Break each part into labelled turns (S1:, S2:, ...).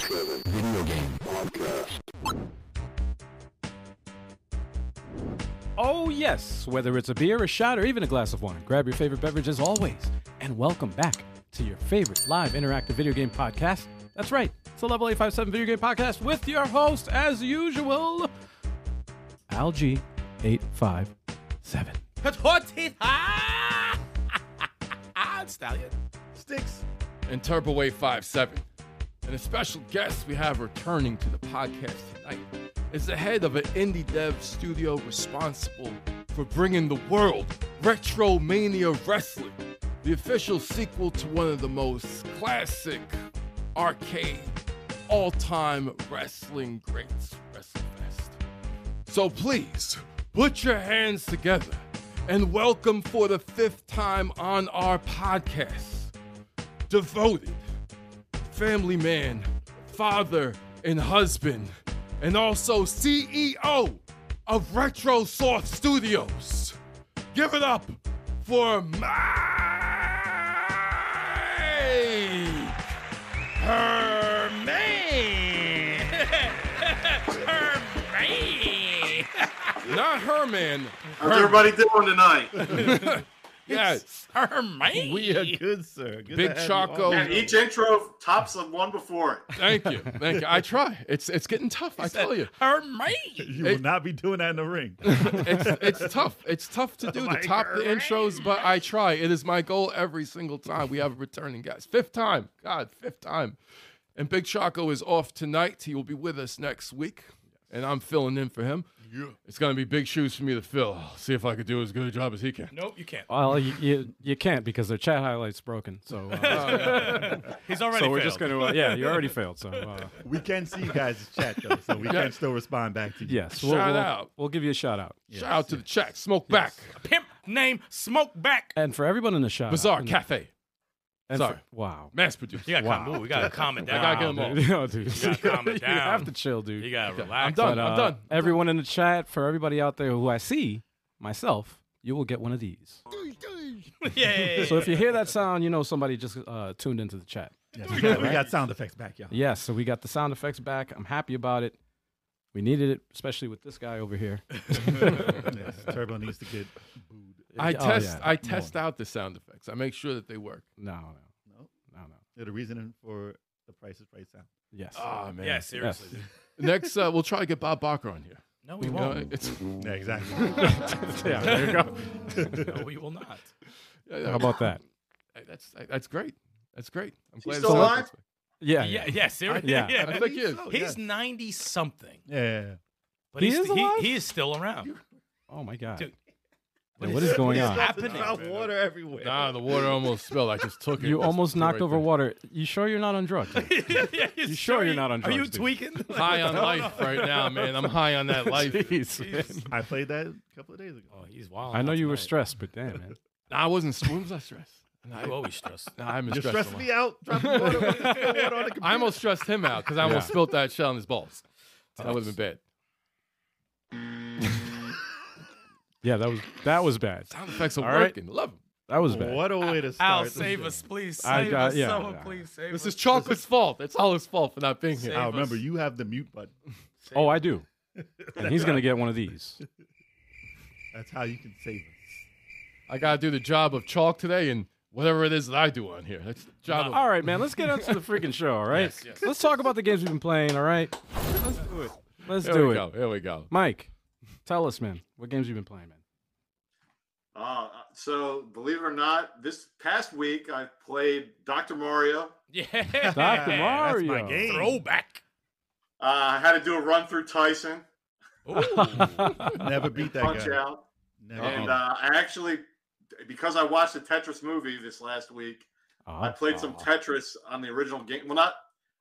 S1: Driven Video Game Podcast.
S2: Oh, yes. Whether it's a beer, a shot, or even a glass of wine, grab your favorite beverage as always. And welcome back to your favorite live interactive video game podcast. That's right. It's the Level 857 Video Game Podcast with your host, as usual, AlG857.
S3: That's hot teeth. Ah! Stallion. Sticks. And Turbo Wave 57. And a special guest we have returning to the podcast tonight is the head of an indie dev studio responsible for bringing the world Retro Mania Wrestling, the official sequel to one of the most classic arcade all time wrestling greats, Wrestle Fest. So please put your hands together and welcome for the fifth time on our podcast, devoted family man, father, and husband, and also CEO of Retro Soft Studios. Give it up for Mike Herman. Herman. Not Herman.
S4: How's everybody doing tonight?
S3: Yes. Herman.
S5: We are good, sir.
S3: Big
S5: Good to have you
S3: Choco.
S5: on.
S4: And each intro tops the one before it.
S3: Thank you. Thank you. I try. It's it's getting tough. I tell you.
S5: You, will not be doing that in the ring.
S3: It's it's tough. It's tough to do to
S5: Like,
S3: top the intros, but I try. It is my goal every single time. We have a returning guest. Fifth time. God, fifth time. And Big Choco is off tonight. He will be with us next week. And I'm filling in for him. Yeah. It's gonna be big shoes for me to fill. I'll see if I could do as good a job as he can.
S6: Nope, you can't.
S2: Well, you, you, you can't because their chat highlight's broken. So, uh,
S6: He's already.
S2: so we're
S6: failed.
S2: just going to, uh, yeah, you already failed. So, uh,
S5: We can see you guys' chat though, so we can still respond back to you.
S2: yes.
S3: Shout
S2: we'll,
S3: out.
S2: We'll give you a shout out.
S3: Shout out to the chat. Smoke back.
S6: pimp name smoke back.
S2: And for everyone in the shop.
S3: Bizarre
S2: and-
S3: Cafe.
S2: and
S3: sorry.
S2: For, wow.
S3: Mass produced.
S6: You gotta calm. Ooh, we gotta calm it down.
S3: I gotta get him off.
S2: No, dude.
S6: You gotta calm it
S2: You have
S6: down.
S2: to chill, dude.
S6: You gotta
S3: I'm
S6: relax.
S3: done.
S2: But,
S3: I'm
S2: uh,
S3: done.
S2: Everyone in the chat, for everybody out there who I see, myself, you will get one of these.
S6: Yay.
S2: So if you hear that sound, you know somebody just uh, tuned into the chat.
S5: Yes, we, got, we got sound effects back, y'all.
S2: Yes, so we got the sound effects back. I'm happy about it. We needed it, especially with this guy over here.
S5: Yes, Turbo needs to get.
S3: I
S2: Oh,
S3: test
S2: yeah,
S3: I test out the sound effects. I make sure that they work.
S2: No, no,
S5: No,
S2: no, no.
S5: they're the reason for the Price is Right sound.
S2: Yes.
S3: Oh man.
S6: yeah, seriously.
S2: Yes.
S6: dude.
S3: Next uh, we'll try to get Bob Barker on here.
S6: No, we
S3: You know,
S6: won't.
S3: it's-
S5: Yeah, exactly.
S2: yeah, there you go.
S6: No, we will not.
S2: How about that?
S3: that's that's great. That's great. I'm glad
S4: still
S3: it's
S4: alive?
S3: happening.
S2: Yeah.
S6: Yeah, yeah, seriously.
S2: Yeah.
S3: I think he is.
S6: He's ninety something,
S5: Yeah, yeah, yeah.
S6: but
S2: He
S6: he's
S2: is alive?
S6: he, he is still around.
S2: Oh my god.
S6: Dude.
S2: Yeah, what is going on?
S6: happening?
S5: About water everywhere.
S3: Nah, the water almost spilled. I just took it.
S2: You
S3: Just
S2: almost
S3: threw
S2: knocked
S3: it
S2: over
S3: there.
S2: water. You sure you're not on drugs?
S6: yeah, yeah,
S2: You sure you're not on
S6: Are you
S2: drugs, dude?
S6: tweaking?
S3: High on life right now, man. I'm high on that life.
S2: Jeez.
S5: I played that a couple of days ago.
S6: Oh, he's wild.
S2: I know
S6: out
S2: you were
S6: tonight.
S2: stressed, but damn, man.
S3: Nah, I wasn't. st- When was I stressed? Nah, I,
S6: You always stressed.
S3: nah, I'm
S5: You're
S3: stressed. a
S5: stressing
S3: lot.
S5: me out. Dropping water, water, water on the computer.
S3: I almost stressed him out because I almost
S2: Yeah.
S3: spilled that shell on his balls. That would have been bad.
S2: Yeah, that was that was bad.
S3: Sound effects are
S2: All right.
S3: working. Love him.
S2: That was bad.
S5: What a way to start.
S6: Al,
S5: the
S6: save
S5: show.
S6: us, please.
S2: I
S6: Save
S2: got-
S6: us,
S2: yeah,
S6: someone,
S2: yeah.
S6: ple's save
S3: This
S6: us.
S3: is Chocolate's fault. It's all his fault for not being here.
S6: Save
S5: Al,
S6: us.
S5: remember, you have the mute button.
S2: Oh, I do. And he's gonna get one of these.
S5: That's how you can save us.
S3: I gotta do the job of chalk today and whatever it is that I do on here. That's the job of
S2: All right, man. Let's get on to the freaking show. All right. Let's talk about the games we've been playing. All right. Let's do it. Let's
S3: Here
S2: do
S3: we
S2: it.
S3: go. Here we go.
S2: Mike, tell us, man, what games you've been playing, man.
S4: Uh, so, believe it or not, this past week I played Dr. Mario. Uh,
S6: Yeah.
S2: Dr.
S5: that's
S2: Mario.
S5: my game.
S6: Throwback.
S4: Uh, I had to do a run through Tyson,
S5: Never beat that
S4: punch
S5: guy. Oh.
S4: out.
S5: Never
S4: And
S5: beat-
S4: uh, I actually, because I watched the Tetris movie this last week, I played some Tetris on the original game. Well, not,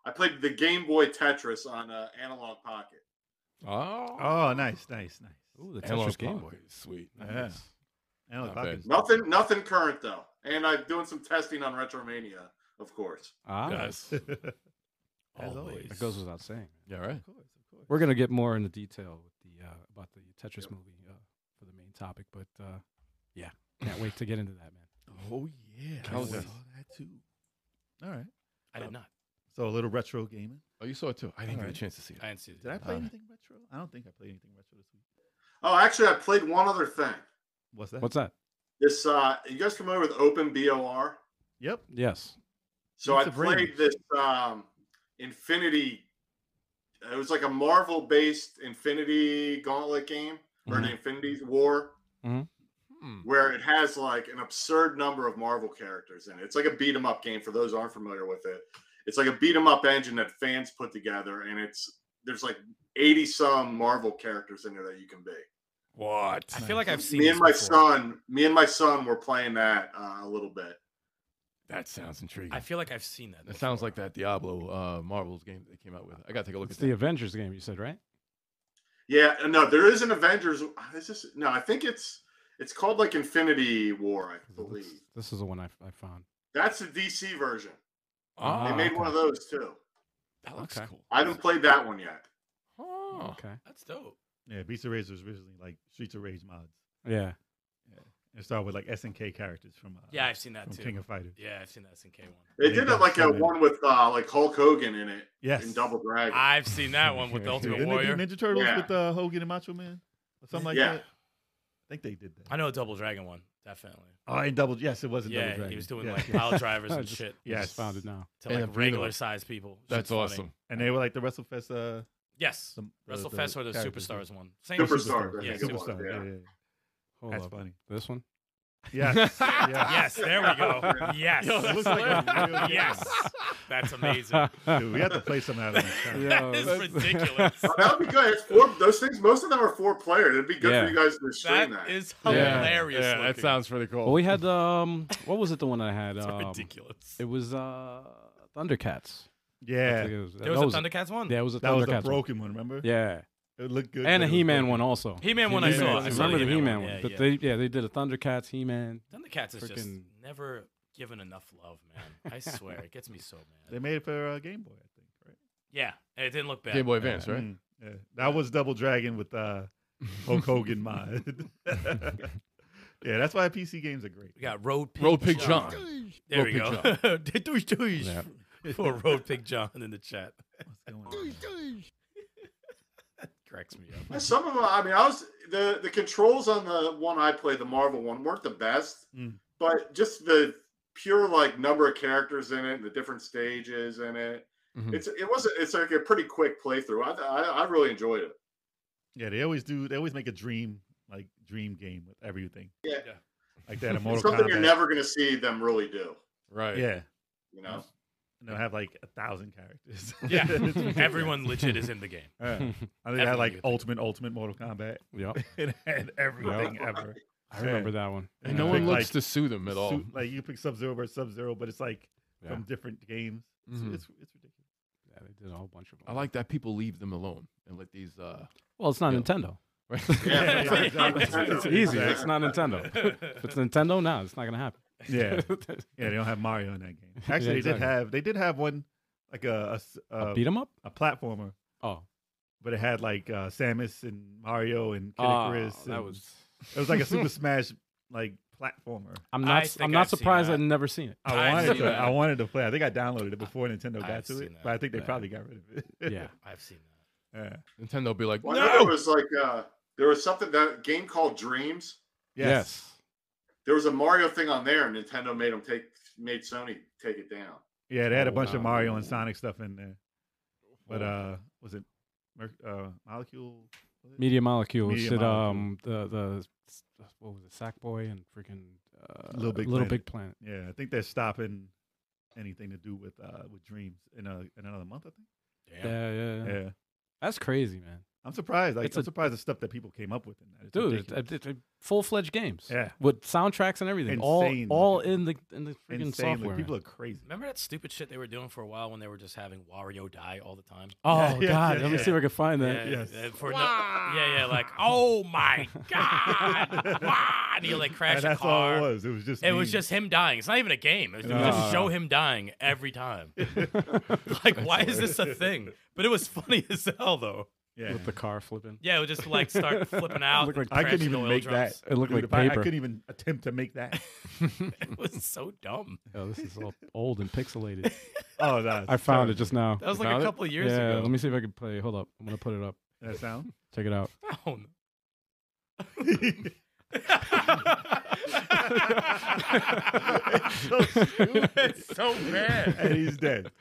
S4: I played the Game Boy Tetris on uh, Analog Pocket.
S3: Oh,
S5: oh, nice, nice, nice.
S2: Ooh, the
S3: Analog
S2: Tetris Game Boy.
S3: Pocket. Sweet.
S5: Yeah. Alan
S3: Not
S5: Falcon's-
S4: Nothing, nothing current though. And I'm doing some testing on Retromania, of course.
S2: Ah,
S3: Yes.
S5: As
S6: Always.
S5: always.
S2: that goes without saying.
S3: Yeah, right.
S5: Of course, of course.
S2: We're gonna get more into detail with the uh, about the Tetris movie uh, for the main topic, but uh, yeah, can't wait to get into that, man.
S5: Oh yeah,
S3: I was-
S5: that too. All right,
S6: I did not.
S5: So a little retro gaming.
S3: Oh, you saw it too. I didn't get
S5: Alright.
S3: a chance to see it.
S6: I didn't see
S5: Did I
S6: that.
S5: play
S3: Uh,
S5: anything retro? I don't think I played anything retro this week.
S4: Oh, actually, I played one other thing.
S5: What's that?
S2: What's that?
S4: This, uh, you guys familiar with OpenBOR?
S5: Yep.
S2: Yes.
S4: So
S5: Pizza
S4: I played
S5: Brains.
S4: this um, Infinity. It was like a Marvel-based Infinity Gauntlet game or
S2: Mhm.
S4: an Infinity War,
S3: Hmm.
S4: where it has like an absurd number of Marvel characters in it. It's like a beat 'em up game for those who aren't familiar with it. It's like a beat 'em up engine that fans put together, and it's there's like eighty some Marvel characters in there that you can be.
S3: What?
S6: I feel like I've seen
S4: me
S6: this
S4: and my
S6: before.
S4: son, me and my son were playing that uh, a little bit.
S3: That sounds intriguing.
S6: I feel like I've seen that.
S3: that sounds like
S6: before.
S3: that Diablo uh, Marvel's game that they came out with. I got to take a look
S2: It's
S3: at
S2: the
S3: that.
S2: Avengers game you said, right?
S4: Yeah, uh, no, there is an Avengers. uh, Is this no? I think it's it's called like Infinity War, I
S2: 'Cause it looks-
S4: believe.
S2: This is the one I, I found.
S4: That's the DC version. They
S2: Ah,
S4: made
S2: okay.
S4: one of those too.
S3: that looks
S2: okay.
S3: cool.
S4: I haven't played that one yet.
S3: Oh,
S2: Okay.
S6: That's dope.
S5: Yeah, Beast of Rage was originally like Streets of Rage mods.
S2: Yeah.
S5: And it started with like SNK characters from uh,
S6: Yeah, I've seen that
S5: from
S6: too.
S5: King of Fighters.
S6: yeah, I've seen that SNK one.
S4: They
S5: They
S4: did
S5: done
S4: it like a
S5: some in-
S4: one with uh, like Hulk Hogan in it
S5: Yes.
S4: in Double Dragon.
S2: Ah.
S6: I've seen that one with the Ultimate
S5: Didn't they do
S6: Warrior.
S5: Ninja Turtles
S4: Yeah.
S5: with uh, Hogan and Macho Man or something like
S4: Yeah.
S5: that? I think they did that.
S6: I know a Double Dragon one, definitely.
S5: Oh, and double. Yes, it wasn't double.
S6: Yeah,
S5: Dragon.
S6: he was doing
S5: Yes,
S6: like
S5: yes.
S6: pile drivers
S2: I
S6: and
S2: just-
S6: shit
S2: I just
S5: Yes.
S2: found it now.
S6: to
S3: And a
S6: like
S3: beautiful-
S6: regular sized people.
S3: that's
S6: Shit's funny.
S3: awesome.
S5: and they were like the WrestleFest. Uh,
S6: Yes,
S5: some, uh, the-
S6: Russell Fest or the
S5: characters.
S6: Superstars one. Same
S4: Superstars,
S6: Superstar.
S4: I
S6: yeah,
S4: think it was,
S5: Superstar.
S4: yeah.
S5: Yeah, yeah, yeah.
S2: Hold
S5: That's
S2: up.
S5: funny.
S2: This one?
S5: Yes. yeah.
S6: Yes, there we go. Yes,
S5: Yo, that looks like a real game.
S6: yes, that's amazing.
S5: Dude, we have to play some out of that.
S2: Yeah.
S6: that is
S2: that's-
S6: ridiculous.
S4: Oh, that would be good. It's four, those things, most of them are four player. It'd be good
S2: Yeah.
S4: for you guys to stream that.
S6: That is
S3: Yeah.
S6: hilarious.
S3: Yeah, that
S6: looking.
S3: sounds pretty cool.
S2: Well, we had um, what was it? The one I had.
S6: It's
S2: Um,
S6: ridiculous.
S2: it was uh, Thundercats. I think
S5: Yeah.
S2: it was,
S6: There
S2: that
S6: was a Thundercats one.
S2: Yeah, it was a
S5: That was the
S2: Thundercats one.
S5: broken one, remember?
S2: Yeah,
S5: It looked good.
S2: and
S5: but
S2: a
S5: it was
S2: He-Man
S5: broken.
S2: one also.
S6: He-Man one I
S5: He-Man
S6: saw.
S5: one.
S6: I saw
S2: Remember the He-Man
S6: Yeah,
S2: one? But
S6: yeah.
S2: they yeah they did a Thundercats, He-Man.
S6: Thundercats is just
S2: Frickin-
S6: never given enough love, man. I swear, it gets me so
S5: They
S6: mad.
S5: made it for uh, Game Boy, I think, right?
S6: Yeah, and it didn't look bad.
S3: Game Boy Advance, right?
S5: Mm, yeah. That was Double Dragon with uh, Hulk Hogan mod. yeah, that's why PC games are great.
S6: We got Road Pig
S3: Road Pig
S6: John.
S3: John.
S6: There
S3: Road
S6: we
S3: Pig
S6: go. Douche, douche.
S2: Yeah.
S6: For Road Pig John in the chat.
S5: What's going on?
S6: Cracks me up.
S4: Yeah, Some of them, I mean, I was the the controls on the one I played, the Marvel one, weren't the best,
S5: Mm.
S4: but just the pure like number of characters in it, and the different stages in it.
S3: Mhm.
S4: It's it was it's like a pretty quick playthrough. I I, I really enjoyed it.
S5: Yeah, they always do. They always make a dream, like dream game with everything.
S4: Yeah.
S6: Yeah.
S5: Like that. in
S4: It's
S5: Mortal
S4: something you're
S5: Kombat.
S4: never going to see them really do.
S3: Right.
S5: Yeah.
S4: You know,
S5: And they'll have like a thousand characters.
S6: Yeah, everyone legit is in the game.
S5: Yeah. I think they
S6: Everyone
S5: had like
S6: gets it.
S5: Ultimate Ultimate Mortal Kombat.
S2: Yep,
S5: It had everything ever.
S2: I remember that one.
S5: And
S3: And no
S5: I
S3: one
S5: think,
S3: looks
S5: like,
S3: to sue them at all.
S5: Suit- like you pick Sub Zero versus Sub Zero, but it's like
S2: Yeah. Mm-hmm.
S5: from different games. It's,
S3: Mhm.
S5: it's, it's ridiculous.
S2: Yeah, they did a whole bunch of them.
S3: I like that people leave them alone and let these. uh
S2: Well, it's not
S3: Yeah.
S2: Nintendo.
S4: Yeah,
S6: Yeah,
S5: exactly.
S6: exactly.
S2: It's easy. It's not
S6: Exactly.
S2: Nintendo. If it's Nintendo, now it's not gonna happen.
S5: Yeah, yeah. They don't have Mario in that game. Actually, they did
S2: exactly.
S5: have they did have one like a a s-
S2: A
S5: a,
S2: beat 'em up.
S5: a platformer,
S2: Oh,
S5: but it had like uh, Samus and Mario and Kid
S2: Ah,
S5: Icarus.
S2: that
S5: and-
S2: was.
S5: it was like a Super Smash like platformer.
S2: I'm
S6: I
S2: not. s-
S6: think
S2: I'm not
S6: I've seen
S2: surprised.
S6: that.
S2: I've never seen it.
S5: I
S6: I've
S5: wanted
S6: seen
S5: to,
S6: that.
S5: I wanted to play. I think I downloaded it before Nintendo got
S6: I've
S5: to it,
S6: seen that.
S5: but I think they
S2: Yeah.
S5: probably got rid of it.
S2: Yeah.
S6: I've seen that.
S5: yeah,
S3: Nintendo will be like,
S4: well, I know
S3: no.
S4: there was like uh, there was something that game called Dreams.
S5: yes.
S2: Yes.
S4: There was a Mario thing on there, and Nintendo made them take made Sony take it down.
S5: yeah. They had a
S2: Oh,
S5: bunch of
S2: wow.
S5: Mario and Sonic stuff in there, but uh, was it Mer- uh, Molecule? was it?
S2: Media Molecule.
S5: Media
S2: Shit,
S5: Molecule.
S2: um, the the s- what was it? Sackboy and freaking uh,
S5: Little Big
S2: Little
S5: Planet.
S2: Big Planet.
S5: Yeah, I think they're stopping anything to do with uh with dreams in a in another month. I think.
S2: Yeah, yeah, yeah.
S5: Yeah,
S2: That's crazy, man.
S5: I'm surprised. Like,
S2: It's
S5: I'm
S2: a-
S5: surprised the stuff that people came up with in that. It's
S2: Dude, it,
S5: ridiculous.
S2: it, it- full-fledged games.
S5: Yeah.
S2: with soundtracks and everything.
S5: Insane
S2: All all
S5: looking.
S2: in the in the freaking
S5: insane.
S2: software.
S5: Like, people
S2: man.
S5: are crazy.
S6: Remember that stupid shit they were doing for a while when they were just having Wario die all the time?
S2: Oh
S5: Yeah, yeah,
S2: God!
S5: yeah,
S2: Let me
S5: yeah.
S2: see if I can find that.
S6: Yeah,
S5: Yes.
S6: uh, For no, yeah, yeah, like, oh my God. Wah! and he like crashed
S5: And that's
S6: a car.
S5: all it was. It was just.
S6: It was
S5: memes.
S6: just him dying. It's not even a game. It was, it would
S5: No.
S6: just show him dying every time. like, why is this a thing? But it was funny as hell, though.
S5: Yeah.
S2: With the car flipping.
S6: Yeah, it would just like start flipping out.
S2: Looked
S6: and
S2: like-
S5: I couldn't
S6: crashing
S5: even
S6: oil
S5: make
S6: drums.
S5: that.
S2: It looked
S5: Dude,
S2: like
S5: if I- I
S2: paper.
S5: couldn't even attempt to make that.
S6: It was so dumb.
S2: Oh, this is all old and pixelated.
S5: Oh, that's
S2: I found it
S5: terrible.
S2: just now.
S6: That was
S3: You
S6: like a
S3: found it?
S6: couple of years
S2: yeah,
S6: ago.
S2: let me see if I can play. Hold up, I'm gonna put it up.
S5: That sound?
S2: Check it out.
S6: Oh, no. Oh,
S5: so stupid.
S3: It's so bad.
S5: and he's dead.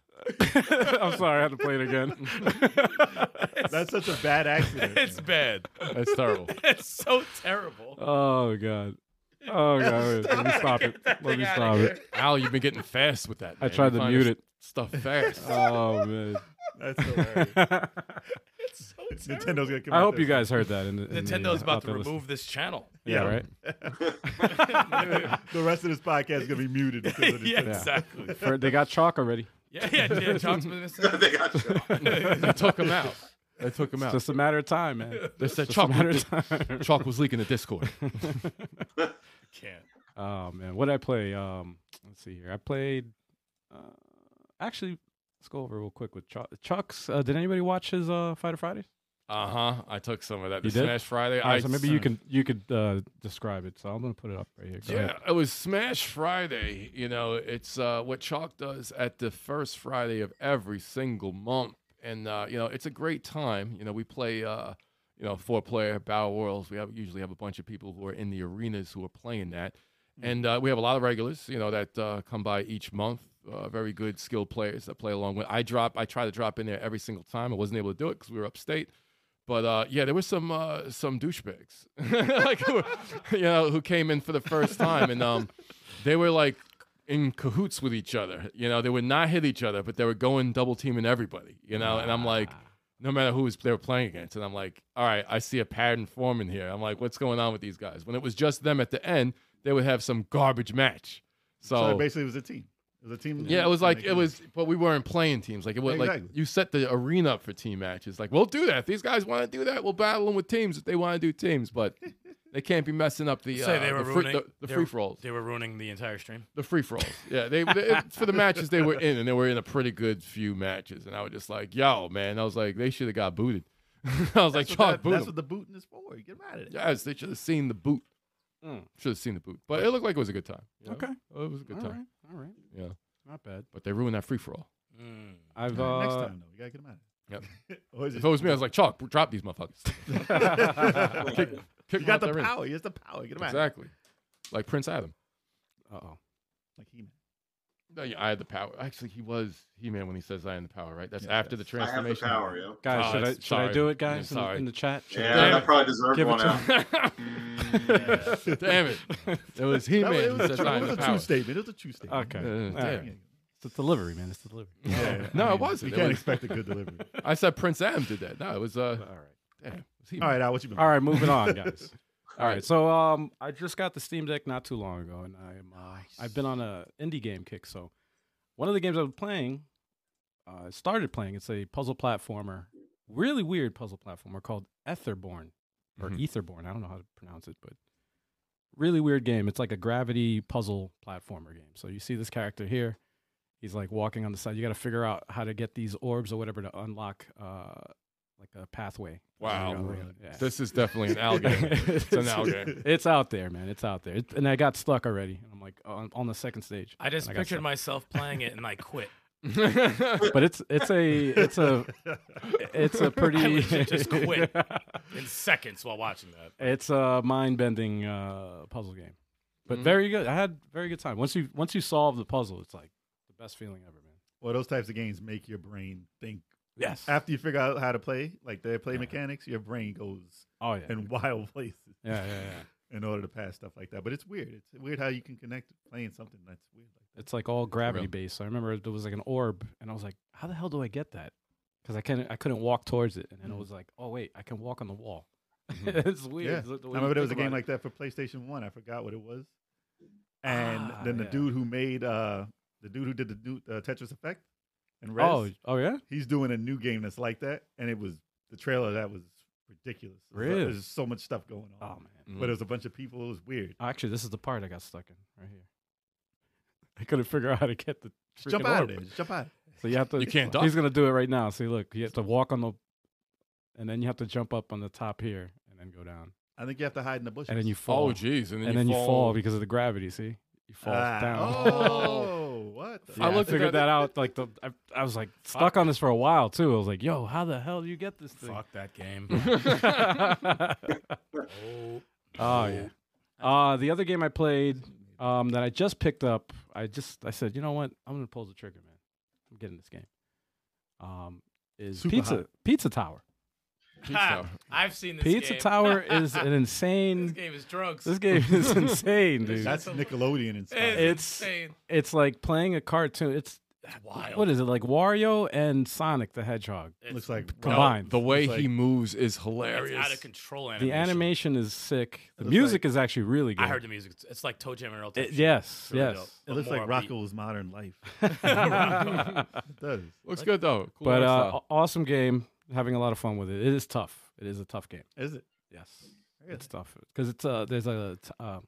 S2: I'm sorry, I had to play it again.
S5: That's such a bad accident.
S6: It's bad.
S3: That's terrible.
S6: It's so terrible.
S2: oh god. Oh god. Wait, let me stop it.
S6: Get that
S2: Let me
S6: thing outta
S2: stop
S6: here.
S2: it.
S3: Al, you've been getting fast with that.
S2: I
S3: man.
S2: tried
S3: You
S2: to
S3: find
S2: mute
S3: this
S2: it.
S3: Stuff fast.
S2: Oh man.
S5: That's hilarious.
S6: It's so terrible.
S5: Nintendo's gonna come.
S2: I
S5: out
S2: hope
S5: there
S2: you guys heard that. In the, in the,
S6: Nintendo's
S2: uh,
S6: about
S2: out
S6: to
S2: there listening.
S6: remove this channel.
S2: Yeah,
S5: Yeah.
S2: right.
S5: soon. The rest of this podcast is gonna be muted because of
S6: yeah,
S5: Nintendo.
S6: exactly.
S2: For- they got chalk already.
S6: Yeah, yeah, yeah. John's been missing.
S4: they got you.
S3: They took him out. They took him
S2: It's
S3: out.
S2: just a matter of time, man.
S3: they said
S2: Just a matter
S3: chocolate.
S2: of time.
S3: Chalk was leaking the Discord.
S6: Can't.
S2: Oh man, what did I play? Um, let's see here. I played. Uh, actually, let's go over real quick with Chuck. Chuck's. Uh, did anybody watch his uh, Fighter Fridays?
S3: Uh huh. I took some of that.
S2: You
S3: The
S2: did?
S3: Smash Friday.
S2: All
S3: I
S2: right, so maybe you
S3: sent-
S2: can you could uh, describe it. So I'm gonna put it up right here. Go
S3: yeah,
S2: ahead.
S3: it was Smash Friday. You know, it's uh, what Chalk does at the first Friday of every single month, and uh, you know, it's a great time. You know, we play, uh, you know, four player battle royals. We have, usually have a bunch of people who are in the arenas who are playing that,
S2: Hmm.
S3: and uh, we have a lot of regulars. You know, that uh, come by each month. Uh, very good skilled players that play along with. I drop. I try to drop in there every single time. I wasn't able to do it because we were upstate. But uh, yeah, there was some uh, some douchebags, like who, you know, who came in for the first time, and um, they were like in cahoots with each other. You know, they would not hit each other, but they were going double teaming everybody. You know, and I'm like, no matter who was they were playing against, and I'm like, all right, I see a pattern forming here. I'm like, what's going on with these guys? When it was just them at the end, they would have some garbage match.
S5: So
S3: So,
S5: basically, it was a team. It was a team.
S3: yeah, it was like
S5: making
S3: it was, but we weren't playing teams. Like it was like
S5: Exactly.
S3: you set the arena up for team matches. Like we'll do that. If these guys want to do that, we'll battle them with teams if they want to do teams. But they can't be messing up the uh,
S6: Say they were
S3: the, free,
S6: ruining
S3: the, the
S6: they
S3: free
S6: were-
S3: for alls,
S6: They were ruining the entire stream.
S3: the free for alls. Yeah, they, they it's for the matches they were in, and they were in a pretty good few matches. And I was just like, yo, man, I was like, they should have got booted. I was like,
S5: That's,
S3: chalk
S5: what, that,
S3: boot.
S5: that's
S3: 'em."
S5: what the booting is for. You get mad at it.
S3: Yes, they should have seen the boot.
S2: Mm.
S3: Should have seen the boot, but it looked like it was a good time. you know?
S2: Okay.
S3: it was a good
S2: All
S3: time.
S2: right. All right.
S3: Yeah,
S2: Not bad.
S3: but they ruined that free for all.
S6: Mm.
S2: I've uh,
S5: All right, Next time, though, you gotta get mad at it. Yep. or is
S3: If it was me, I was like, Chalk, drop these motherfuckers.
S2: uh,
S3: kick, kick
S5: you
S3: them
S5: got
S3: out
S5: the
S3: their ring.
S5: power. You have the power. Get mad. at it.
S3: Exactly. Like Prince Adam.
S2: Uh-oh.
S5: Like He-Man.
S3: No, yeah, I had the power. Actually, he was He Man when he says I am the power, right? That's
S5: Yes,
S3: after
S5: yes.
S3: the
S4: I have
S3: transformation.
S4: the power, yo.
S2: Guys,
S3: Oh,
S2: should I
S3: that's-
S2: should I
S3: sorry.
S2: do it,
S3: Yeah,
S2: guys? in, the,
S3: sorry.
S2: in the chat. Should I
S4: Yeah,
S2: do it?
S3: Damn
S4: that probably deserved
S2: Give it
S4: one
S2: to
S4: out.
S3: Damn it. It was He
S5: That was-
S3: Man who
S5: it was,
S3: says
S5: a true,
S3: I
S5: it
S3: am
S5: was
S3: the
S5: a true
S3: power.
S5: statement. It was a true statement.
S2: Okay.
S3: Uh,
S2: All
S3: damn.
S2: right. It's the delivery, man. It's the delivery.
S5: Yeah.
S3: No,
S5: I
S3: it
S5: mean,
S3: wasn't.
S5: You
S3: It
S5: can't
S3: was-
S5: expect a good delivery.
S3: I said Prince Adam did that. No, it was uh
S2: All right.
S3: damn. It was He-Man.
S5: All right, Al, what you been?
S2: All right, moving on, guys. All
S3: All
S2: right,
S3: right.
S2: so um, I just got the Steam Deck not too long ago, and I'm uh, I've been on a indie game kick. So one of the games I was playing, uh, I started playing. It's a puzzle platformer, really weird puzzle platformer called Etherborn or
S3: Mhm.
S2: Etherborn. I don't know how to pronounce it, but really weird game. It's like a gravity puzzle platformer game. So you see this character here. He's like walking on the side. You got to figure out how to get these orbs or whatever to unlock uh, like a pathway.
S3: Wow.
S2: You know, like a- yeah.
S3: This is definitely an Al game. It's an Al game.
S2: It's out there, man. It's out there. It, and I got stuck already. And I'm like on, on the second stage.
S6: I just
S2: And got
S6: pictured
S2: stuck.
S6: myself playing it and I quit.
S2: But it's it's a it's a it's a pretty
S6: legit just quit. in seconds while watching that.
S2: it's a mind bending uh, puzzle game, but
S3: Mhm.
S2: very good. I had very good time. Once you once you solve the puzzle, it's like the best feeling ever, man.
S5: Well, those types of games make your brain think.
S2: Yes.
S5: After you figure out how to play, like their play
S2: Yeah.
S5: mechanics, your brain goes
S2: Oh yeah.
S5: in wild places
S2: yeah, yeah, yeah.
S5: in order to pass stuff like that. But it's weird. It's weird how you can connect playing something that's weird like that.
S2: It's like all gravity based. So I remember there was like an orb, and I was like, "How the hell do I get that?" Because I can not I couldn't walk towards it, and then it was like, "Oh wait, I can walk on the wall." it's weird.
S5: Yeah.
S2: It's like the
S5: I
S2: way you
S5: remember there was a
S2: think
S5: game
S2: about it.
S5: like that for PlayStation One. I forgot what it was. And
S2: Ah,
S5: then the
S2: yeah.
S5: dude who made uh the dude who did the new uh, Tetris Effect and Res,
S2: Oh, oh yeah.
S5: he's doing a new game that's like that. And it was the trailer of that was ridiculous. It was like-
S2: Really?
S5: There's so much stuff going
S2: Oh
S5: on.
S2: man.
S5: But it was a bunch of people. It was weird.
S2: Actually, this is the part I got stuck in right here. I couldn't figure out how to get the
S5: Just jump
S2: freaking
S5: out
S2: orb.
S5: of there. Just jump out.
S2: So you have to.
S3: You can't duck.
S2: He's gonna do it right now. See, look, you have to walk on the, and then you have to jump up on the top here, and then go down,
S5: I think you have to hide in the bushes.
S2: and then you fall,
S3: Oh, jeez. And
S2: and
S3: then,
S2: then you fall because of the gravity. See, you fall
S5: Ah.
S2: down.
S5: Oh, wow. What? The
S2: I
S6: Yeah.
S2: looked figured that out. Like the, I, I was like stuck on this for a while too. I was like, "Yo, how the hell do you get this thing?"
S6: Fuck that game. oh,
S2: Oh yeah. Uh, the other game I played um, that I just picked up, I just I said, you know what, I'm gonna pull the trigger, man. I'm getting this game. Um, is
S5: Super
S2: Pizza
S5: hot.
S2: Pizza Tower?
S3: Pizza.
S6: I've seen this
S2: Pizza
S6: game.
S2: Tower is an
S6: this
S2: insane.
S6: game is drunks.
S2: This game is insane, dude.
S5: That's Nickelodeon and stuff.
S6: It's,
S2: It's-
S6: insane.
S2: it's like playing a cartoon. It's
S6: Wild.
S2: what is it like Wario and Sonic the Hedgehog?
S6: It's,
S5: looks like
S3: No,
S2: Combined.
S3: the way
S5: It's like-
S3: he moves is
S6: it's
S3: hilarious.
S6: out of control animation.
S2: The animation is sick. The
S5: looks
S2: music is actually really good.
S6: I heard the music. It's- It's like Toe Jam and Earl.
S2: It-
S6: Tip.
S2: yes,
S6: Really
S2: yes.
S5: It
S6: But
S5: looks like
S6: more upbeat.
S5: Rocco's modern life. It does.
S3: Looks good though. Cool
S2: but uh,
S3: lifestyle.
S2: aw- awesome game. Having a lot of fun with it. It is tough. It is a tough game.
S5: Is it?
S2: Yes,
S5: Really?
S2: it's tough because it's uh there's a t- uh,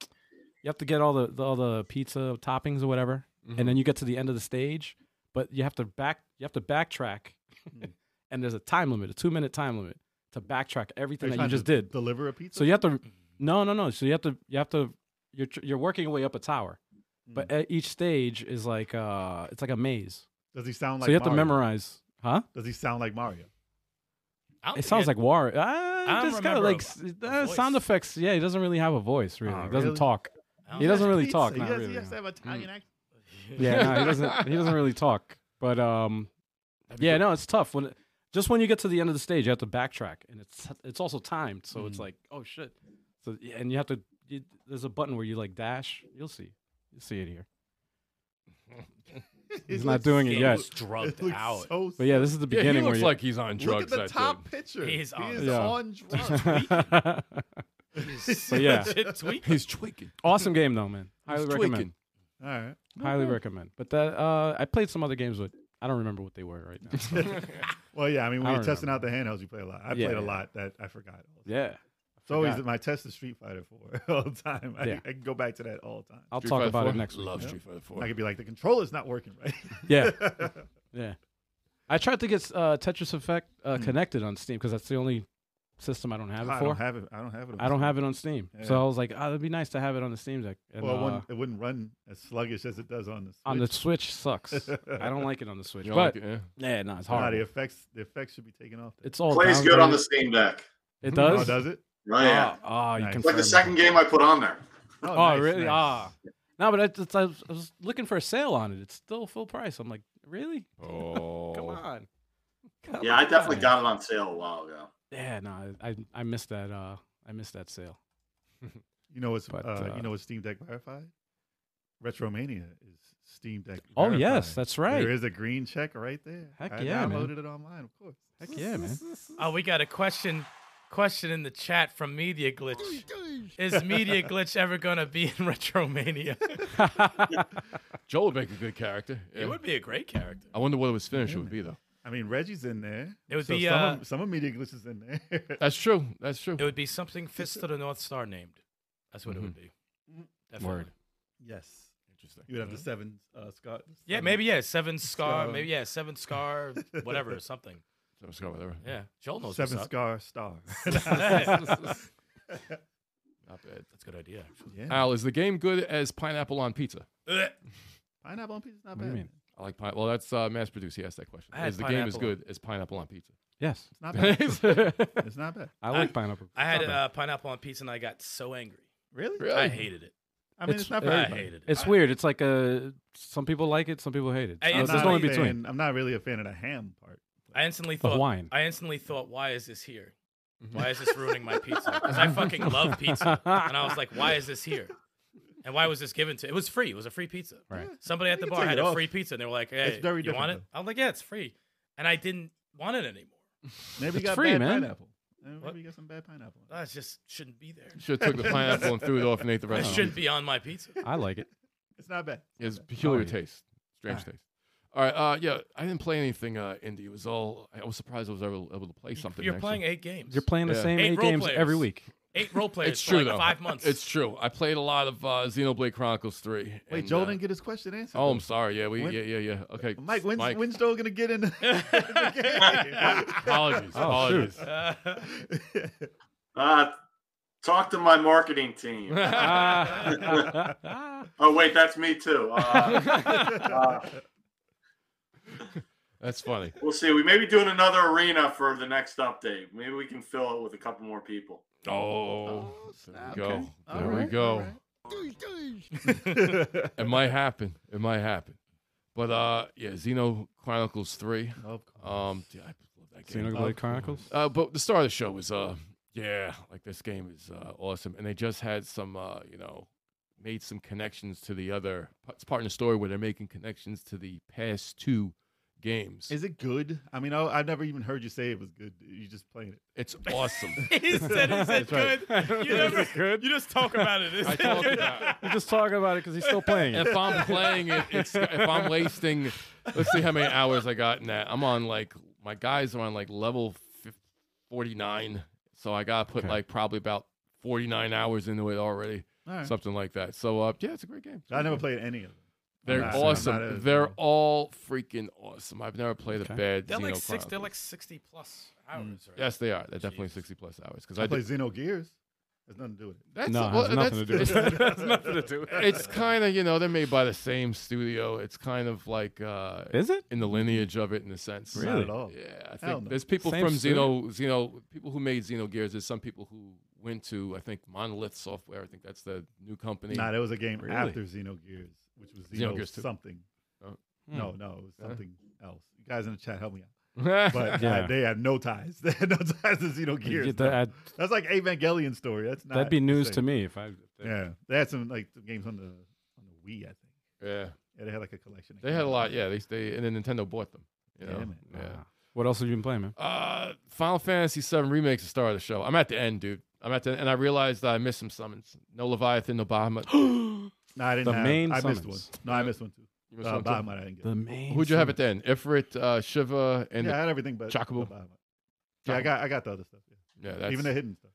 S2: you have to get all the, the all the pizza toppings or whatever,
S5: Mm-hmm.
S2: and then you get to the end of the stage, but you have to back you have to backtrack,
S5: Hmm.
S2: and there's a time limit, a two minute time limit to backtrack
S5: Are
S2: everything that you
S5: trying to
S2: just did.
S5: Deliver a pizza.
S2: So you have to no no no. So you have to you have to you're tr- you're working your way up a tower, but
S5: Mm.
S2: at each stage is like uh it's like a maze.
S5: does he sound like?
S2: so you have
S5: Mario?
S2: to memorize, huh?
S5: Does he sound like Mario?
S6: I don't
S2: It
S6: think
S2: sounds like war.
S6: I
S2: Ah,
S6: don't
S2: just kind of
S6: remember a-
S2: like s-
S6: a
S2: uh, sound
S6: voice.
S2: effects. Yeah, he doesn't really have a voice. Really,
S5: Oh,
S2: he doesn't
S5: really?
S2: talk.
S6: I don't
S2: He
S6: know.
S2: doesn't really
S5: Pizza.
S2: talk.
S5: He
S2: Not
S5: has,
S2: really.
S5: he has
S2: no.
S5: to have Italian accent.
S2: Yeah, no, he doesn't. He doesn't really talk. But um, yeah, no, it's tough when just when you get to the end of the stage, you have to backtrack, and it's it's also timed, so it's like oh shit. So yeah, and you have to. You, there's a button where you like dash. You'll see. You'll see it here. He's not doing it
S6: He
S2: yet.
S6: was drugged
S5: It looks
S6: out.
S5: so
S2: But yeah, this is the
S3: yeah, he
S2: beginning
S3: looks
S2: where
S3: like he's on
S5: sick. Look
S3: drugs.
S5: at the
S3: that
S5: top
S3: dude.
S5: picture.
S6: He is on-
S2: Yeah.
S5: on drugs.
S2: you.
S6: so
S2: yeah.
S6: tweak.
S3: He's tweaking.
S2: awesome game though, man. Highly
S3: He's
S2: recommend.
S3: tweaking.
S5: All right.
S2: Highly recommend. But that uh, I played some other games with. I don't remember what they were right now.
S5: Well, yeah. I mean, when
S2: I
S5: you're
S2: don't
S5: testing out the handhelds, you play a lot. I
S2: Yeah,
S5: played a
S2: yeah.
S5: lot that I forgot.
S2: yeah,
S5: It's always
S2: forgot.
S5: my test is Street Fighter 4 all the time. I,
S2: Yeah. Oh,
S5: I can go back to that all the time.
S2: I'll
S3: Street
S2: talk
S3: Fighter
S2: about
S3: 4?
S2: it next week.
S3: Love
S5: Yeah.
S3: Street Fighter
S5: I
S3: Four.
S5: could be like, the controller's not working right.
S2: Yeah, yeah. I tried to get uh, Tetris Effect uh,
S3: Mm.
S2: connected on Steam because that's the only system I don't have it
S5: I
S2: for.
S5: don't have it. I don't have it. on
S2: I don't
S5: Steam.
S2: have it on Steam, so
S5: Yeah.
S2: I was like, "Ah, it'd be nice to have it on the Steam Deck." And,
S5: Well, it
S2: uh,
S5: wouldn't, it wouldn't run as sluggish as it does on the Switch.
S2: on the Switch sucks. I don't like it on the Switch,
S3: You know,
S2: but
S3: like, yeah.
S2: yeah, no, it's
S5: Nah,
S2: hard.
S5: the effects. The effects should be taken off. That.
S2: It's all
S4: Plays good on
S2: downgraded.
S4: the Steam Deck.
S2: It
S5: Oh,
S2: does.
S5: does it?
S4: Oh, yeah.
S2: Oh, oh, you
S5: Nice.
S2: can
S4: It's like the second game I put on there.
S2: Oh,
S5: nice,
S2: really?
S5: nice.
S2: Ah, no, but I, just- I, was, I was looking for a sale on it. It's still full price. I'm like, really?
S3: Oh,
S2: Come on. Come
S4: Yeah, I definitely
S2: on.
S4: got it on sale a while ago.
S2: Yeah, no, I I, I missed that. Uh, I missed that sale.
S5: You know what's
S2: But,
S5: uh,
S2: uh,
S5: you know what's Steam Deck verified? Retromania is Steam Deck.
S2: Oh yes,
S5: verified.
S2: that's right.
S5: There is a green check right there.
S2: Heck
S5: I
S2: yeah, man.
S5: downloaded it online, of course.
S2: Heck yeah, man.
S6: Oh, we got a question. Question in the chat from Media Glitch. Is Media Glitch ever gonna be in Retromania?
S3: Joel would make a good character. Yeah.
S6: It would be a great character.
S3: I wonder what his finish would be though.
S5: I mean, Reggie's in there.
S6: It would
S5: so
S6: be,
S5: some,
S6: uh,
S5: of, some of Media Glitch is in there.
S3: That's true. That's true.
S6: It would be something Fist to the North Star named. That's what it would be. Definitely.
S2: Mm-hmm. Word.
S5: yes,
S3: Interesting.
S5: you would
S2: Uh-huh.
S5: have the seven uh, Scott.
S6: Yeah,
S5: seven-
S6: maybe yeah, Seven Scar,
S5: Scar.
S6: maybe yeah, Seven Scar, whatever, something.
S3: So let's go with that.
S6: Yeah, Joel knows
S5: seven
S6: what's
S5: Scar
S6: up.
S5: Star.
S3: Not bad.
S6: That's a good idea. actually.
S5: yeah,
S3: Al, is the game good as pineapple on pizza?
S6: Ugh.
S5: pineapple on pizza is not
S2: What do
S5: bad.
S2: you mean?
S5: man.
S3: I like pine. Well, that's uh, mass produced. He asked that question.
S6: I had
S3: Is the game as
S6: pineapple on-
S3: good as pineapple on pizza?
S2: Yes,
S5: It's not bad.
S2: I
S5: it's not bad.
S2: like pineapple.
S6: I had
S2: It's not
S6: uh, pineapple on pizza and I got so angry.
S5: Really?
S3: really?
S6: I hated it.
S5: I mean,
S2: It's-
S5: it's, not
S2: I
S5: bad.
S6: I hated it.
S2: bad. It's
S6: I-
S2: weird. It's like a some people like it, some people hate it.
S6: I-
S2: Uh,
S6: it's
S2: there's
S6: not
S2: no
S5: a
S2: in between.
S5: Fan, I'm not really a fan of the ham part.
S6: I instantly
S2: The
S6: thought.
S2: wine.
S6: I instantly thought, why is this here?
S3: Mm-hmm.
S6: Why is this ruining my pizza? Because I fucking love pizza, and I was like, why is this here? And why was this given to? It was free. It was a free pizza.
S2: Right.
S6: Somebody at
S5: You
S6: the
S5: can
S6: bar
S5: take
S6: had
S5: it
S6: a
S5: off.
S6: free pizza, and they were like, hey,
S5: very
S6: you want it?
S5: different,
S6: I was like, yeah, it's free, and I didn't want it anymore.
S5: Maybe you
S2: It's
S5: got
S2: free,
S5: bad
S2: man.
S5: pineapple. Maybe
S6: What?
S5: you got some bad pineapple.
S6: I just shouldn't be there.
S3: Should have took the pineapple and threw it off and ate the
S6: It
S3: rest.
S6: shouldn't be on my pizza.
S2: I like it.
S5: It's not bad.
S3: It's peculiar
S6: Oh,
S2: yeah.
S3: taste. Strange
S6: Ah.
S3: taste. All right. Uh, yeah, I didn't play anything uh, indie. It was all. I was surprised I was able, able to play something.
S6: You're
S3: actually.
S6: playing eight games.
S2: You're playing the
S3: Yeah.
S2: same
S6: Eight
S2: eight,
S6: role
S2: games every
S6: players.
S2: week.
S6: eight role players
S3: It's
S6: for
S3: true
S6: like
S3: though.
S6: five months.
S3: It's true. I played a lot of uh, Xenoblade Chronicles Three.
S5: Wait,
S3: and,
S5: Joel
S3: uh,
S5: didn't get his question answered.
S3: Oh,
S5: though.
S3: I'm sorry. Yeah, we.
S5: When-
S3: yeah, yeah, yeah. Okay,
S5: Mike, when's,
S3: Mike. Ah.
S5: when's Joel gonna get in? the- the
S3: apologies.
S2: Oh, shoot.
S3: apologies.
S6: Uh,
S5: game?
S4: Uh, Talk to my marketing team.
S2: Ah.
S4: oh wait, that's me too. Uh, uh,
S3: That's funny.
S4: we'll see. We may be doing another arena for the next update. Maybe we can fill it with a couple more people.
S3: Oh,
S7: snap.
S3: there we
S7: Okay.
S3: go.
S7: All
S3: There we
S7: right, all
S3: go.
S7: right.
S3: It might happen. It might happen. But uh, yeah, Xeno Chronicles Three.
S5: Of
S3: Um, yeah, I love that game.
S2: Xenoblade Chronicles.
S3: Uh, but the start of the show was uh, yeah, like this game is uh, awesome, and they just had some uh, you know, made some connections to the other. It's part in the story where they're making connections to the past two games.
S5: Is it good? I mean, I, I've never even heard you say it was good. You just playing it.
S3: It's awesome.
S6: he said, "Is it
S2: That's right.
S6: good?" You never.
S2: good?
S6: You just talk about it. Is
S3: I
S6: it
S3: talk
S6: good?
S3: about.
S2: We're just talking about it because he's still playing it.
S3: If I'm playing it, it's, if I'm wasting, let's see how many hours I got in that. I'm on like my guys are on like level fif- 49, so I gotta put
S2: Okay.
S3: like probably about 49 hours into it already,
S5: All right.
S3: something like that. So uh, yeah, it's a great game. It's a
S5: I
S3: great
S5: never
S3: game.
S5: played any of them.
S3: They're
S5: not- I'm not
S3: awesome.
S5: a-
S3: They're all freaking awesome. I've never played
S2: Okay.
S3: a bad.
S6: They're like
S3: Xeno
S6: six. They're
S3: Chronicles.
S6: like sixty plus hours. Right?
S3: Yes, they are. They're definitely
S6: Jeez.
S3: 60 plus hours because
S5: I,
S3: I,
S5: play
S3: did.
S5: Xeno Gears. Has nothing to do with it.
S3: That's
S2: no, it
S3: well,
S2: has nothing to do
S3: that's-
S2: with it.
S3: it's-
S2: It has nothing to do with it.
S3: it's kind of you know they're made by the same studio. It's kind of like uh,
S2: Is it?
S3: in the lineage of it in a sense.
S5: It's Not
S2: Really?
S5: at all.
S3: Yeah, I
S5: Hell
S3: think
S5: no.
S3: there's people
S2: Same
S3: from
S2: studio?
S3: Xeno, Xeno, people who made Xeno Gears. There's some people who went to I think Monolith Software. I think that's the new company.
S5: Nah, there was a game
S2: Really?
S5: after Xeno Gears, which was Xeno
S3: Xenogears 2.
S5: something.
S3: Oh.
S2: Hmm.
S3: Uh-huh.
S5: No, no, it was
S3: Huh?
S5: something else. You guys in the chat, help me out. But
S3: but
S5: uh,
S2: Yeah.
S5: they had no ties. They had no ties to Xeno
S2: You
S5: Gears.
S2: get that- I'd-
S5: That's like Evangelion story. That's not.
S2: that'd be
S5: the
S2: news
S5: same.
S2: to me if I.
S5: Yeah, they had some like some games on the on the Wii. I think.
S3: yeah,
S5: Yeah, they had like a collection. of
S3: they had a
S5: games.
S3: lot. Yeah, they they and then Nintendo bought them. You know?
S5: Damn it.
S3: Yeah.
S2: Wow. What else have you been playing, man?
S3: Uh, Final Fantasy VII Remake's the star of the show. I'm at the end, dude. I'm at the end, and I realized that I missed some summons. No Leviathan, no Bahamut.
S5: No, I didn't.
S2: The
S5: have,
S2: main
S5: I missed one.
S2: summons.
S5: No, I missed one too.
S3: You missed
S5: Uh,
S3: one, too?
S5: Bahamut, I didn't get.
S2: The main.
S3: Who'd you have at
S2: summons.
S3: the end? Ifrit, uh, Shiva, and
S5: yeah, I
S3: the-
S5: had everything, but
S3: Chocobo.
S5: Bahamut. Yeah, I got I got the other stuff. Yeah.
S3: yeah, that's,
S5: Even the hidden stuff.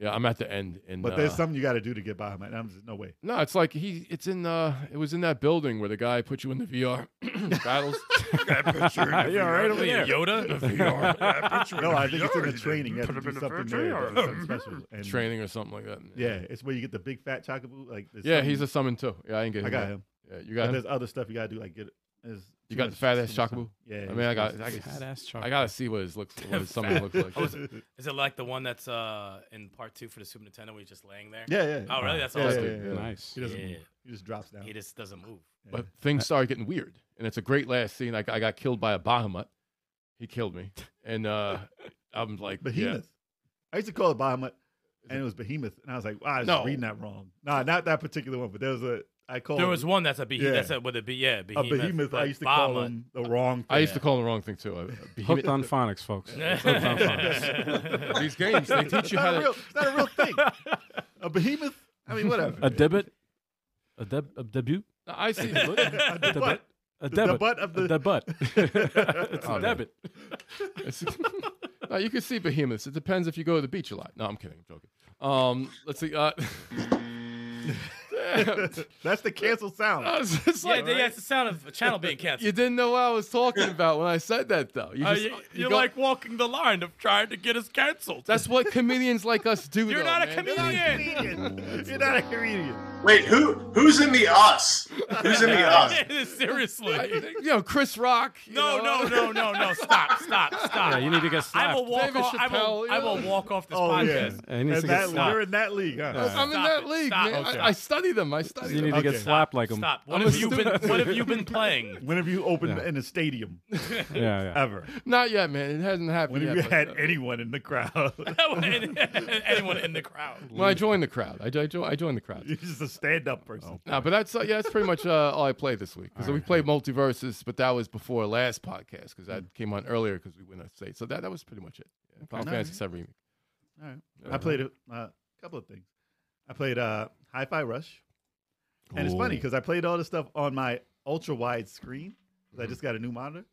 S3: yeah. I'm at the end, and
S5: But
S3: uh,
S5: there's something you got to do to get Bahamut. And I'm just no way.
S3: No, it's like he. It's in. Uh, it was in that building where the guy put you in the VR battles.
S2: Yeah, right over there.
S6: Yoda.
S5: No, I think it's in the training. You have to do something there, that's something special. And
S3: training or something like that.
S5: Yeah, it's where you get the big fat Chocobo. Like there's
S3: Yeah,
S5: something-
S3: he's a summon too. Yeah, I didn't get him.
S5: I got
S3: yet.
S5: him.
S3: Yeah, you
S5: But
S3: got him.
S5: there's other stuff you got to do, like get. there's
S3: You
S5: too
S3: got the
S5: much-
S3: fat
S5: too
S3: ass Chocobo?
S5: much stuff. Yeah.
S3: I mean, I got. I,
S2: Fat
S3: got-
S2: ass
S3: I
S2: chocolate.
S3: gotta see what his looks. What his summon looks like.
S6: Oh, Is it like the one that's uh in part two for the Super Nintendo where he's just laying there?
S5: Yeah, yeah.
S6: Oh, really? That's
S5: Yeah,
S6: awesome.
S5: yeah, yeah, yeah.
S2: Nice.
S5: He doesn't.
S6: Yeah.
S5: move. He just drops down.
S6: He just doesn't move.
S3: But things started getting weird, and it's a great last scene. I, I got killed by a Bahamut. He killed me, and uh, I'm like, yeah.
S5: Behemoth. I used to call it Bahamut, and it was Behemoth, and I was like, wow, I was just
S3: No.
S5: reading that wrong. Nah, not that particular one, but there was a I called
S6: There was one that's a behemoth.
S5: Yeah.
S6: That's a, with a be- yeah,
S5: a
S6: behemoth.
S5: behemoth. I
S6: but
S5: used to call
S6: Bahamut.
S5: him the wrong.
S3: I
S5: thing.
S3: used to call him the wrong thing too. A- a
S2: Hooked
S3: behemoth-
S2: on phonics, folks. It's hooked on phonics.
S6: Yeah.
S3: These games, they teach you
S5: Not
S3: how
S5: a
S3: to.
S5: real- it's not a real thing. A behemoth. I mean, whatever.
S2: A debit. A deb. A debut.
S3: I see.
S5: A debut.
S2: butt. A
S5: The- the
S2: debit.
S5: butt of
S2: A
S5: the-
S2: debut. It's
S3: Oh,
S2: a
S3: no.
S2: debit.
S3: It's- no, you can see behemoths. It depends if you go to the beach a lot. No, I'm kidding. I'm joking. Um, let's see. Uh, Damn.
S5: That's the cancel
S3: I
S5: sound.
S3: was just
S6: yeah,
S3: like,
S6: they- yeah, it's the sound of a channel being
S3: you
S6: canceled.
S3: didn't know what I was talking about when I said that, though. You
S6: Uh,
S3: just-
S6: you,
S3: you
S6: you're
S3: go-
S6: like walking the line of trying to get us canceled.
S3: that's what comedians like us do.
S6: You're
S3: though,
S6: not a
S3: man.
S6: comedian.
S5: Comedian. You're not a comedian.
S4: Wait, who who's in the us? Who's in the us?
S3: I-
S6: Seriously.
S3: you know, Chris Rock. you
S6: No,
S3: know.
S6: no, no, no, no. Stop, stop, stop.
S2: Yeah, you need to get
S6: I
S2: slapped.
S6: will walk.
S3: David
S6: Off, I, will,
S3: Chappelle,
S6: I will
S3: yeah.
S6: walk off this
S5: Oh yeah,
S6: podcast.
S2: It needs
S5: And
S2: to get
S5: that-
S2: stopped.
S5: you're in that league, huh?
S3: I'm in
S6: Stop
S3: that
S6: it,
S3: league,
S6: stop.
S3: man. I-
S5: Okay.
S3: I, study them. I study
S2: You need
S3: them.
S2: to get
S5: Okay.
S2: slapped like him.
S6: Stop. What
S3: I'm
S6: have
S3: a
S6: you been?
S3: student.
S6: What have you been playing?
S5: Whenever you open
S2: Yeah.
S5: in a stadium,
S2: Yeah, yeah.
S5: ever.
S3: Not yet, man. It hasn't happened
S5: Whenever
S3: yet.
S5: you
S3: but,
S5: had
S3: uh,
S5: anyone in the crowd,
S6: Anyone in the crowd?
S3: when I joined the crowd, I, I, joined, I joined the crowd.
S5: you're just a stand-up person.
S2: Oh.
S3: No, but that's uh, yeah, that's pretty much uh, all I played this week. So we played Multiverses, but that was before last podcast because that came on earlier because we went on state. So that, that was pretty much it. Yeah. Final
S5: All
S3: Fantasy VII Remake.
S5: All right.
S3: Uh-huh.
S5: I played a uh, couple of things. I played uh, Hi Fi Rush. And it's funny because I played all this stuff on my ultra wide screen. 'cause I
S2: Mm-hmm.
S5: just got a new monitor.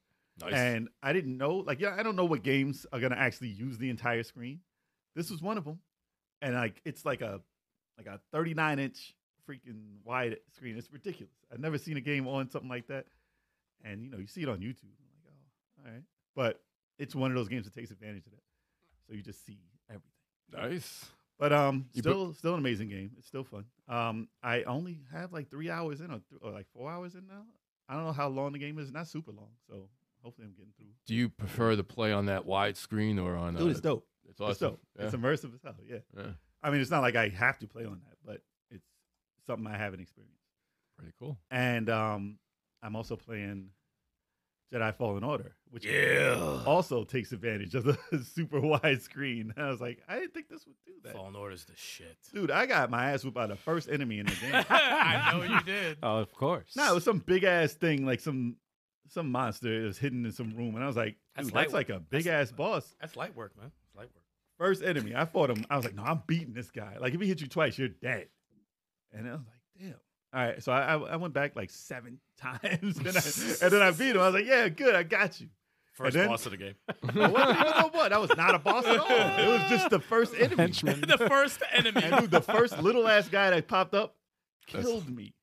S3: Nice.
S5: And I didn't know, like, yeah, I don't know what games are going to actually use the entire screen. This was one of them. And, like, it's like a like a 39 inch freaking wide screen. It's ridiculous. I've never seen a game on something like that. And, you know, you see it on YouTube. I'm like, oh, all right. But it's one of those games that takes advantage of that. So you just see everything.
S3: nice.
S5: But um,
S2: You put-
S5: still, still an amazing game. It's still fun. Um, I only have like three hours in, or, th- or like four hours in now. I don't know how long the game is. Not super long, so hopefully I'm getting through.
S3: Do you prefer to play on that wide screen or on?
S5: Dude,
S3: a,
S5: it's dope.
S3: It's awesome.
S5: It's dope.
S3: Yeah.
S5: It's immersive as hell. Yeah.
S3: yeah,
S5: I mean, it's not like I have to play on that, but it's something I haven't experienced.
S3: pretty cool.
S5: And um, I'm also playing Jedi Fallen Order, which yeah. also takes advantage of the super wide screen. And I was like, I didn't think this would do that.
S6: Fallen Order's the shit.
S5: Dude, I got my ass whooped by the first enemy in the game.
S6: I know you did.
S2: Oh, of course.
S5: No, it was some big ass thing, like some some monster that was hidden in some room, and I was like,
S6: That's
S5: dude, that's
S6: light-
S5: like a big ass boss.
S6: That's light work, man. It's light work.
S5: First enemy, I fought him. I was like, no, I'm beating this guy. Like if he hits you twice, you're dead. And I was like, damn. All right, so I I, I went back like seven times, and, I, and then I beat him. I was like, yeah, good, I got you.
S6: First
S5: then-
S6: boss of the game.
S5: It wasn't even no what? That was not a boss at all. It was just the first enemy.
S2: Henchman.
S6: the first enemy.
S5: And dude, the first little ass guy that popped up killed me.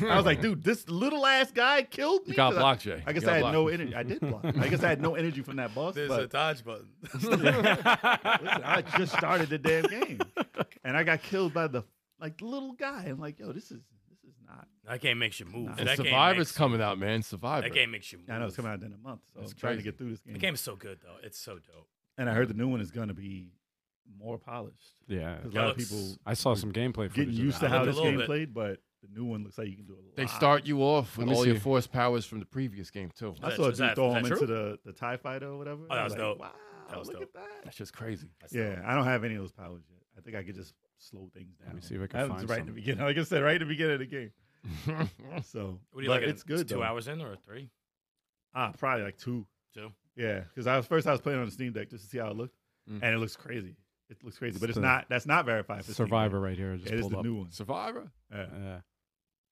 S5: I was like, dude, this little ass guy killed me.
S3: You got
S5: 'Cause I-
S3: blocked, Jay.
S5: I guess
S3: You got
S5: I had
S3: blocked.
S5: no energy. I did block. I guess I had no energy from that boss.
S6: There's a
S5: but
S6: dodge button.
S5: listen, I just started the damn game, and I got killed by the like little guy. I'm like, yo, this is this is not.
S6: that game makes you move.
S5: Nah.
S3: And
S6: that game
S3: Survivor's
S6: makes,
S3: coming out, man. Survivor.
S6: That game makes you move.
S5: I know it's coming out in a month, so
S3: That's
S5: I'm trying to
S3: crazy.
S5: get through this game.
S6: The game's so good though. It's so dope.
S5: And I heard the new one is going to be more polished.
S2: yeah.
S5: 'Cause a lot of
S6: Looks-
S5: people
S2: I saw some gameplay footage.
S5: getting
S2: of
S5: used to
S2: that.
S5: how
S6: A
S5: this
S6: little
S5: game
S6: bit.
S5: played, but the new one looks like you can do a lot.
S3: They start you off
S2: Let
S3: with
S2: me
S3: all
S2: see.
S3: your force powers from the previous game too.
S5: I
S6: Is
S5: saw
S6: that-
S5: a
S6: is
S5: dude
S6: that-
S5: throw
S6: is
S5: him
S6: that
S5: into
S6: true? Oh,
S5: the, the TIE fighter or whatever.
S6: that
S5: I
S6: was
S5: like,
S6: dope.
S5: Wow,
S6: That was
S5: look
S6: dope.
S5: at that.
S3: That's just crazy.
S6: That's the
S5: Yeah,
S6: one.
S5: I don't have any of those powers yet. I think I could just slow things down.
S2: Let me see if I can
S5: That was
S2: find
S5: right in
S2: some.
S5: the beginning. Like I said, right in the beginning of the game. So,
S6: What do you
S5: but
S6: like?
S5: It's good.
S6: Two
S5: though.
S6: hours in or three?
S5: Ah, probably like two.
S6: Two.
S5: Yeah, because I was first I was playing on the Steam Deck just to see how it looked,
S3: Mm.
S5: and it looks crazy. It looks crazy, but it's
S2: So-
S5: not. That's not verified. For Steam Deck.
S2: Survivor right here. I just
S5: It is
S2: pulled
S5: the
S2: up.
S5: new one.
S3: Survivor.
S5: Yeah.
S2: Yeah.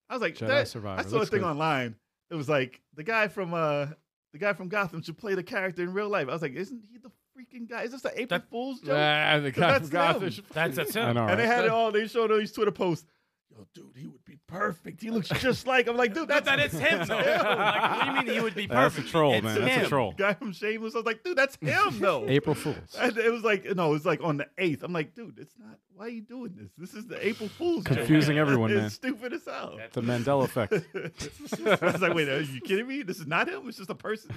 S5: I was like,
S2: Jedi
S5: that,
S2: Survivor.
S5: I saw a
S2: Looks
S5: thing
S2: good.
S5: online. It was like the guy from uh the guy from Gotham should play the character in real life. I was like, isn't he the freaking guy? Is this the April
S6: That-
S5: Fool's joke?
S3: Nah, the guy
S5: That's
S3: from Gotham.
S5: them.
S6: That's that's
S2: I
S6: him.
S2: know,
S5: and they
S2: right?
S5: had it all. They showed all these Twitter posts. Yo, dude, he would be perfect. He looks just like. I'm like, dude,
S6: But
S5: that's
S6: that is him though. like, what do you mean he would be perfect?
S2: That's a troll,
S6: It's
S2: man. That's
S6: him.
S2: a troll.
S5: guy from Shameless. I was like, dude, that's him though.
S2: April Fools.
S5: And it was like, no, it was like on the eighth. I'm like, dude, it's not. Why are you doing this? This is the April Fool's. joke.
S2: Confusing everyone,
S5: it's
S2: man.
S5: Stupid as hell.
S2: The Mandela effect.
S5: I was like, wait, are you kidding me? This is not him. It's just a person.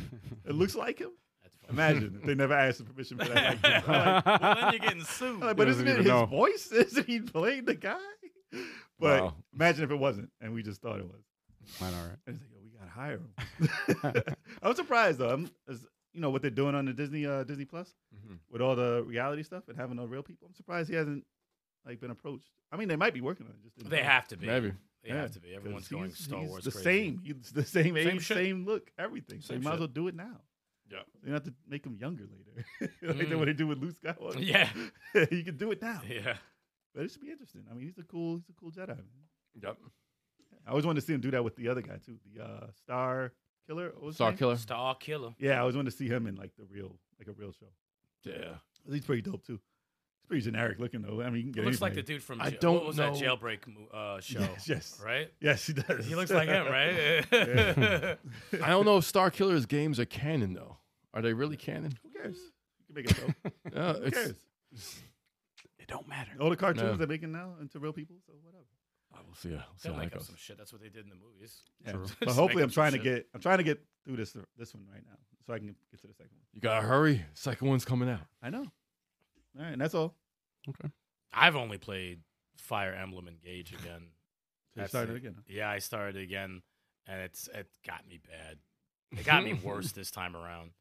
S5: It looks like him.
S6: That's funny.
S5: Imagine if they never asked for permission for that. Like, I'm like-
S6: well, then you're getting sued.
S5: I'm like, Uh, but
S2: He
S5: isn't
S2: doesn't
S5: it
S2: even
S5: his
S2: know.
S5: voice? Isn't he playing the guy? But
S3: Wow.
S5: imagine if it wasn't, and we just thought it was.
S2: Mine, all right.
S5: And it's like, yo, we gotta hire him. I was surprised though. I'm, as, you know what they're doing on the Disney uh, Disney Plus
S3: Mhm.
S5: with all the reality stuff and having the real people. I'm surprised he hasn't like been approached. I mean, they might be working on it. Just didn't
S6: They
S5: know.
S6: have to be.
S3: Maybe.
S6: They have to be. Everyone's
S5: 'Cause
S6: going
S5: he's-
S6: Star
S5: he's
S6: Wars.
S5: the
S6: crazy.
S5: same. He's the same
S6: Same
S5: age,
S6: shit.
S5: same look, everything. So
S6: Same
S5: you might as
S6: shit.
S5: well do it now.
S6: Yeah.
S5: You don't have to make him younger later. like they
S6: Mm.
S5: want to do with Luke Skywalker.
S6: Yeah.
S5: you can do it now.
S6: Yeah.
S5: But it should be interesting. I mean, he's a cool, he's a cool Jedi. Man.
S3: Yep.
S5: I always wanted to see him do that with the other guy too, the uh, Star Killer. What was his
S3: Star
S5: name?
S3: Killer.
S6: Star Killer.
S5: Yeah, I always wanted to see him in like the real, like a real show.
S3: Yeah.
S5: He's pretty dope too. He's pretty generic looking though. I mean, you can get
S6: Looks like the
S5: anybody.
S6: dude from
S3: I
S6: Ja-
S3: don't
S6: what was that
S3: know.
S6: jailbreak mo- uh, show,
S5: Yes, yes,
S6: right?
S5: yes. He does.
S6: He looks like him, right?
S5: Hmm.
S3: I don't know if Star Killer's games are canon though. Are they really canon?
S5: Who cares? You can make it dope.
S3: No,
S5: Who
S3: it's-
S5: cares?
S2: It don't matter.
S5: All the cartoons
S3: No.
S5: they're making now into real people, so whatever.
S3: I will see. We'll see
S6: They'll
S3: how that
S6: make up
S3: goes.
S6: some shit. That's what they did in the movies.
S5: Yeah.
S6: Just
S5: But
S6: make
S5: hopefully,
S6: up
S5: I'm
S6: some
S5: trying to
S6: shit.
S5: get I'm trying to get through this this one right now, so I can get to the second one.
S3: You gotta hurry. Second one's coming out.
S5: I know. All right, and that's all.
S6: I've only played Fire Emblem Engage again.
S5: So you
S6: That's
S5: started
S6: it.
S5: again. huh?
S6: Yeah, I started again, and it's it got me bad. It got me worse this time around.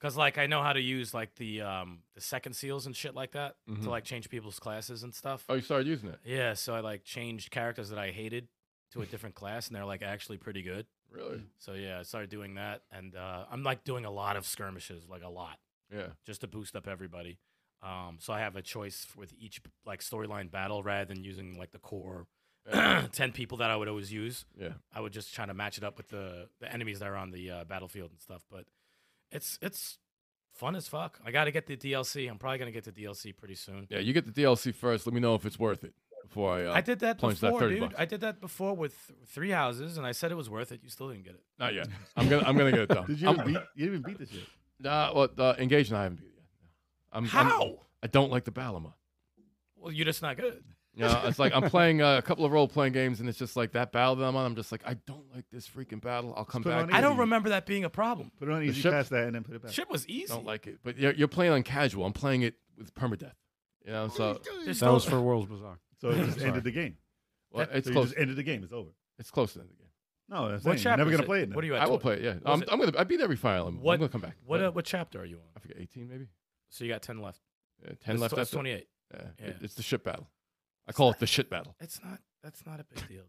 S6: Cause like I know how to use like the um the second seals and shit like that
S3: Mhm.
S6: to like change people's classes and stuff.
S3: Oh, you started using it.
S6: Yeah, so I like changed characters that I hated to a different class, and they're like actually pretty good.
S3: Really?
S6: So yeah, I started doing that, and uh, I'm like doing a lot of skirmishes, like a lot,
S3: Yeah.
S6: just to boost up everybody. Um, so I have a choice with each like storyline battle rather than using like the core ten people that I would always use.
S3: Yeah.
S6: I would just try to match it up with the the enemies that are on the uh, battlefield and stuff. But it's it's fun as fuck. I got to get the DLC. I'm probably gonna get the DLC pretty soon.
S3: Yeah. You get the DLC first. Let me know if it's worth it before I. Uh,
S6: I did that
S3: plunge that
S6: before,
S3: 30
S6: dude.
S3: bucks.
S6: I did that before with th- three houses, and I said it was worth it. You still didn't get it.
S3: Not yet. I'm gonna. I'm gonna get it
S2: Oh.
S3: done.
S5: Did you
S3: I'm,
S5: even beat? You didn't even beat this shit.
S3: Uh, well, uh, engaged and I haven't beat it yet. I'm, I'm-
S6: How?
S3: I don't like the Balama.
S6: Well, you're just not good.
S3: You know, it's like I'm playing uh, a couple of role playing games, and it's just like that battle that I'm on. I'm just like, I don't like this freaking battle. I'll come
S5: put it
S3: back.
S5: on
S3: to
S6: I don't
S5: Easy.
S6: remember that being a problem.
S5: Put it on easy
S3: ship-
S5: past that and then put it back.
S6: Shit was easy.
S3: don't like it. But you're, you're playing on casual. I'm playing it with permadeath. You know, so
S6: There's
S2: That was
S6: no-
S2: for Worlds Bazaar.
S5: So it just
S3: Sorry.
S5: ended the game.
S3: well, it's
S5: so you
S3: close.
S5: just ended the game. It's over.
S3: It's close to the game.
S5: No, that's saying,
S6: what
S5: you're
S6: chapter?
S5: never
S6: is
S5: gonna
S6: it?
S5: play it. Now.
S6: What are you at?
S3: I will
S6: tw-
S3: play it. Yeah,
S6: was
S3: I'm,
S6: it-
S3: I'm gonna. I beat every fire emblem.
S6: What-
S3: I'm gonna come back.
S6: What
S3: But
S6: uh, what chapter are you on?
S3: I forget 18 maybe.
S6: So you got ten left.
S3: Yeah, 10
S6: It's
S3: left.
S6: tw- it's
S3: after-
S6: twenty-eight.
S3: Yeah,
S6: Yeah.
S3: it- it's the ship battle. I call it the shit battle.
S6: It's not. That's not a big deal, dude.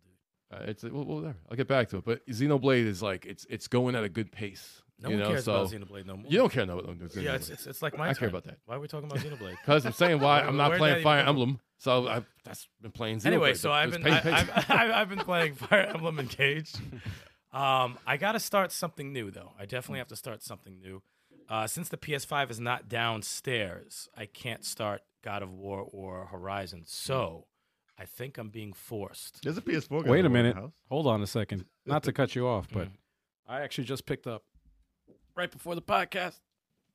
S3: Uh, it's well, whatever. I'll get back to it. But Xenoblade is like it's it's going at a good pace.
S6: No
S3: you
S6: one
S3: know,
S6: cares
S3: so
S6: about Xenoblade no more.
S3: you don't care no. no Xenoblade.
S6: Yeah, it's, it's, it's like my.
S3: I
S6: turn.
S3: care about that.
S6: Why are we talking about Xenoblade?
S3: Because I'm saying why I'm not
S6: Where'd that
S3: playing
S6: even
S3: Fire
S6: come from?
S3: Emblem. So I've that's been playing Xenoblade.
S6: anyway, so
S3: but
S6: I've
S3: it's
S6: been
S3: pay-
S6: I,
S3: pay-
S6: I've, I've, I've been playing Fire Emblem Engage. Um, I got to start something new though. I definitely have to start something new. Uh, since the PS5 is not downstairs, I can't start God of War or Horizon. So I think I'm being forced.
S5: There's a PS4. guy
S2: Wait a
S5: over at my
S2: minute.
S5: house.
S2: Hold on a second. Not to cut you off, but I actually just picked up Mm-hmm. right before the podcast.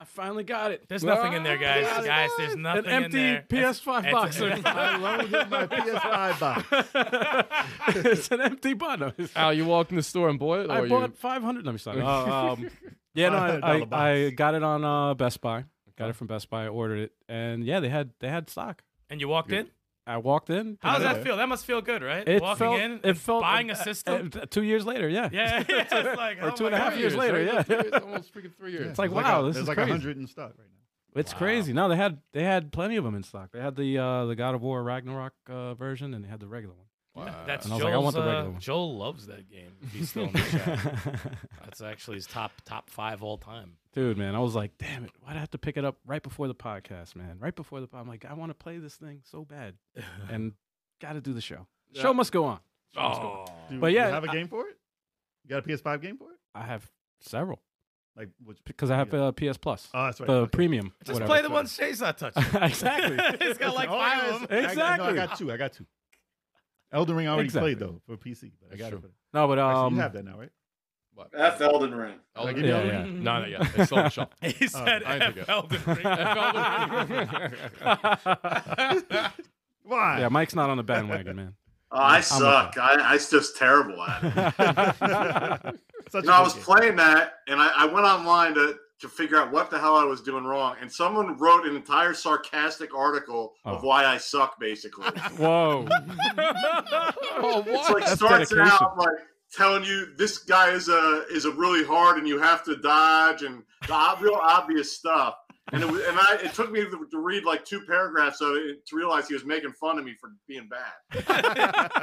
S2: I finally got it.
S6: There's nothing in there, guys.
S2: Ah,
S6: Guys, there's nothing
S2: An
S6: in
S2: empty
S6: there.
S2: PS5
S6: It's-
S2: box.
S6: it's-
S5: I loaned him my PS5 box.
S2: it's an empty bottle.
S3: Al, you walked in the store and bought it, or
S2: I
S3: you
S2: bought 500. Let me stop. um, yeah, no, I,
S5: $500
S2: I, I
S5: box.
S2: got it on uh, Best Buy. Got it from Best Buy. I ordered it, and yeah, they had they had stock.
S6: And you walked in.
S2: I walked in.
S6: How does
S5: Yeah.
S6: that feel? That must feel good, right?
S2: It
S6: Walking
S2: felt,
S6: in,
S2: it felt
S6: buying a
S2: uh,
S6: system.
S2: uh, two years later, yeah,
S6: yeah, yeah, it's like
S2: or
S6: oh
S2: two
S6: my
S2: and a half
S6: God.
S2: years later, yeah.
S3: three years, almost freaking three years.
S2: It's like,
S5: There's
S2: wow,
S5: a-
S2: this
S5: there's
S2: is
S5: like
S2: crazy.
S5: 100 in stock right now.
S2: It's
S6: Wow.
S2: crazy. No, they had they had plenty of them in stock. They had the uh, the God of War Ragnarok uh, version, and they had the regular one.
S3: Wow.
S6: That's
S2: And I was
S6: Joel's,
S2: like, I want the
S6: uh,
S2: regular one.
S6: Joel loves that game. If he's still in the chat. That's actually his top top five all time.
S2: Dude, man, I was like, damn it, why'd I have to pick it up right before the podcast, man? Right before the pod, I'm like, I want to play this thing so bad, and got to do the show. Show must go on.
S3: oh,
S5: Do you,
S2: But
S5: do you
S2: yeah,
S5: have a
S2: I-
S5: game for it? You got a PS5 game for it?
S2: I have several
S5: Like which?
S2: because I have
S5: Yeah.
S2: uh, PS Plus,
S5: Oh, that's right.
S2: the
S5: okay.
S2: premium.
S6: Just
S2: whatever.
S6: play the ones Shay's not touching.
S2: exactly.
S6: He's got like
S5: Oh,
S6: five
S5: yes.
S6: of them.
S5: I- I, no, I
S2: Exactly.
S5: got two. I got two. Elden Ring I already
S2: Exactly.
S5: played though for PC, but I
S3: That's
S5: got
S3: true.
S5: it. For the-
S2: No, but
S5: Actually,
S2: um,
S5: you have that now, right?
S3: What?
S4: F Elden Ring.
S3: I'll
S5: Like,
S3: give
S2: yeah,
S3: you
S2: yeah.
S3: that. No, no, yeah. It's on the shelf.
S6: He said
S3: I
S6: F
S3: think I-
S6: Elden Ring.
S5: Why?
S2: yeah, Mike's not on the bandwagon, man.
S4: Oh, I
S2: I'm
S4: suck. I, I was just terrible at it.
S5: Such
S4: You
S5: a
S4: know, I
S5: good
S4: was
S5: game.
S4: playing that, and I, I went online to to figure out what the hell I was doing wrong, and someone wrote an entire sarcastic article of
S2: Oh.
S4: why I suck, basically.
S2: Whoa.
S3: oh,
S4: It's like
S3: what?
S2: That's
S4: starts it out
S2: dedication.
S4: like telling you this guy is a is a really hard, and you have to dodge and the ob- real obvious stuff. And it was, and I it took me to, to read like two paragraphs of it to realize he was making fun of me for being bad.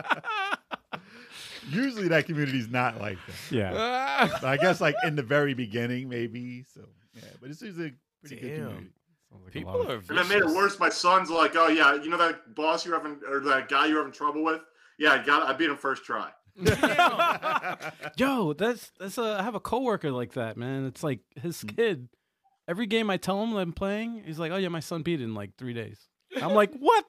S5: Usually that community's not like that.
S2: yeah.
S3: Ah.
S5: But I guess like in the very beginning, maybe. So yeah, but it's usually a pretty good
S6: Damn.
S5: community.
S6: People are
S4: And I made it
S6: vicious.
S4: worse. My son's like, "Oh yeah, you know that boss you're having, or that guy you're having trouble with? Yeah, I got, I beat him first try."
S2: Yo, that's that's a. I have a coworker like that, man. It's like his kid. Every game I tell him that I'm playing, he's like, "Oh yeah, my son beat it in like three days." I'm like, "What?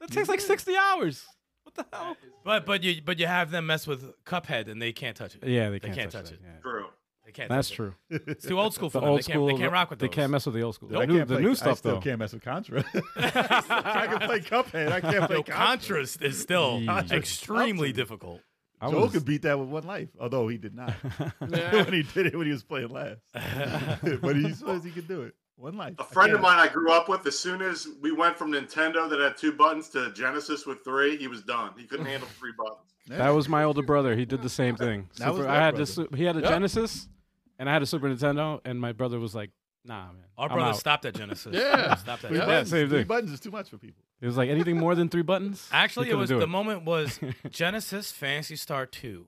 S2: That takes like sixty hours." What the hell?
S6: But but you but you have them mess with Cuphead and they can't touch it.
S2: Yeah, they
S6: They
S2: can't,
S6: can't
S2: touch, that,
S6: touch
S2: yeah.
S4: True.
S6: They can't.
S2: That's
S6: touch it.
S2: true.
S6: It's too old school
S2: The
S6: for them.
S2: old
S6: they can't,
S2: school.
S6: they can't rock with
S2: They
S6: those.
S2: can't mess with the old school.
S5: I
S2: the new,
S5: can't
S2: the
S5: play-
S2: new
S5: I
S2: stuff
S5: still
S2: though.
S5: can't mess with Contra. I can play Cuphead. I can't play
S6: Yo,
S5: Contra.
S6: Contras is still
S2: Contras.
S6: extremely difficult.
S2: I
S5: Joel
S2: was-
S5: could beat that with one life, although he did not.
S3: Nah.
S5: when he did it when he was playing last. but he says he could do it. One life.
S4: A
S5: I
S4: friend of
S5: can't.
S4: mine I grew up with. As soon as we went from Nintendo that had two buttons to Genesis with three, he was done. He couldn't handle three buttons.
S2: That was my older brother. He did the same thing.
S5: That was
S2: Super-
S5: my
S2: I had
S5: brother.
S2: this. He had a
S3: Yeah.
S2: Genesis, and I had a Super Nintendo, and my brother was like, "Nah, man."
S6: Our
S2: I'm
S6: brother
S2: out."
S6: stopped at Genesis.
S3: Yeah.
S6: Stopped at
S5: Three
S3: Yeah,
S6: Genesis.
S5: buttons.
S2: same
S5: Three
S2: thing.
S5: buttons is too much for people.
S2: It was like anything more than three buttons.
S6: Actually,
S2: he
S6: it
S2: couldn't
S6: was
S2: do
S6: the moment was Genesis Fantasy Star Two,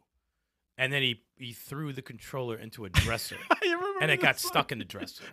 S6: and then he he threw the controller into a dresser,
S2: You remember
S6: and it got
S2: this?
S6: stuck in the dresser.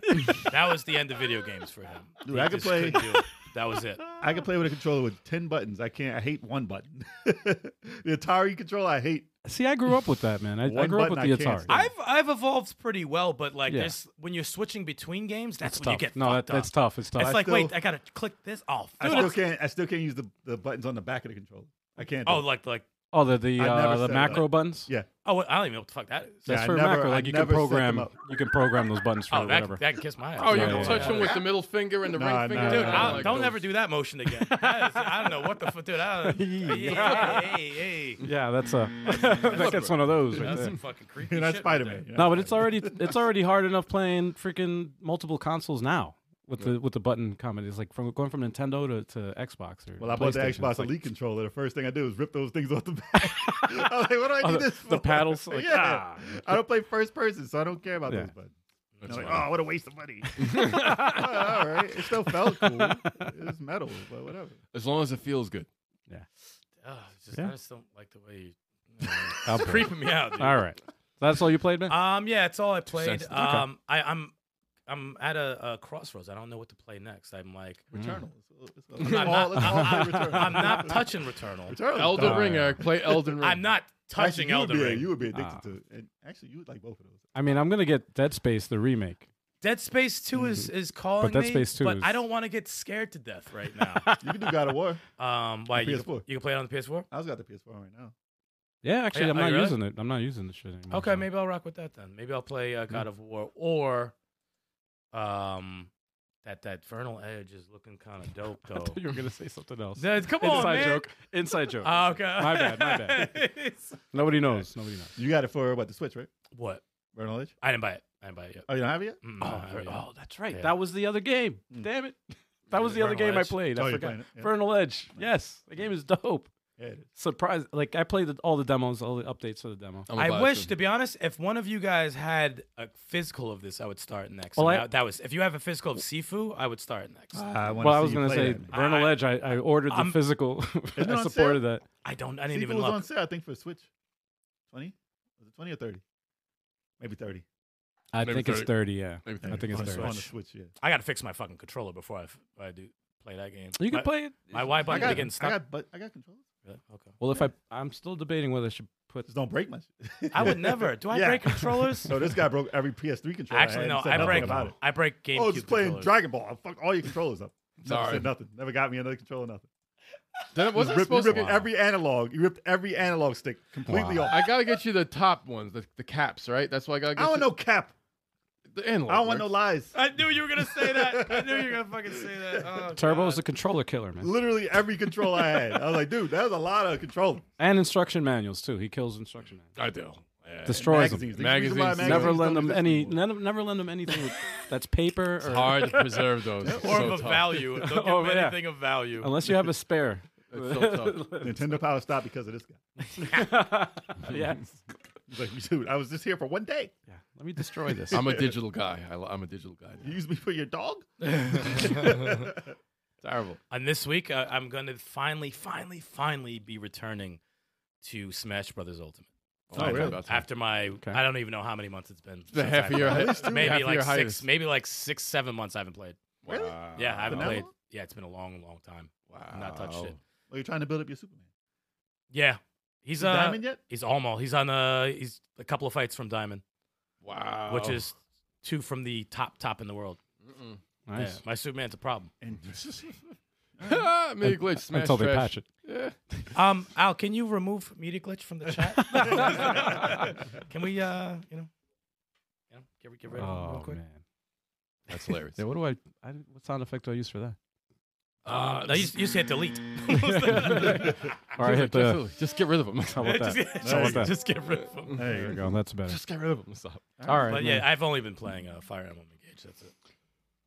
S6: that was the end of video games for him.
S5: Dude,
S6: He
S5: I could
S6: just couldn't
S5: play-
S6: do it. That was it.
S5: I can play with a controller with ten buttons. I can't. I hate one button. the Atari controller, I hate.
S2: See, I grew up with that, man. I, I
S5: One
S2: grew up with
S5: button
S2: the
S5: I can't
S2: Atari.
S5: stand.
S6: I've I've evolved pretty well, but like
S2: Yeah.
S6: this, when you're switching between games, that's,
S2: It's
S6: when
S2: tough.
S6: you get
S2: no,
S6: fucked
S2: that, that's
S6: up.
S2: tough. It's tough.
S6: It's
S5: I
S6: like wait,
S5: still-
S6: I gotta click this Oh, off.
S5: I
S6: Dude,
S5: still
S6: it's-
S5: can't. I still can't use the, the buttons on the back of the controller. I can't. do
S6: oh,
S5: it.
S6: like like
S2: Oh, the the,
S5: I never
S2: uh, the
S5: said
S2: macro buttons.
S5: Yeah.
S6: Oh, well, I don't even know what the fuck that is.
S5: Yeah,
S2: That's
S5: I
S2: for
S5: never-
S2: macro.
S5: I
S2: Like you can
S5: never set them
S2: program
S5: up.
S2: you can program those buttons for
S6: Oh, that,
S2: whatever.
S6: that can kiss my ass.
S3: Oh, you
S2: Yeah,
S3: can
S2: yeah,
S3: touch
S2: yeah.
S3: them with the middle finger and the
S5: Nah,
S3: ring
S5: nah,
S3: finger.
S5: nah,
S6: Dude,
S5: Yeah,
S6: I'll-
S5: like
S6: don't ever do that motion again. That is- I don't know what the fuck, dude. I don't, yeah, hey, hey, hey.
S2: yeah, that's a that gets one of those.
S6: Dude,
S2: Right
S6: that's
S2: there.
S6: some fucking creepy
S5: You're not
S6: shit
S5: Spider
S6: Right
S5: Man.
S2: No, but it's already it's already hard enough playing freaking multiple consoles now with the with the button comedy. It's like from going from Nintendo to, to Xbox or
S5: Well, I bought the
S2: PlayStation. It's like-
S5: Xbox Elite controller. The first thing I did was rip those things off the back. I was like, what do I
S2: Oh,
S5: need
S2: the-
S5: this
S2: the
S5: for?
S2: paddles, like, ah.
S5: yeah. I don't play first person, so I don't care about
S2: Yeah.
S5: those buttons. And
S3: That's
S5: I'm like,
S3: funny.
S5: oh, what a waste of money. all right. It still felt cool. It was metal, but whatever.
S3: As long as it feels good.
S6: there. Ugh, it's just,
S2: Yeah.
S6: I just don't like the way you.
S2: I'll
S6: It's
S2: play.
S6: creeping me out, dude.
S2: All right, that's all you played, man.
S6: Um, yeah, it's all I played.
S3: sensitive. Okay.
S6: Um, I, I'm, I'm at a, a crossroads. I don't know what to play next. I'm like,
S5: Returnal.
S6: I'm not,
S5: all, it's all
S6: I'm
S5: play
S6: not-
S5: Returnal.
S6: I'm not touching Returnal.
S5: Returnal.
S3: Elden
S2: Oh,
S3: Ring,
S2: yeah.
S3: Eric. Play Elden Ring.
S6: I'm not
S5: Actually,
S6: touching
S5: you would,
S6: Elden
S5: be,
S6: Ring.
S5: you would be addicted
S2: Ah.
S5: to it. And actually, you would like both of those.
S2: I mean, I'm gonna get Dead Space the remake.
S6: Dead Space Two is is calling
S2: Dead
S6: me,
S2: Space 2
S6: but I
S2: is-
S6: don't want to get scared to death right now.
S5: You can do God of War.
S6: um, why you,
S5: PS4.
S6: you can play it on the PS4?
S5: I was got the PS4 right now.
S2: Yeah, actually,
S6: yeah,
S2: I'm
S6: oh,
S2: not
S6: you really?
S2: using it. I'm not using the shit anymore.
S6: Okay,
S2: so-
S6: maybe I'll rock with that then. Maybe I'll play
S2: Mm-hmm.
S6: uh, God of War or, um, that that Vernal Edge is looking kind of dope
S2: I thought
S6: though.
S2: you were gonna say something else.
S6: Dude, Come on,
S2: Inside
S6: man.
S2: joke. Inside joke.
S6: Ah, okay.
S2: My bad, my bad. Nobody knows. Nobody knows.
S5: You got it for what? The Switch, right?
S6: what?
S5: Vernal Edge?
S6: I didn't buy it. I didn't buy it yet.
S5: Oh, you don't have it yet?
S6: Mm, I haven't yet.
S2: that's right.
S6: Yeah.
S2: That was the other game.
S5: Mm.
S2: Damn it. That was the other
S6: Vernal
S2: game I
S6: Edge.
S2: played.
S5: Oh,
S2: I
S5: you're
S2: forgot.
S5: playing it, yeah.
S2: Vernal Edge. Yes, the game is dope.
S5: Yeah, it is.
S2: Surprise! Like I played the- all the demos, all the updates for the demo.
S3: I'm
S6: I
S3: about
S6: wish,
S3: to.
S6: to be honest, if one of you guys had a physical of this, I would start next.
S2: Well,
S6: And
S2: I- Uh,
S6: that, that was if you have a physical of Sifu, I would start next.
S5: I wanna
S2: well, I
S5: see
S2: was
S5: you
S2: gonna
S5: play
S2: say
S5: that.
S2: Vernal
S6: I-
S2: Edge. I, I ordered the
S6: I'm-
S2: physical.
S5: it
S2: I
S5: on
S2: supported
S5: sale?
S2: that.
S6: I don't. I didn't
S5: Sifu
S6: even
S5: was
S6: look.
S5: on sale, I think, for Switch. 20? Was it 20 or 30? Maybe 30.
S2: I
S3: Maybe
S2: think it's
S3: 30.
S2: thirty. Yeah,
S3: Maybe
S2: I think it's
S5: on, the-
S2: 30.
S5: on the Switch, yeah.
S6: I gotta fix my fucking controller before I, f- I do play that game.
S2: you
S6: my,
S2: can play it.
S6: My Y
S5: I
S6: button
S5: got,
S6: is
S5: I
S6: getting stuck.
S5: got, but I got controllers.
S6: Really? Okay.
S2: Well, if I I'm still debating whether I should put.
S5: Just don't break my shit.
S6: I would never. Do I
S5: Yeah.
S6: break controllers?
S5: So this guy broke every PS3 controller.
S6: Actually,
S5: had
S6: no.
S5: and said
S6: I
S5: nothing
S6: break.
S5: about it.
S6: I break GameCube
S5: oh, just playing
S6: controllers.
S5: Dragon Ball. I fuck all your controllers up. Never
S3: Sorry.
S5: said nothing. Never got me another controller. Nothing.
S3: Then it
S5: You
S3: wasn't
S5: ripped, you
S3: supposed to
S5: ripped
S3: be.
S5: every analog. You ripped every analog stick completely off.
S3: I gotta get you the top ones, the, the caps, right? That's why I gotta
S5: I
S3: get
S5: don't want
S3: you
S5: no cap.
S3: the analog.
S5: I don't want no
S3: right?
S5: lies.
S6: I knew you were gonna say that. I knew you were gonna fucking say that. Oh,
S2: Turbo
S6: God.
S2: is the controller killer, man,
S5: Literally every control I had. I was like, dude, that was a lot of controllers.
S2: and instruction manuals too. He kills instruction manuals.
S3: I do. Yeah.
S2: Destroys them.
S5: magazines. There's a reason why
S3: Magazines.
S2: Never
S5: don't
S2: lend them
S5: exist
S2: any.
S5: anymore.
S2: None, never lend them anything with, that's paper
S3: It's
S2: or
S3: hard to preserve those. It's
S6: Or
S3: so
S6: of a
S3: tough.
S6: value. Don't give
S2: Oh,
S6: me
S2: yeah.
S6: anything of value.
S2: unless you have a spare.
S3: It's so tough.
S5: Nintendo Power stopped because of this guy.
S2: yes.
S5: He's like, dude, I was just here for one day.
S2: Yeah. Let me destroy this.
S3: I'm a digital guy. I, am a digital guy.
S5: You used me for your dog?
S3: Terrible.
S6: And this week, uh, I'm going to finally, finally, finally be returning to Smash Brothers Ultimate.
S3: Oh,
S5: really?
S6: After my,
S2: Okay.
S6: I don't even know how many months it's been.
S3: the
S6: since
S3: half
S6: I've-
S3: a year, hi-
S6: Maybe
S3: half a year
S6: like
S3: hiatus.
S6: six, maybe like six, seven months I haven't played.
S5: Really?
S3: Wow.
S6: Yeah, I haven't
S5: Wow.
S6: played. Yeah, it's been a long, long time.
S3: Wow.
S6: Not touched it.
S5: Well, you're trying to build up your Superman.
S6: Yeah, he's
S5: Is
S6: uh,
S5: Diamond yet?
S6: he's almost. He's on uh, he's a couple of fights from Diamond,
S3: Wow.
S6: which is two from the top, top in the world.
S3: Mm-mm.
S2: nice.
S6: Yeah, my Superman's a problem.
S5: Interesting.
S3: Media glitch. Smash
S2: Until they
S3: trash.
S2: patch it.
S3: Yeah.
S6: Um, Al, can you remove media glitch from the chat? can we, uh, you know, you know, get, rid- get rid of him real
S2: Oh
S6: quick?
S2: man.
S3: That's hilarious.
S2: Yeah. What do I? I didn't- what sound effect do I use for that?
S6: Uh, no, you, just- you just hit delete.
S2: All right. Hit the.
S3: Just- Just get rid of them.
S2: How about
S6: just,
S2: that?
S6: get-
S5: How about
S6: just get rid of him.
S5: There
S2: There
S5: you
S2: we
S5: go.
S2: go. That's better.
S3: Just get rid of them. Stop.
S2: All right.
S6: But
S2: man.
S6: yeah, I've only been playing uh, Fire Emblem Engage. That's it.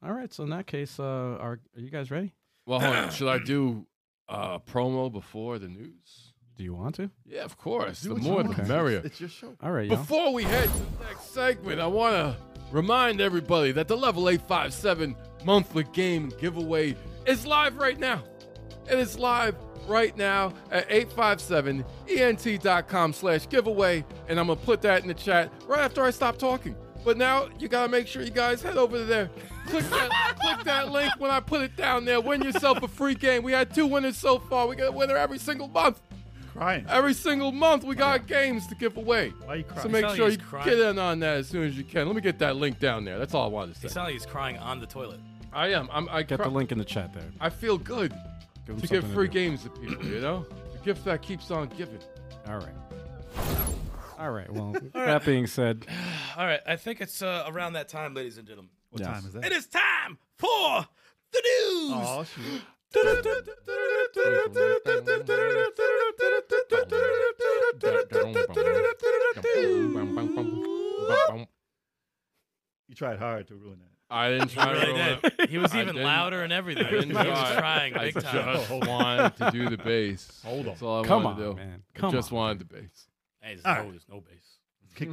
S2: All right. So in that case, uh, are are you guys ready?
S3: Well, hold on. should I do uh, promo before the news?
S2: Do you want to?
S3: Yeah, of course.
S5: Do
S3: the
S5: what you
S3: more,
S5: want.
S3: the merrier.
S5: It's your show.
S2: All right. Y'all.
S3: Before we head to the next segment, I want to remind everybody that the Level 857 monthly game giveaway is live right now. It is live right now at E 857ent.com slash giveaway. And I'm going to put that in the chat right after I stop talking. But now you got to make sure you guys head over there. Click that, click that link when I put it down there. Win yourself a free game. We had two winners so far. We get a winner every single month.
S5: Crying.
S3: Every single month, we got games to give away.
S5: Why you crying?
S3: So make
S6: Sally
S3: sure
S6: is
S3: you
S6: crying.
S3: get in on that as soon as you can. Let me get that link down there. That's all I wanted to
S6: It's
S3: say.
S6: not like he's crying on the toilet.
S3: I am. I'm, I
S2: Get
S3: cry-
S2: the link in the chat there.
S3: I feel good
S2: Give 'em
S3: to give
S2: something
S3: free
S2: do.
S3: games to people. You know, to gift that keeps on giving.
S2: All right. All right. Well, that being said,
S6: All right, I think it's uh, around that time, ladies and gentlemen.
S5: What
S2: Yes.
S5: time is that?
S6: It is time for the news.
S5: Oh shoot! You tried hard to ruin that.
S3: I didn't
S6: He
S3: try to
S6: really
S3: ruin it.
S6: did. He was
S3: I
S6: even
S3: didn't-
S6: louder and everything.
S3: I
S6: He was
S3: didn't try.
S6: trying
S3: I
S6: big time.
S3: just wanted to do the bass.
S5: Hold
S3: That's
S5: on.
S3: all I
S2: come
S3: wanted to
S2: on,
S3: do.
S2: man.
S3: I
S2: Come
S3: just
S2: on.
S3: wanted the bass.
S6: Hey, there's
S5: All
S6: no,
S5: right.
S6: there's no bass.
S5: Kick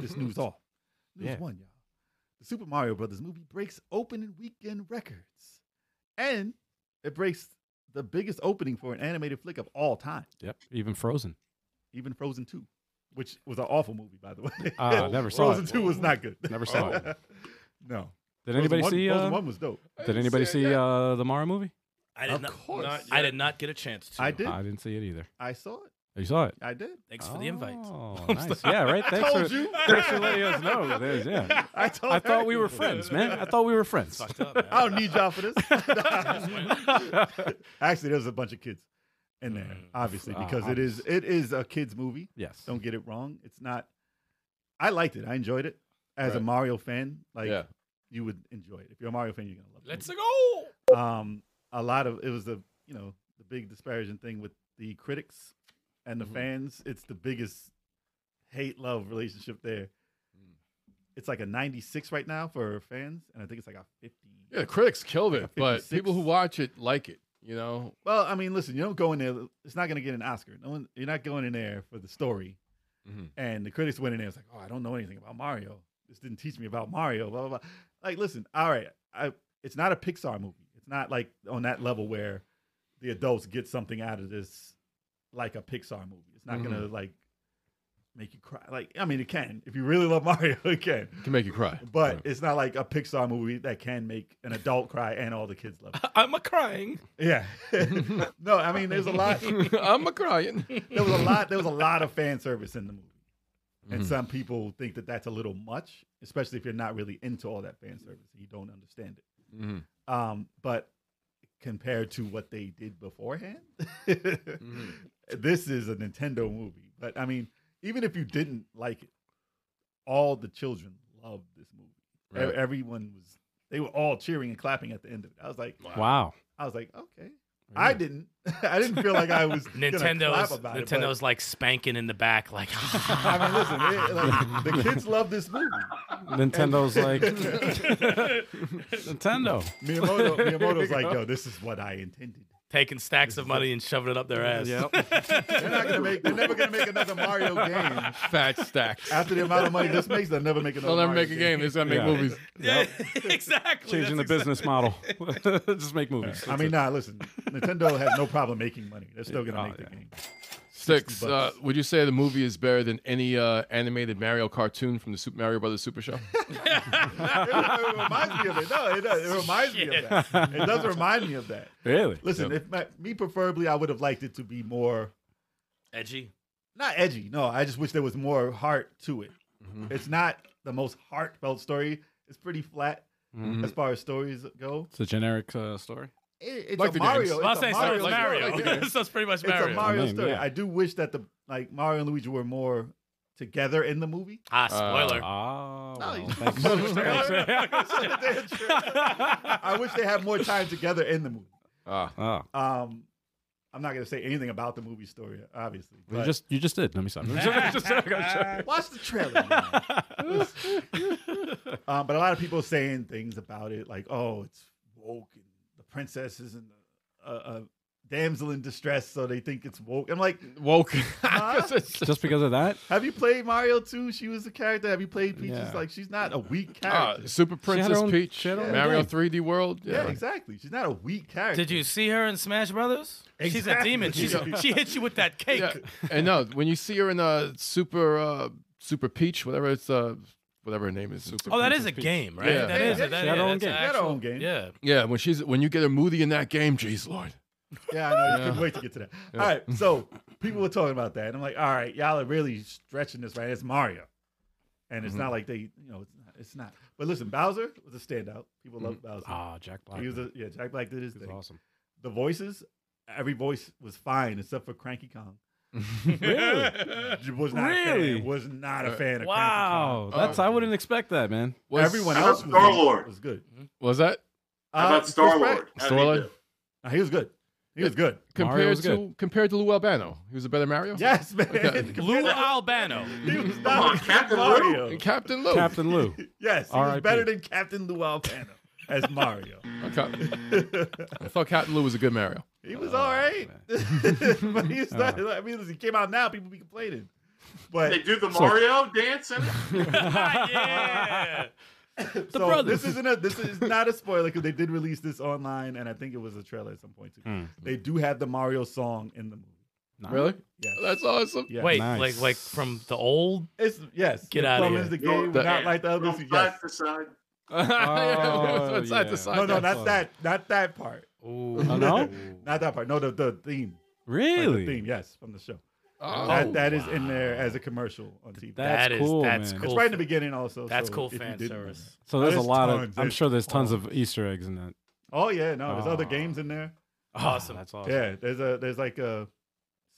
S5: this news off. News
S2: Yeah.
S5: one, y'all. The Super Mario Brothers movie breaks opening weekend records, and it breaks the biggest opening for an animated flick of all time,
S2: Yep. Even Frozen.
S5: even Frozen Two, which was an awful movie, by the way.
S2: Ah, never saw
S5: Frozen
S2: it.
S5: Two was not good.
S2: Never saw it.
S5: no.
S2: Did
S5: Frozen
S2: anybody
S5: one,
S2: see?
S5: Frozen
S2: Uh,
S5: One was dope.
S2: did anybody see uh, the Mario movie?
S6: I did
S3: Of
S6: not,
S3: course.
S6: not- I did not get a chance to.
S5: I did.
S2: I didn't see it either.
S5: I saw it.
S2: You saw it.
S5: I did.
S6: Thanks for the invite.
S2: Oh, nice. Yeah, right. Thanks
S5: told
S2: for,
S5: you.
S2: thanks for letting us know. There's- yeah.
S5: I told.
S2: I thought we
S5: her.
S2: were friends, man. I thought we were friends.
S6: Fucked up, man.
S5: I don't need y'all for this.
S2: Nah.
S5: Actually, there's a bunch of kids in there,
S6: Mm.
S5: obviously,
S2: Ah,
S5: because it is it is a kids movie.
S2: yes.
S5: Don't get it wrong. It's not. I liked it. I enjoyed it. As a
S3: Right.
S5: Mario fan, like
S3: Yeah.
S5: you would enjoy it. If you're a Mario fan, you're gonna love it.
S6: Let's go.
S5: Um, a lot of it was the you know the big disparaging thing with the critics and the
S3: Mhm.
S5: fans. It's the biggest hate love relationship there. It's like a 96 right now for fans, and I think it's like a 50.
S3: Yeah, the critics killed it, but
S5: 56.
S3: people who watch it like it. You know,
S5: Well, I mean, listen, you don't go in there. It's not going to get an Oscar. No one, you're not going in there for the story.
S3: Mhm.
S5: And the critics went in there. It's like, oh, I don't know anything about Mario. This didn't teach me about Mario. Blah blah blah. Like, listen, all right, I, it's not a Pixar movie. It's not like on that level where the adults get something out of this like a Pixar movie. It's not going to like make you cry. Like, I mean, it can if you really love Mario, it can.
S3: can make you cry.
S5: But
S3: Right.
S5: it's not like a Pixar movie that can make an adult cry and all the kids love it.
S6: I'm a crying.
S5: Yeah. no, I mean, there's a lot
S3: I'm a crying.
S5: there was a lot there was a lot of fan service in the movie and
S3: Mhm.
S5: some people think that that's a little much especially if you're not really into all that fan service and you don't understand it
S3: Mhm.
S5: um, but compared to what they did beforehand this is a nintendo movie but i mean even if you didn't like it all the children loved this movie E-
S3: Right.
S5: everyone was they were all cheering and clapping at the end of it i was like
S2: Wow.
S5: i was like okay I didn't. I didn't feel like I was gonna
S6: Nintendo's
S5: clap about it, but-
S6: Nintendo's like spanking in the back, like.
S5: I mean, listen, it- like, the kids love this movie.
S2: Nintendo's like Nintendo.
S5: Miyamoto, Miyamoto's like, yo, this is what I intended.
S6: taking stacks of money and shoving it up their ass.
S5: They're not gonna make. They're never gonna make another Mario game
S3: Fat stacks.
S5: after the amount of money this makes. They'll never make another.
S3: They'll never
S5: Mario
S3: make a game. They're just gonna make
S2: Yeah.
S3: movies.
S6: Yeah, exactly.
S2: Changing the
S6: That's
S2: business model. Just make movies.
S5: I mean, nah. Listen, Nintendo has no problem making money. They're still gonna
S2: Oh,
S5: make the
S2: yeah.
S5: game.
S3: Six.
S5: 60
S3: Uh,
S5: bucks.
S3: would you say the movie is better than any uh, animated Mario cartoon from the Super Mario Brothers Super Show?
S5: It, it reminds me of it. No, it does. It reminds me of that. It does remind me of that.
S2: really?
S5: Listen,
S3: Yeah.
S5: if my, me preferably, I would have liked it to be more
S6: Edgy.
S5: not edgy. No, I just wish there was more heart to it.
S6: Mm-hmm.
S5: It's not the most heartfelt story. It's pretty flat
S6: Mm-hmm.
S3: Mm-hmm.
S5: as far as stories go.
S2: It's a generic uh, story.
S5: It, it's
S3: Like
S5: a
S3: the games.
S5: Mario. It's
S6: Well, I'll
S5: a
S6: say so.
S5: Mario
S6: It's
S5: story.
S6: Mario.
S5: Like, yeah,
S6: so it's pretty
S5: It's
S6: much
S5: a
S6: Mario.
S5: Mario
S2: I mean,
S5: story.
S2: yeah.
S5: I do wish that the like Mario and Luigi were more together in the movie.
S6: ah, spoiler.
S2: Oh. well,
S5: you-
S2: thanks. Thanks.
S5: I wish they had more time together in the movie.
S3: Ah,
S2: oh.
S5: Um, I'm not gonna say anything about the movie story, obviously.
S2: You
S5: but-
S2: just you just did. Let me stop. Just-
S5: Watch the trailer. man. um, but a lot of people saying things about it, like, "Oh, it's woke, and the princess is in a, a, a uh, damsel in distress, so they think it's woke." I'm like,
S3: woke.
S2: Just because of that,
S5: "Have you played Mario 2? She was a character. Have you played Peaches?
S2: Yeah.
S5: Like, she's not a weak
S3: Ah,
S5: character.
S3: Super Princess
S2: own-
S3: Peach.
S2: she had her own
S3: Mario
S2: game.
S3: 3D World.
S5: yeah, exactly. She's not a weak character.
S6: Did you see her in Smash Brothers? She's a
S5: Exactly.
S6: demon. She's,
S5: Yeah.
S6: she hits you with that cake.
S3: Yeah, and no, when you see her in uh, Super uh, Super Peach, whatever it's uh, whatever her name is, Super.
S6: Oh, that
S3: Princess
S6: is a
S3: Peach.
S6: game, right?
S3: Yeah.
S6: That is.
S5: Yeah,
S6: a- that-
S2: she had her
S6: yeah,
S2: own
S6: that's
S2: game.
S6: a
S5: She had her
S6: actual-
S5: own game.
S6: Yeah.
S3: Yeah, when she's when you get her moody in that game, jeez, Lord.
S5: Yeah, I know. I
S3: Yeah.
S5: couldn't wait to get to that. All right, so people were talking about that, and I'm like, all right, y'all are really stretching this, right? It's Mario, and it's not like they, you know, it's not, it's not. But listen, Bowser was a standout. People love Bowser.
S2: ah, Jack Black.
S5: he was
S2: man.
S5: a, yeah, Jack Black did his
S2: He was
S5: thing.
S2: awesome.
S5: The voices, every voice was fine except for Cranky Kong. J- Was not a
S2: Really?
S5: fan. Was not a
S3: Uh,
S5: fan of
S2: Wow,
S3: Oh.
S2: that's I wouldn't expect that, man.
S5: Crimson Tide.
S3: Was-
S5: Everyone
S4: How
S5: else
S4: about
S5: was,
S4: Star-Lord?
S5: was good.
S3: Was that
S4: How
S5: Uh,
S4: about
S5: Chris
S4: Star
S5: Pratt-
S4: Lord?
S3: Star-Lord?
S5: No, he was good. He was good.
S2: Mario
S3: compared
S2: was
S3: to
S2: good.
S3: compared to Lou Albano? He was a better Mario.
S5: Yes, man.
S3: Okay.
S6: Lou Albano.
S5: He was
S4: Come
S5: not
S4: on,
S5: a
S4: Captain Lou.
S5: Mario.
S3: And Captain
S5: Oh.
S3: Lou.
S2: Captain Lou.
S5: Yes, he was
S2: R.I.P.
S5: better than Captain Lou Albano as Mario.
S3: Okay. I thought Captain Lou was a good Mario.
S5: He was all right, but he's not. I mean, listen, he came out now, people be complaining. But
S4: They do the Mario dance in it.
S6: yeah.
S5: so
S2: brothers.
S5: This isn't a. This is not a spoiler because they did release this online, and I think it was a trailer at some point too.
S2: Mm.
S5: They do have the Mario song in the movie.
S2: Nah.
S3: Really?
S5: Yes.
S3: That's awesome.
S5: Yeah.
S6: Wait,
S2: Nice.
S6: like like from the old.
S5: It's yes.
S6: Get
S5: it
S6: outta
S5: plumbs
S6: here.
S5: The game,
S3: That-
S5: not like the others.
S4: From
S5: Yes.
S4: side to side.
S3: Yeah,
S2: Oh,
S3: it's side to
S2: yeah.
S3: side.
S5: No, no,
S3: That's
S5: not that. Not that part.
S6: Ooh.
S2: Oh, no?
S5: Not that part. No, the the theme. Like, the
S2: Really?
S5: theme. Yes, from the show.
S3: Oh,
S5: that that is in there as a commercial on TV.
S2: That's
S6: That is-
S2: cool.
S6: that's
S2: man.
S6: cool.
S5: it's right in the beginning also.
S6: That's
S5: so
S6: cool
S5: if you
S6: fan
S5: didn't know
S6: service.
S2: So there's,
S5: There's
S2: a lot of.
S5: tons.
S2: I'm
S5: There's-
S2: sure there's tons
S5: oh.
S2: of Easter eggs in that.
S5: that. Oh yeah, no, there's other
S2: Oh.
S5: games in there.
S6: Awesome.
S2: That's awesome.
S5: Yeah, there's a there's like a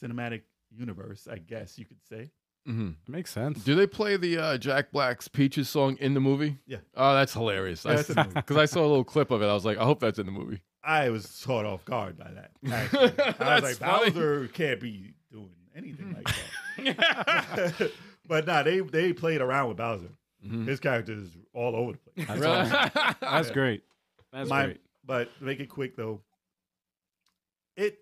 S5: cinematic universe, I guess you could say.
S3: Mhm.
S2: It makes sense.
S3: Do they play the uh, Jack Black's Peaches song in the movie?
S5: Yeah.
S3: Oh, that's hilarious.
S5: Yeah, that's in the movie.
S3: Because I saw a little clip of it. I was like, I hope that's in the movie.
S5: I was caught off guard by that. actually. I was like,
S3: That's funny.
S5: Bowser can't be doing anything like that. but nah, they they played around with Bowser.
S3: Mhm.
S5: His character is all over the place.
S2: That's,
S3: Really?
S2: awesome. That's great. That's
S5: My-
S2: great.
S5: But to make it quick though, it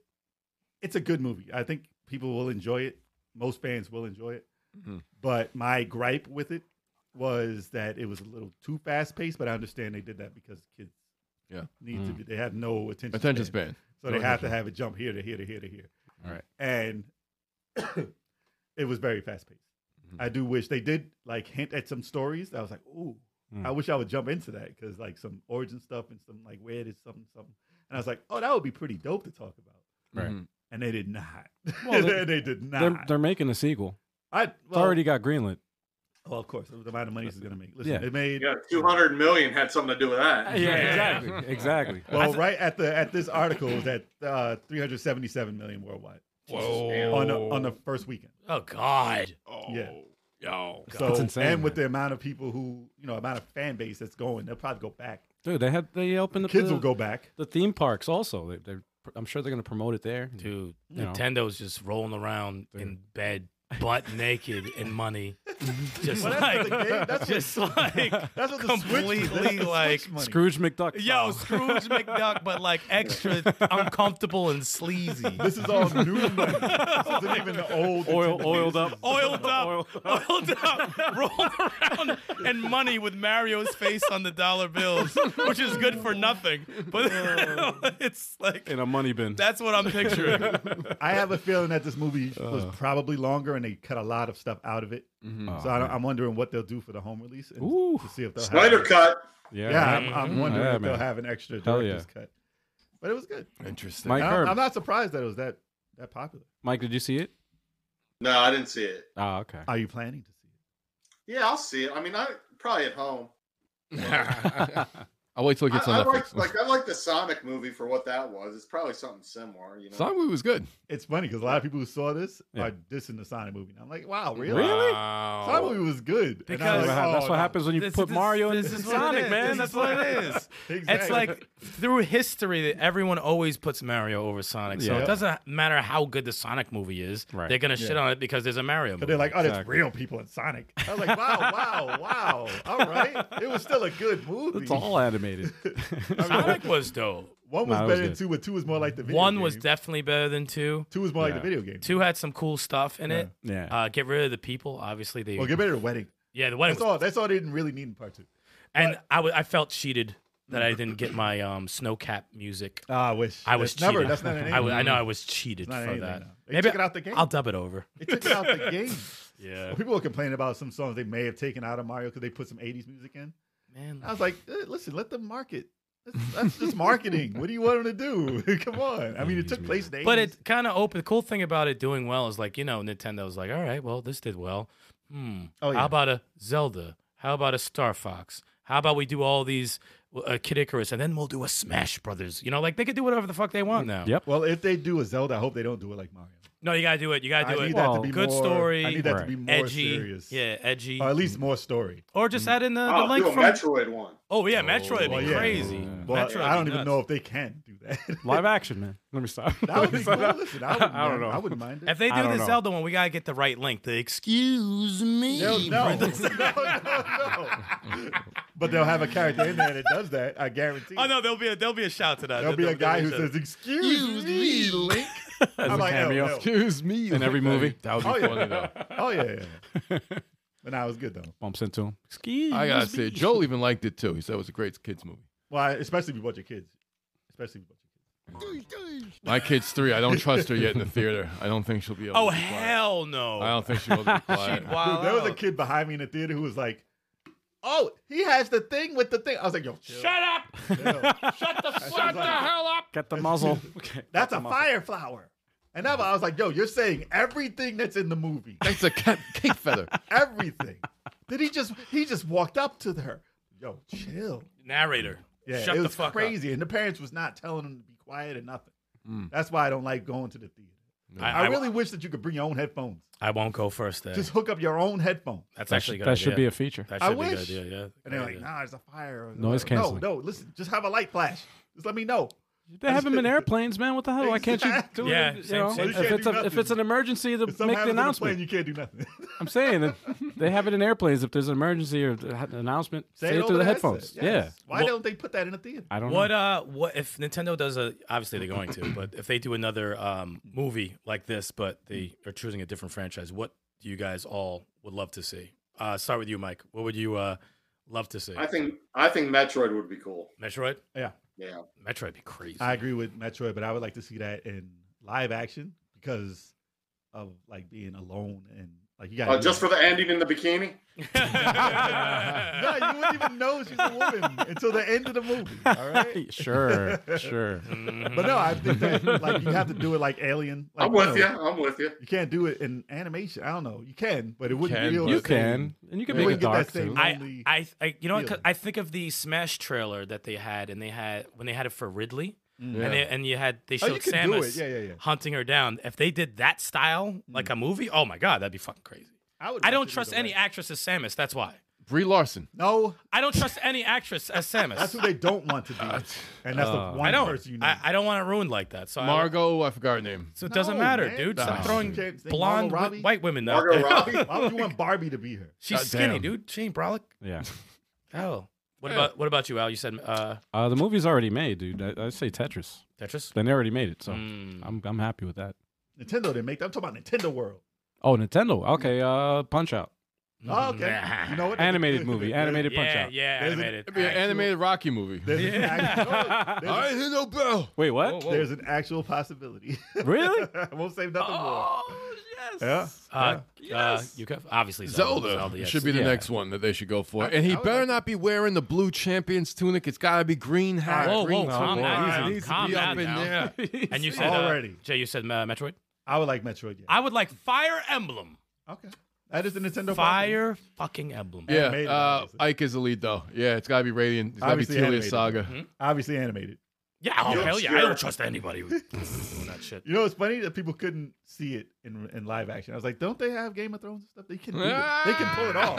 S5: it's a good movie. I think people will enjoy it. Most fans will enjoy it.
S3: Mhm.
S5: But my gripe with it was that it was a little too fast paced. But I understand they did that because kids
S3: Yeah.
S5: need
S2: Mm.
S5: to be, they have no attention
S3: Attention span.
S5: so they have to have it jump here to here to here to here.
S3: All right.
S5: And it was very fast paced.
S3: Mhm.
S2: Mm-hmm.
S5: I do wish they did like hint at some stories. I was like, ooh,
S2: Mm.
S5: I wish I would jump into that because like some origin stuff and some like where did something something. And I was like, oh, that would be pretty dope to talk about.
S2: Right.
S3: Mhm.
S5: And they did not.
S2: Well, they-
S5: they, did not.
S2: They're, they're making a sequel.
S5: I
S2: It's
S5: well,
S2: already got greenlit.
S5: Well, of course, the amount of money this is going to make. Listen,
S2: Yeah.
S5: they made
S4: Yeah, two hundred million had something to do with that.
S2: Yeah, exactly. Exactly.
S5: well right at the at this article was at uh, 377 million worldwide
S3: Whoa.
S5: on the, on the first weekend.
S6: Oh God.
S3: Oh.
S5: Yeah.
S3: Yo.
S5: So
S2: That's insane,
S5: and with
S2: man.
S5: the amount of people who you know, amount of fan base that's going, they'll probably go back.
S2: Dude, they had they opened up
S5: Kids
S2: the,
S5: will go back.
S2: the theme parks also. They, they're, I'm sure they're going to promote it there.
S6: Dude,
S2: Mm. You know.
S6: Nintendo's just rolling around in bed, butt naked in money, just
S5: Well, that's
S6: like,
S5: what the game- that's what-
S6: just like
S5: That's what the Switch- that's what the
S6: completely
S5: Switch
S6: like.
S5: money.
S2: Scrooge McDuck. Oh.
S6: Yo,
S2: style.
S6: Scrooge McDuck, but like extra uncomfortable and sleazy.
S5: This is all new money. This isn't even the old
S2: oil
S5: Nintendo.
S2: oiled up.
S6: Oiled up,
S2: Oiled
S6: oiled up, rolled around in money with Mario's face on the dollar bills, which is good for nothing. But it's like
S2: in a money bin.
S6: that's what I'm picturing.
S5: I have a feeling that this movie
S2: Uh.
S5: was probably longer, and they cut a lot of stuff out of it.
S3: Mhm.
S2: Oh,
S5: so I don't,
S2: man.
S5: I'm wondering what they'll do for the home release and
S2: Ooh.
S5: to see if they'll
S4: Snyder
S5: have,
S4: cut.
S2: yeah.
S5: Yeah, I'm, I'm wondering
S2: Yeah,
S5: if they'll
S2: man.
S5: have an extra
S2: Hell
S5: director's cut. But it was good.
S3: Interesting.
S2: Mike
S5: And I'm,
S2: Herb.
S5: I'm not surprised that it was that that popular.
S2: Mike, did you see it?
S4: No, I didn't see it.
S2: Oh, okay.
S5: Are you planning to see it?
S4: Yeah, I'll see it. I mean, I probably at home.
S3: I'll wait till it
S4: I,
S3: gets
S4: I
S3: on
S4: like
S3: Netflix.
S4: like I like the Sonic movie for what that was. It's probably something similar. You know,
S3: Sonic movie was good.
S5: It's funny because a lot of people who saw this
S2: Yeah.
S5: are dissing the Sonic movie. And I'm like, wow, really?
S2: Really?
S3: Wow.
S5: That movie was good. And I
S6: Because-
S5: was
S2: That's what
S5: like,
S2: hap-
S5: oh,
S2: that's what
S5: no.
S2: happens when you
S6: This-
S2: put
S6: this-
S2: Mario
S6: this
S2: in
S6: is what it
S2: Sonic,
S6: is.
S2: man.
S6: This
S2: That's
S6: is
S2: what
S6: what
S2: it
S6: it
S2: is.
S5: Exactly.
S6: It's like through history that everyone always puts Mario over Sonic. So
S2: Yeah.
S6: it doesn't matter how good the Sonic movie is.
S2: Right.
S6: They're gonna shit
S5: Yeah.
S6: on it because there's a Mario movie.
S5: But they're like, oh, there's
S2: Exactly.
S5: real people in Sonic. I was like, wow, wow, wow. All right. It was still a good movie.
S2: It's all animated.
S6: Sonic was dope.
S5: One was
S2: Nah, it was
S5: better than
S2: good.
S5: two, but two was more like the video
S6: One was
S5: game.
S6: definitely better than two.
S5: two was more like
S2: Yeah.
S5: the video game.
S6: Two had some cool stuff in it.
S2: yeah.
S6: Uh, get rid of the people. Obviously, they.
S5: Well, get better to wedding.
S6: yeah, the wedding.
S5: That's
S6: Was,
S5: all. That's all they didn't really need in part two.
S6: and I wa- I felt cheated that I didn't get my um, snow cap music.
S5: Ah, I wish.
S6: I was
S5: that's never.
S6: cheated.
S5: That's not an
S6: I, wa- I
S5: anything.
S6: know I was cheated
S5: It's not
S6: for
S5: anything
S6: that.
S5: now. They took it out the game.
S6: I'll dub it over.
S5: They took it out the game.
S6: Yeah,
S5: People were complaining about some songs they may have taken out of Mario because they put some '80s music in.
S6: man.
S5: I was like, eh, listen, let them market. That's, that's just marketing. What do you want them to do? Come on. I mean, it took place in the
S6: But
S5: 80s.
S6: it kind of opened. The cool thing about it doing well is like you know Nintendo's like, all right, well this did well. Hmm.
S5: Oh, yeah.
S6: How about a Zelda? How about a Star Fox? How about we do all these uh, Kid Icarus and then we'll do a Smash Brothers? You know, like they could do whatever the fuck they want
S5: Mm,
S6: now.
S2: Yep.
S5: Well, if they do a Zelda, I hope they don't do it like Mario.
S6: No, you gotta do it. You gotta do
S5: I
S6: it.
S5: need that
S2: Well,
S5: to be
S6: good
S5: more,
S6: story,
S5: I need that to be more
S6: edgy.
S5: serious.
S6: Yeah, edgy.
S5: Or at least more story.
S6: or just add in the, the
S4: Oh,
S6: link
S4: do a
S6: from.
S4: Metroid one.
S6: Oh yeah, Metroid would
S5: well,
S6: be
S5: yeah.
S6: crazy.
S5: But
S6: Metroid
S5: I don't
S6: would be
S5: even
S6: nuts.
S5: know if they can do that.
S2: Live action, man. Let me stop.
S5: that would be cool.
S2: Sorry.
S5: Listen, I, wouldn't
S2: I don't
S5: mind-
S2: know.
S5: I wouldn't mind it.
S6: If they
S2: I
S6: do
S2: don't
S6: the
S2: know.
S6: Zelda one, we gotta get the right link. The excuse me.
S5: No, no, no,
S6: Princess-
S5: no, no. But they'll have a character in there that does that. I guarantee.
S6: Oh no, there'll be a there'll be a shout to that.
S5: There'll be a guy who
S6: shout.
S5: says, "Excuse me, Link."
S2: As
S5: I'm
S2: a
S5: like, oh,
S2: cameo.
S5: no.
S2: Excuse me. In every movie,
S3: That would be
S5: Oh, yeah.
S3: funny though.
S5: Oh yeah, yeah. yeah. But now it was good though.
S2: bumps into him. Excuse
S3: I gotta
S2: me.
S3: say, Joel even liked it too. He said it was a great kids movie.
S5: Well, I- especially if you bought your kids. Especially if you bought your kids.
S3: My kid's three. I don't trust her yet in the theater. I don't think she'll be able.
S6: Oh
S3: to be quiet.
S6: hell no.
S3: I don't think she'll be able to be quiet.
S5: Dude, there was
S6: Oh.
S5: a kid behind me in the theater who was like, "Oh, he has the thing with the thing." I was like, "Yo, chill,
S6: Shut up!
S5: chill.
S6: Shut the
S5: shit
S6: shut
S5: was
S6: the
S5: like-
S6: hell up!
S2: Get the muzzle. Okay.
S5: that's a fire flower." And that, I was like, "Yo, you're saying everything that's in the movie,
S3: That's a cat, cake feather.
S5: everything." Did he just he just walked up to her? Yo, chill.
S6: Narrator.
S5: Yeah,
S6: shut
S5: it
S6: the
S5: was
S6: fuck up.
S5: crazy, and the parents was not telling them to be quiet or nothing.
S6: Mm.
S5: That's why I don't like going to the theater. I,
S6: w-
S5: really wish that you could bring your own headphones.
S6: I won't go first there.
S5: Just hook up your own headphones.
S6: That's
S2: That,
S6: actually
S2: should,
S6: a good
S2: that should be
S6: idea.
S2: a feature.
S6: That
S5: I
S6: should be a
S5: wish.
S6: good idea, yeah.
S5: And they're
S6: Good
S5: like,
S6: idea.
S5: nah, it's a fire.
S2: Noise canceling.
S5: No, no, listen, just have a light flash. Just let me know.
S2: They have them in airplanes, man. What the hell? Why can't you do it?
S6: Yeah,
S2: you
S6: same-
S2: know?
S6: same
S2: if,
S5: shit.
S2: it's a, if it's an emergency, they'll
S5: If something
S2: make the
S5: happens in the plane,
S2: announcement.
S5: you can't do nothing.
S2: I'm saying that they have it in airplanes. If there's an emergency or th- an announcement, say, it
S5: over
S2: through the
S5: headset.
S2: headphones.
S5: Yes.
S2: Yeah.
S5: Why
S6: Well-
S5: don't they put that in a theater?
S2: I don't
S6: What
S2: know.
S6: uh what if Nintendo does a obviously they're going to, but if they do another um movie like this, but they are choosing a different franchise, what do you guys all would love to see? Uh start with you, Mike. What would you uh love to see?
S4: I think I think Metroid would be cool.
S6: Metroid?
S5: Yeah.
S4: Yeah.
S6: Metroid be crazy.
S5: I agree with Metroid, but I would like to see that in live action because of like being alone and like you got
S4: Uh, just for the ending in the bikini.
S5: No, you wouldn't even know she's a woman until the end of the movie. All right.
S2: sure, sure.
S6: Mm-hmm.
S5: But no, I think that like you have to do it like Alien. Like,
S4: I'm with
S5: no,
S4: you. I'm with you.
S5: You can't do it in animation. I don't know. You can, but it wouldn't
S3: can,
S5: be able
S3: but-
S2: You
S5: to say-
S2: can, and you can
S5: Yeah,
S2: make
S5: we
S2: it
S5: get that
S2: dark
S5: same
S2: too.
S6: I,
S5: lonely
S6: I, I, you know, what, 'cause
S5: feeling.
S6: I think of the Smash trailer that they had, and they had when they had it for Ridley,
S3: Yeah.
S6: Mm. and they, and you had they
S5: Mm. Oh,
S6: showed
S5: you can do
S6: Samus
S5: it. Yeah, yeah, yeah.
S6: hunting her down. If they did that style, like a movie, oh my god, that'd be fucking crazy.
S5: would
S6: I don't
S5: watch it
S6: trust
S5: either
S6: any
S5: way.
S6: actress as Samus. That's why
S3: Brie Larson.
S5: No,
S6: I don't trust any actress as
S5: that's who
S6: Samus.
S5: they don't want to do, and that's
S2: Uh,
S5: the
S6: I
S5: one
S6: don't.
S5: person you know.
S6: I, I don't want to ruin like that. So I-
S3: Margot, oh, I forgot her name.
S6: so it doesn't
S5: No,
S6: matter,
S5: man.
S6: dude. Stop
S3: No.
S6: throwing
S5: Can't say Margot
S6: blonde wi-
S5: Robbie?
S6: white women now.
S4: Margot Robbie.
S5: Why would you want Barbie to be her?
S6: She's
S3: God
S6: skinny,
S3: damn.
S6: dude. She ain't brolic.
S2: Yeah.
S6: Hell. What
S3: Yeah.
S6: about what about you, Al? You said uh,
S2: Uh, the movie's already made, dude. I, I say Tetris.
S6: Tetris.
S2: Then they already made it, so
S6: Mm.
S2: I'm I'm happy with that.
S5: Nintendo didn't make that. I'm talking about Nintendo World.
S2: Oh, Nintendo. Okay. Uh, Punch Out.
S6: Mm-hmm.
S5: Oh, okay. You know what?
S2: Animated movie. Animated Punch
S6: Yeah,
S2: Out.
S6: yeah,
S5: There's an-
S6: animated.
S3: It'd be an animated Rocky movie.
S5: There's, an actual,
S3: I hear no bell.
S2: Wait, what?
S3: Whoa, whoa.
S5: there's an actual possibility.
S2: Really? Oh,
S5: I won't say nothing
S6: Oh,
S2: yes.
S5: more. Yeah.
S6: Uh, uh,
S2: Yes.
S6: you could, obviously Zelda.
S3: Zelda,
S6: yes.
S3: should be the
S2: Yeah.
S3: next one that they should go for, and he
S5: I would
S3: better
S5: like-
S3: not be wearing the blue champion's tunic. It's got to be green hat.
S6: Whoa,
S3: green
S6: whoa, calm
S3: tunic.
S6: down,
S3: He needs to
S6: calm
S3: be
S6: down
S3: up in
S6: now.
S3: there.
S6: And you said already.
S5: Already.
S6: Jay, you said uh, Metroid.
S5: I would like Metroid. Yeah.
S6: I would like Fire Emblem.
S5: okay. That is the Nintendo property.
S6: Fire fucking Emblem.
S5: Animated,
S3: Yeah, uh,
S5: obviously.
S3: Ike is the lead though. Yeah, it's got to be Radiant. It's got to be
S5: Obviously
S3: Telia
S5: animated.
S3: Saga.
S6: Mm.
S5: Obviously animated.
S6: Yeah, oh,
S4: You're
S6: hell yeah. I
S4: obscure.
S6: don't trust anybody with doing that shit.
S5: You know, it's funny that people couldn't see it in in live action. I was like, don't they have Game of Thrones and stuff? They can do it. They can pull it off.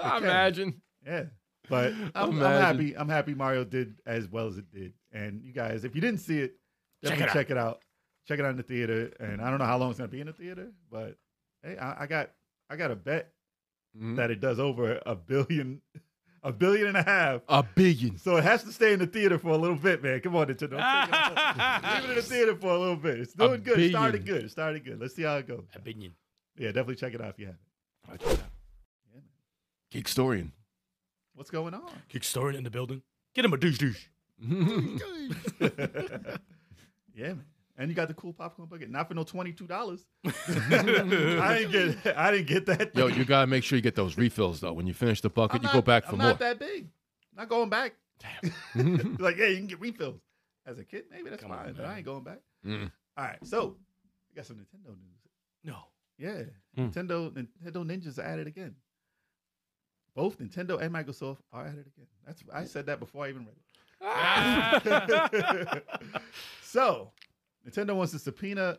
S3: off. Imagine.
S5: Yeah. But I'm, I'm
S3: Imagine.
S5: happy. I'm happy Mario did as well as it did. And you guys, if you didn't see it,
S6: Check
S5: definitely
S6: it out.
S5: check it out. Check it out in the theater. And I don't know how long it's gonna be in the theater, but hey, I, I got I got a bet
S3: Mhm.
S5: that it does over a billion, a billion and a half.
S3: A billion.
S5: So it has to stay in the theater for a little bit, man. Come on, Nintendo. Don't take it off. Leave it in the theater for a little bit. It's doing good. It started
S3: billion.
S5: good. It started good. Let's see how it goes.
S6: Opinion.
S5: Yeah, definitely check it out if you haven't.
S3: Geekstorian.
S5: What's going on?
S6: Kick story in the building. Get him a douche douche.
S5: yeah, man. And you got the cool popcorn bucket. Not for no twenty two dollars. I didn't get. I didn't get that.
S3: Yo,
S5: thing.
S3: you gotta make sure you get those refills though. When you finish the bucket,
S5: I'm
S3: you
S5: not-
S3: go back for
S5: I'm
S3: more.
S5: not that big. Not going back. Damn. like, yeah, you can get refills. As a kid, maybe that's
S6: Come on,
S5: fine, but
S6: man.
S5: I ain't going back.
S3: Mm.
S5: All right, so we got some Nintendo news.
S6: No.
S5: Yeah,
S2: Mm.
S5: Nintendo Nintendo Ninjas are at it again. Both Nintendo and Microsoft are at it again. That's I said that before I even read it. Ah. so, Nintendo wants to subpoena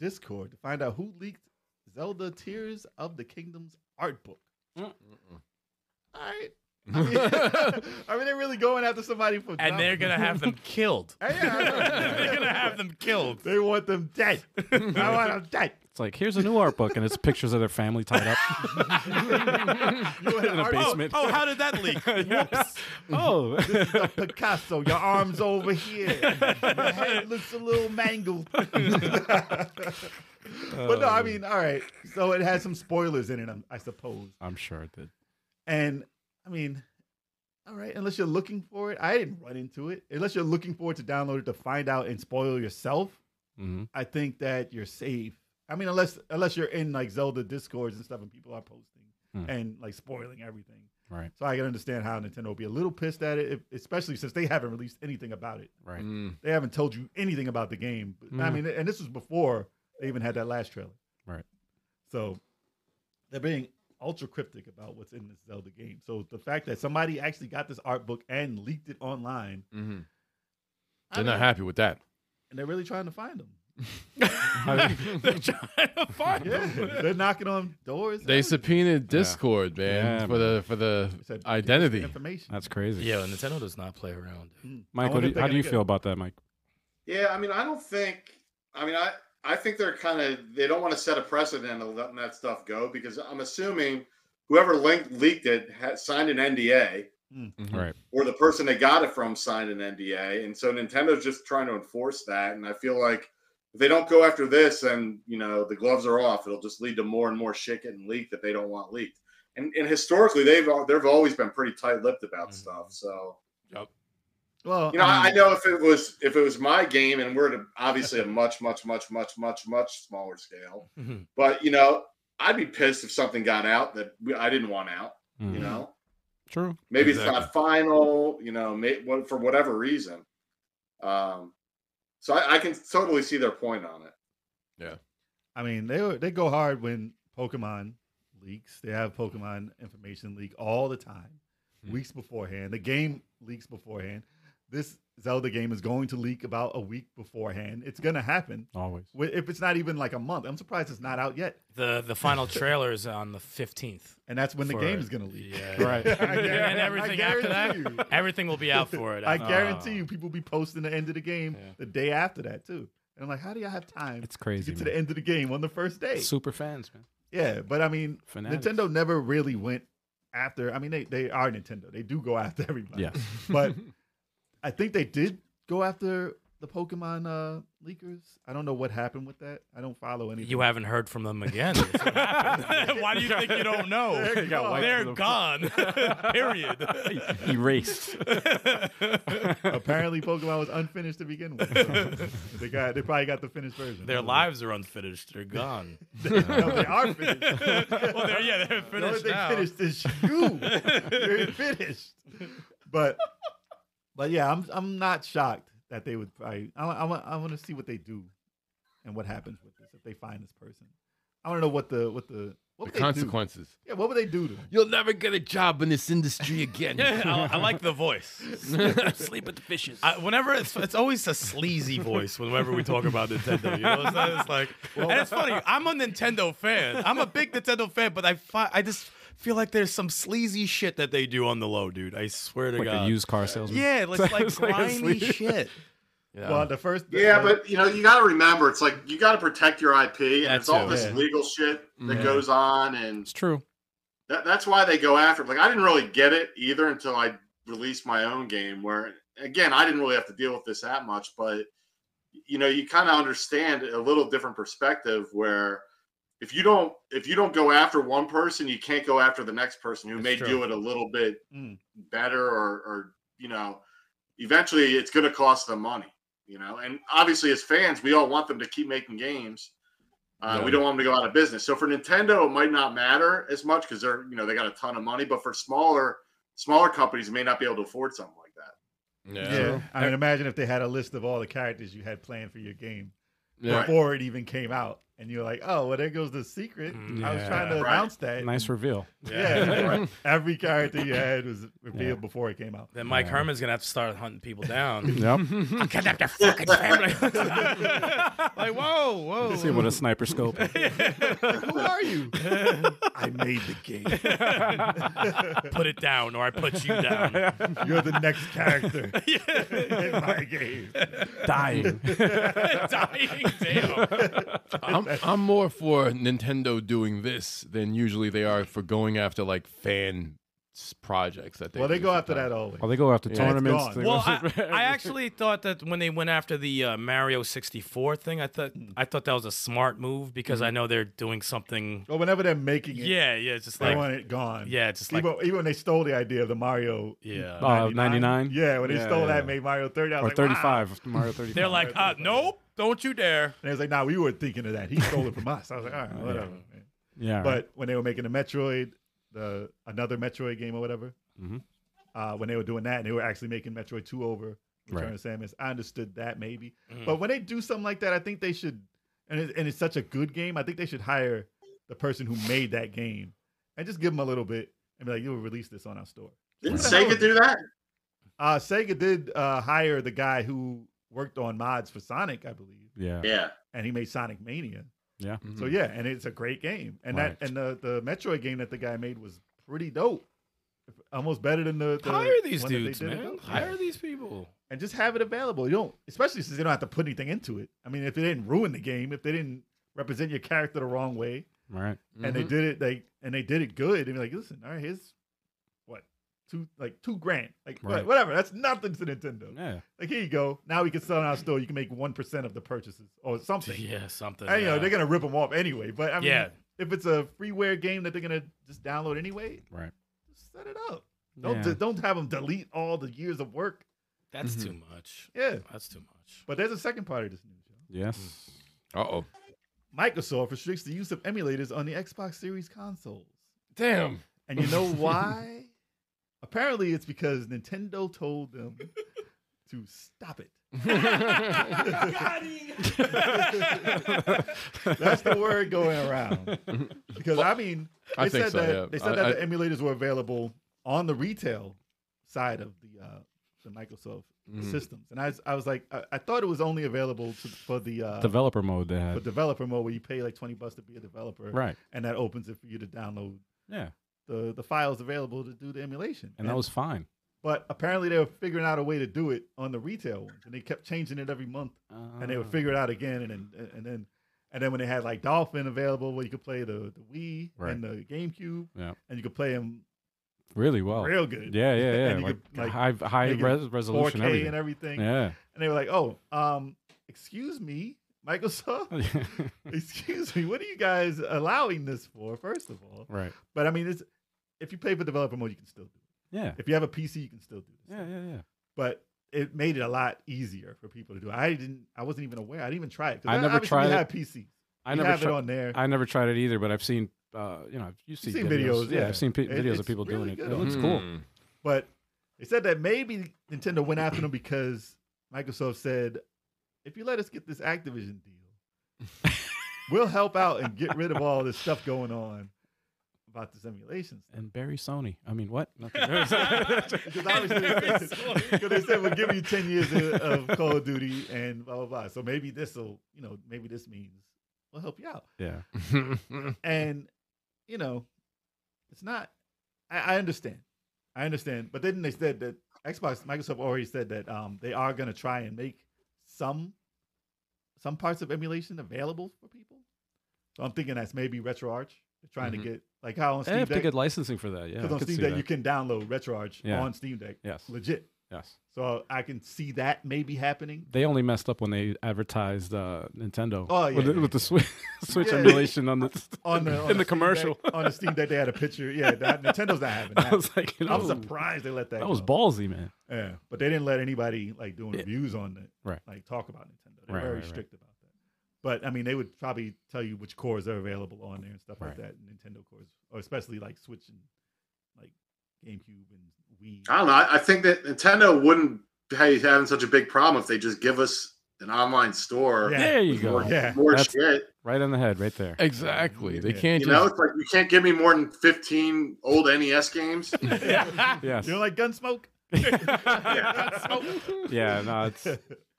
S5: Discord to find out who leaked Zelda Tears of the Kingdom's art book. All right. I mean, I mean, they're really going after somebody for.
S6: and they're gonna have them killed.
S5: Yeah, yeah,
S6: they're gonna have them killed.
S5: They want them dead. I want them dead.
S2: It's like here's a new art book, and it's pictures of their family tied up
S5: You want
S2: in a
S5: art- oh,
S2: basement.
S6: Oh, how did that leak? Whoops.
S2: Oh,
S5: Picasso, your arms over here. Your head looks a little mangled. but no, I mean, all right. So it has some spoilers in it, I'm- I suppose.
S2: I'm sure it did.
S5: And I mean, all right, unless you're looking for it, I didn't run into it. Unless you're looking for it to download it to find out and spoil yourself,
S2: hmm
S5: I think that you're safe. I mean, unless unless you're in like Zelda discords and stuff, and people are posting
S2: Hmm.
S5: and like spoiling everything.
S2: Right,
S5: So I can understand how Nintendo would be a little pissed at it, if, especially since they haven't released anything about it.
S2: right.
S3: Mm.
S5: They haven't told you anything about the game. But, I
S3: Hmm.
S2: Mhm.
S5: mean, and this was before they even had that last trailer.
S2: Right.
S5: So they're being ultra cryptic about what's in this Zelda game. So the fact that somebody actually got this art book and leaked it online,
S3: hmm
S5: I
S3: They're not
S5: mean,
S3: happy with that.
S5: and they're really trying to find them.
S6: they're trying to find
S5: Yeah,
S6: them.
S5: they're knocking on doors.
S3: They
S5: said
S3: subpoenaed Discord, man,
S2: Yeah,
S3: for the for the identity.
S5: information.
S2: That's crazy.
S6: Yeah, Nintendo does not play around.
S2: Mm-hmm. Mike, what
S5: wonder
S2: do
S5: if
S2: you,
S5: they're
S2: how do
S5: gonna
S2: you
S5: get-
S2: feel about that, Mike?
S4: Yeah, I mean, I don't think. I mean, I I think they're kind of they don't want to set a precedent of letting that stuff go because I'm assuming whoever linked, leaked it had signed an NDA
S5: Mm-hmm.
S3: Mhm.
S2: Right.
S4: or the person they got it from signed an NDA, and so Nintendo's just trying to enforce that. And I feel like if they don't go after this, then you know the gloves are off. It'll just lead to more and more shit getting leaked that they don't want leaked. And, and historically, they've al- they've always been pretty tight-lipped about
S5: Mm-hmm.
S4: stuff.
S6: Mhm.
S4: So
S5: Well,
S4: you know,
S5: I
S4: I I
S5: mean,
S4: know if it was if it was my game, and we're at a, obviously a much, much, much, much, much, much smaller scale.
S6: Mhm.
S4: But you know, I'd be pissed if something got out that we, I didn't want out.
S2: Mm.
S4: You know,
S2: True.
S4: maybe it's not final. You know, may, what, for whatever reason. Um, so I, I can totally see their point on it.
S5: I mean, they were- they go hard when Pokemon leaks. They have Pokemon information leak all the time,
S3: Hmm.
S5: weeks beforehand. The game leaks beforehand. This Zelda game is going to leak about a week beforehand. It's gonna happen
S2: Always.
S5: Wi- if it's not even like a month. I'm surprised it's not out yet,
S6: The the final trailer is on the fifteenth.
S5: and that's when the
S6: For-
S5: game is gonna leak.
S6: Yeah.
S2: Right.
S5: I guarantee-
S6: and
S5: I
S6: everything after that,
S5: guarantee you.
S6: everything will be out for it. Uh,
S5: I
S6: after.
S5: guarantee
S2: Oh.
S5: you, people be posting the end of the game
S6: Yeah.
S5: the day after that too. And I'm like, how do y'all have time
S2: It's
S5: to
S2: crazy.
S5: get to
S2: man.
S5: the end of the game on the first day?
S2: Super fans, man.
S5: Yeah, but I mean,
S2: Fanatics.
S5: Nintendo never really went after. I mean, they, they are Nintendo. They do go after everybody.
S2: Yes.
S5: But I think they did go after the Pokemon uh, leakers. I don't know what happened with that. I don't follow anything.
S6: You haven't heard from them again. That's what happened. Why do you think you don't know?
S5: They're They got gone. wiped
S6: They're gone. Period.
S2: Erased.
S5: Oh Apparently, Pokemon was unfinished to begin with. so they got they probably got the finished version.
S6: Their lives are unfinished. They're gone.
S5: No, they are finished.
S6: well, they're, yeah, they're
S5: the only
S6: finished
S5: thing
S6: now.
S5: finished is you. You're finished. But but yeah, I'm I'm not shocked that they would probably. I wa- I want I want to see what they do and what happens with this if they find this person. I want to know what the what the what
S3: the
S5: would they do?
S3: consequences.
S5: Yeah, what would they do to him?
S3: You'll never get a job in this industry again.
S6: Yeah, I, I like the voice.
S2: Sleep with the fishes.
S6: I, whenever it's, it's always a sleazy voice whenever we talk about Nintendo. You know, it's, not- it's like, and it's funny. I'm a Nintendo fan. I'm a big Nintendo fan, but I fi- I just feel like there's some sleazy shit that they do on the low, dude. I swear to
S2: like
S6: God.
S2: a used car salesman.
S6: yeah, it's like
S2: It's like a
S6: grimy
S2: sleazy-
S6: shit.
S5: Well, the first
S4: Yeah, but you know, you got to remember, it's like you got to protect your IP, and
S6: That
S4: it's all
S6: too.
S4: this
S5: Yeah.
S4: legal shit that
S6: Yeah.
S4: goes on, and
S2: It's true.
S4: That, that's why they go after. it. Like I didn't really get it either until I released my own game. Where again, I didn't really have to deal with this that much, but you know, you kind of understand a little different perspective. Where if you don't if you don't go after one person, you can't go after the next person who
S6: That's
S4: may
S6: true.
S4: do it a little bit
S5: Mm.
S4: better, or or you know, eventually it's going to cost them money. You know, and obviously as fans, we all want them to keep making games. Uh,
S3: Yeah.
S4: We don't want them to go out of business. So for Nintendo, it might not matter as much because they're you know they got a ton of money. But for smaller smaller companies, may not be able to afford something like that.
S5: yeah.
S3: yeah.
S5: I mean, imagine if they had a list of all the characters you had planned for your game
S3: Yeah.
S5: before it even came out. and you're like, oh, well, there goes the secret.
S3: Mm.
S5: Mm, I was trying to
S4: Yeah. Right.
S5: announce that.
S2: Nice reveal.
S5: Yeah, right. every character you had was revealed
S2: Yeah.
S5: before it came out.
S6: Then Mike
S2: Yeah.
S6: Herman's gonna have to start hunting people down.
S2: Yep.
S6: I'll kidnap their fucking family.
S3: Like, whoa, whoa.
S2: See what a sniper scope.
S5: Who are you? I made the game.
S6: put it down, or I put you down.
S5: You're the next character in my game.
S2: Dying.
S6: Dying, damn.
S3: I'm, I'm more for Nintendo doing this than usually they are for going after like fan s- projects that they
S5: Well, they
S3: do
S5: go after that
S3: sometimes.
S5: always.
S2: Well, Oh, they go after
S3: Yeah,
S5: it's
S2: tournaments.
S5: gone.
S2: they go
S6: Well, I,
S2: after-
S6: I actually thought that when they went after the uh, Mario 64 thing, I thought I thought that was a smart move because I know they're doing something.
S5: Well, whenever they're making it,
S6: Yeah, yeah, it's just
S5: they
S6: like
S5: want it gone.
S6: yeah, it's just like
S5: even, even when they stole the idea of the Mario
S6: yeah.
S2: Oh, 99?
S5: Yeah, when they
S2: Yeah,
S5: stole
S2: yeah,
S5: that,
S2: yeah.
S5: made Mario 30. I was
S2: or
S5: like, wow.
S2: 35, Mario 35.
S6: They're like, uh, nope, don't you dare.
S5: And it was like, nah, we were thinking of that. He stole it from us. I was like, all right, whatever. man."
S2: yeah, Oh, right.
S5: But when they were making the Metroid, the another Metroid game or whatever,
S2: Mhm.
S5: uh, when they were doing that and they were actually making Metroid 2 over Return
S2: Right.
S5: of Samus, I understood that maybe.
S6: Mhm.
S5: But when they do something like that, I think they should, and, it, and it's such a good game, I think they should hire the person who made that game and just give them a little bit and be like, you'll release this on our store.
S4: Didn't
S5: What the hell
S4: Sega
S5: is-
S4: do that?
S5: Uh, Sega did uh, hire the guy who worked on mods for Sonic, I believe,
S2: yeah.
S4: Yeah.
S5: and he made Sonic Mania.
S2: Yeah.
S3: Mhm.
S6: Hmm.
S5: So yeah, and it's a great game. And
S2: Right.
S5: that and the the Metroid game that the guy made was pretty dope. Almost better than the, the
S6: Hire these
S5: one that they
S6: dudes,
S5: did
S6: man.
S5: ago.
S6: Hire
S5: Yeah.
S6: these people.
S5: and just have it available. You don't, especially since they don't have to put anything into it. I mean, if they didn't ruin the game, if they didn't represent your character the wrong way,
S2: Right.
S5: and they
S3: Mhm.
S5: did it, they and they did it good. And be like, listen, all right, here's what two like two grand, like what-
S2: Right.
S5: whatever. That's nothing to Nintendo.
S2: Yeah.
S5: Like here you go. Now we can sell it in our store. You can make one percent of the purchases or something.
S6: Yeah, something.
S5: And, you know
S6: yeah.
S5: they're gonna rip them off anyway. But I mean,
S6: Yeah.
S5: if it's a freeware game that they're gonna just download anyway,
S2: Right.
S5: just set it up. Don't
S2: Yeah.
S5: d- don't have them delete all the years of work.
S6: That's
S3: Mhm.
S6: too much.
S5: Yeah.
S6: That's too much.
S5: But there's a second part of this news. Joe.
S2: Yes.
S3: Mm-hmm. Uh-oh.
S5: Microsoft restricts the use of emulators on the Xbox Series consoles.
S3: Damn.
S5: And you know why? Apparently, it's because Nintendo told them to stop it. That's the word going around. Because I mean, they
S3: I think
S5: said
S3: so,
S5: that
S3: yeah.
S5: they said
S3: I-
S5: that
S3: I-
S5: the emulators were available on the retail side of the uh, the Microsoft
S3: Mhm.
S5: systems, and I was, I was like, I, I thought it was only available to, for the uh,
S2: Developer mode they
S5: for
S2: had.
S5: developer mode, where you pay like twenty bucks to be a developer,
S2: Right.
S5: and that opens it for you to download
S2: Yeah.
S5: the the files available to do the emulation.
S2: And that was fine.
S5: but apparently they were figuring out a way to do it on the retail ones, and they kept changing it every month and
S2: Ah.
S5: they would figure it out again, and then and then and then when they had like Dolphin available, where you could play the, the Wii
S2: Right.
S5: and the GameCube,
S2: Yeah.
S5: and you could play
S2: Uh,
S5: them
S2: really well.
S5: real good,
S2: Yeah, yeah, yeah.
S5: And you
S2: like,
S5: could, like,
S2: high high
S5: make it
S2: res-
S5: 4K
S2: resolution. Everything.
S5: and everything.
S2: yeah.
S5: And they were like, "Oh, um, excuse me, Microsoft, excuse me, what are you guys allowing this for? First of all,
S2: right.
S5: but I mean, it's if you play for developer mode, you can still do it.
S2: Yeah.
S5: If you have a PC, you can still do this.
S2: Yeah, yeah, yeah.
S5: But it made it a lot easier for people to do. it. I didn't, I wasn't even aware. I didn't even try it. 'cause
S2: I never
S5: obviously
S2: tried
S5: we
S2: it.
S5: Have PCs.
S2: I
S5: We
S2: never
S5: have
S2: tri-
S5: it on there.
S2: I never tried it either, but I've seen uh, you know, you see
S5: seen videos,
S2: Yeah,
S5: yeah.
S2: I've seen pe-
S5: It-
S2: videos of
S5: it's
S2: people doing
S5: really
S2: it.
S5: good.
S2: It looks cool.
S6: Hmm.
S3: Mm.
S5: But they said that maybe Nintendo went after them because Microsoft said, if you let us get this Activision deal, we'll help out and get rid of all this stuff going on about this emulation stuff.
S2: And Barry Sony. I mean, what? Nothing.
S5: Because obviously, because they said we'll give you ten years of, of Call of Duty and blah blah blah. So maybe this will, you know, maybe this means we'll help you out.
S2: yeah.
S5: And you know, it's not. I, I understand. I understand. But then they said that Xbox, Microsoft already said that um, they are going to try and make some some parts of emulation available for people. So I'm thinking that's maybe RetroArch. They're trying
S3: Mhm.
S5: to get like how on
S2: Mm-hmm. Eh, They
S5: Steam
S2: have to
S5: Deck.
S2: get
S5: Because
S2: licensing for that. Yeah. I
S5: on
S2: could
S5: Steam
S2: see
S5: Deck
S2: that.
S5: you can download RetroArch
S2: Yeah.
S5: on Steam Deck.
S2: Yes.
S5: Legit.
S2: Yes.
S5: So I can see that maybe happening.
S2: They only messed up when they advertised uh, Nintendo
S5: Oh, yeah,
S2: with, the,
S5: yeah,
S2: with the Switch, Switch
S5: Yeah.
S2: emulation on the.
S5: On the on
S2: In the
S5: Steam Deck-
S2: commercial.
S5: on the Steam Deck, they had a picture. Yeah, that, Nintendo's not having that.
S2: I was like, you know,
S5: I'm surprised they let that.
S2: that was
S5: go.
S2: ballsy, man.
S5: Yeah, but they didn't let anybody like doing
S2: Yeah.
S5: reviews on it,
S2: Right.
S5: Like talk about Nintendo. They're
S2: Right,
S5: very
S2: right, right.
S5: strict about that. But I mean, they would probably tell you which cores are available on there and stuff like that. Nintendo cores, or especially like Switch and like GameCube and Wii.
S4: I don't know. I I think that Nintendo wouldn't be having such a big problem if they just give us an online store.
S5: Yeah.
S2: There you
S4: with more-
S2: go.
S5: Yeah.
S4: More
S2: That's-
S4: shit.
S2: Right on the head, right there.
S3: Exactly. They
S5: Yeah.
S3: can't
S4: You know,
S3: just.
S4: it's like you can't give me more than 15 old NES games.
S2: Yes.
S5: You don't like Gunsmoke?
S2: yeah, no, it's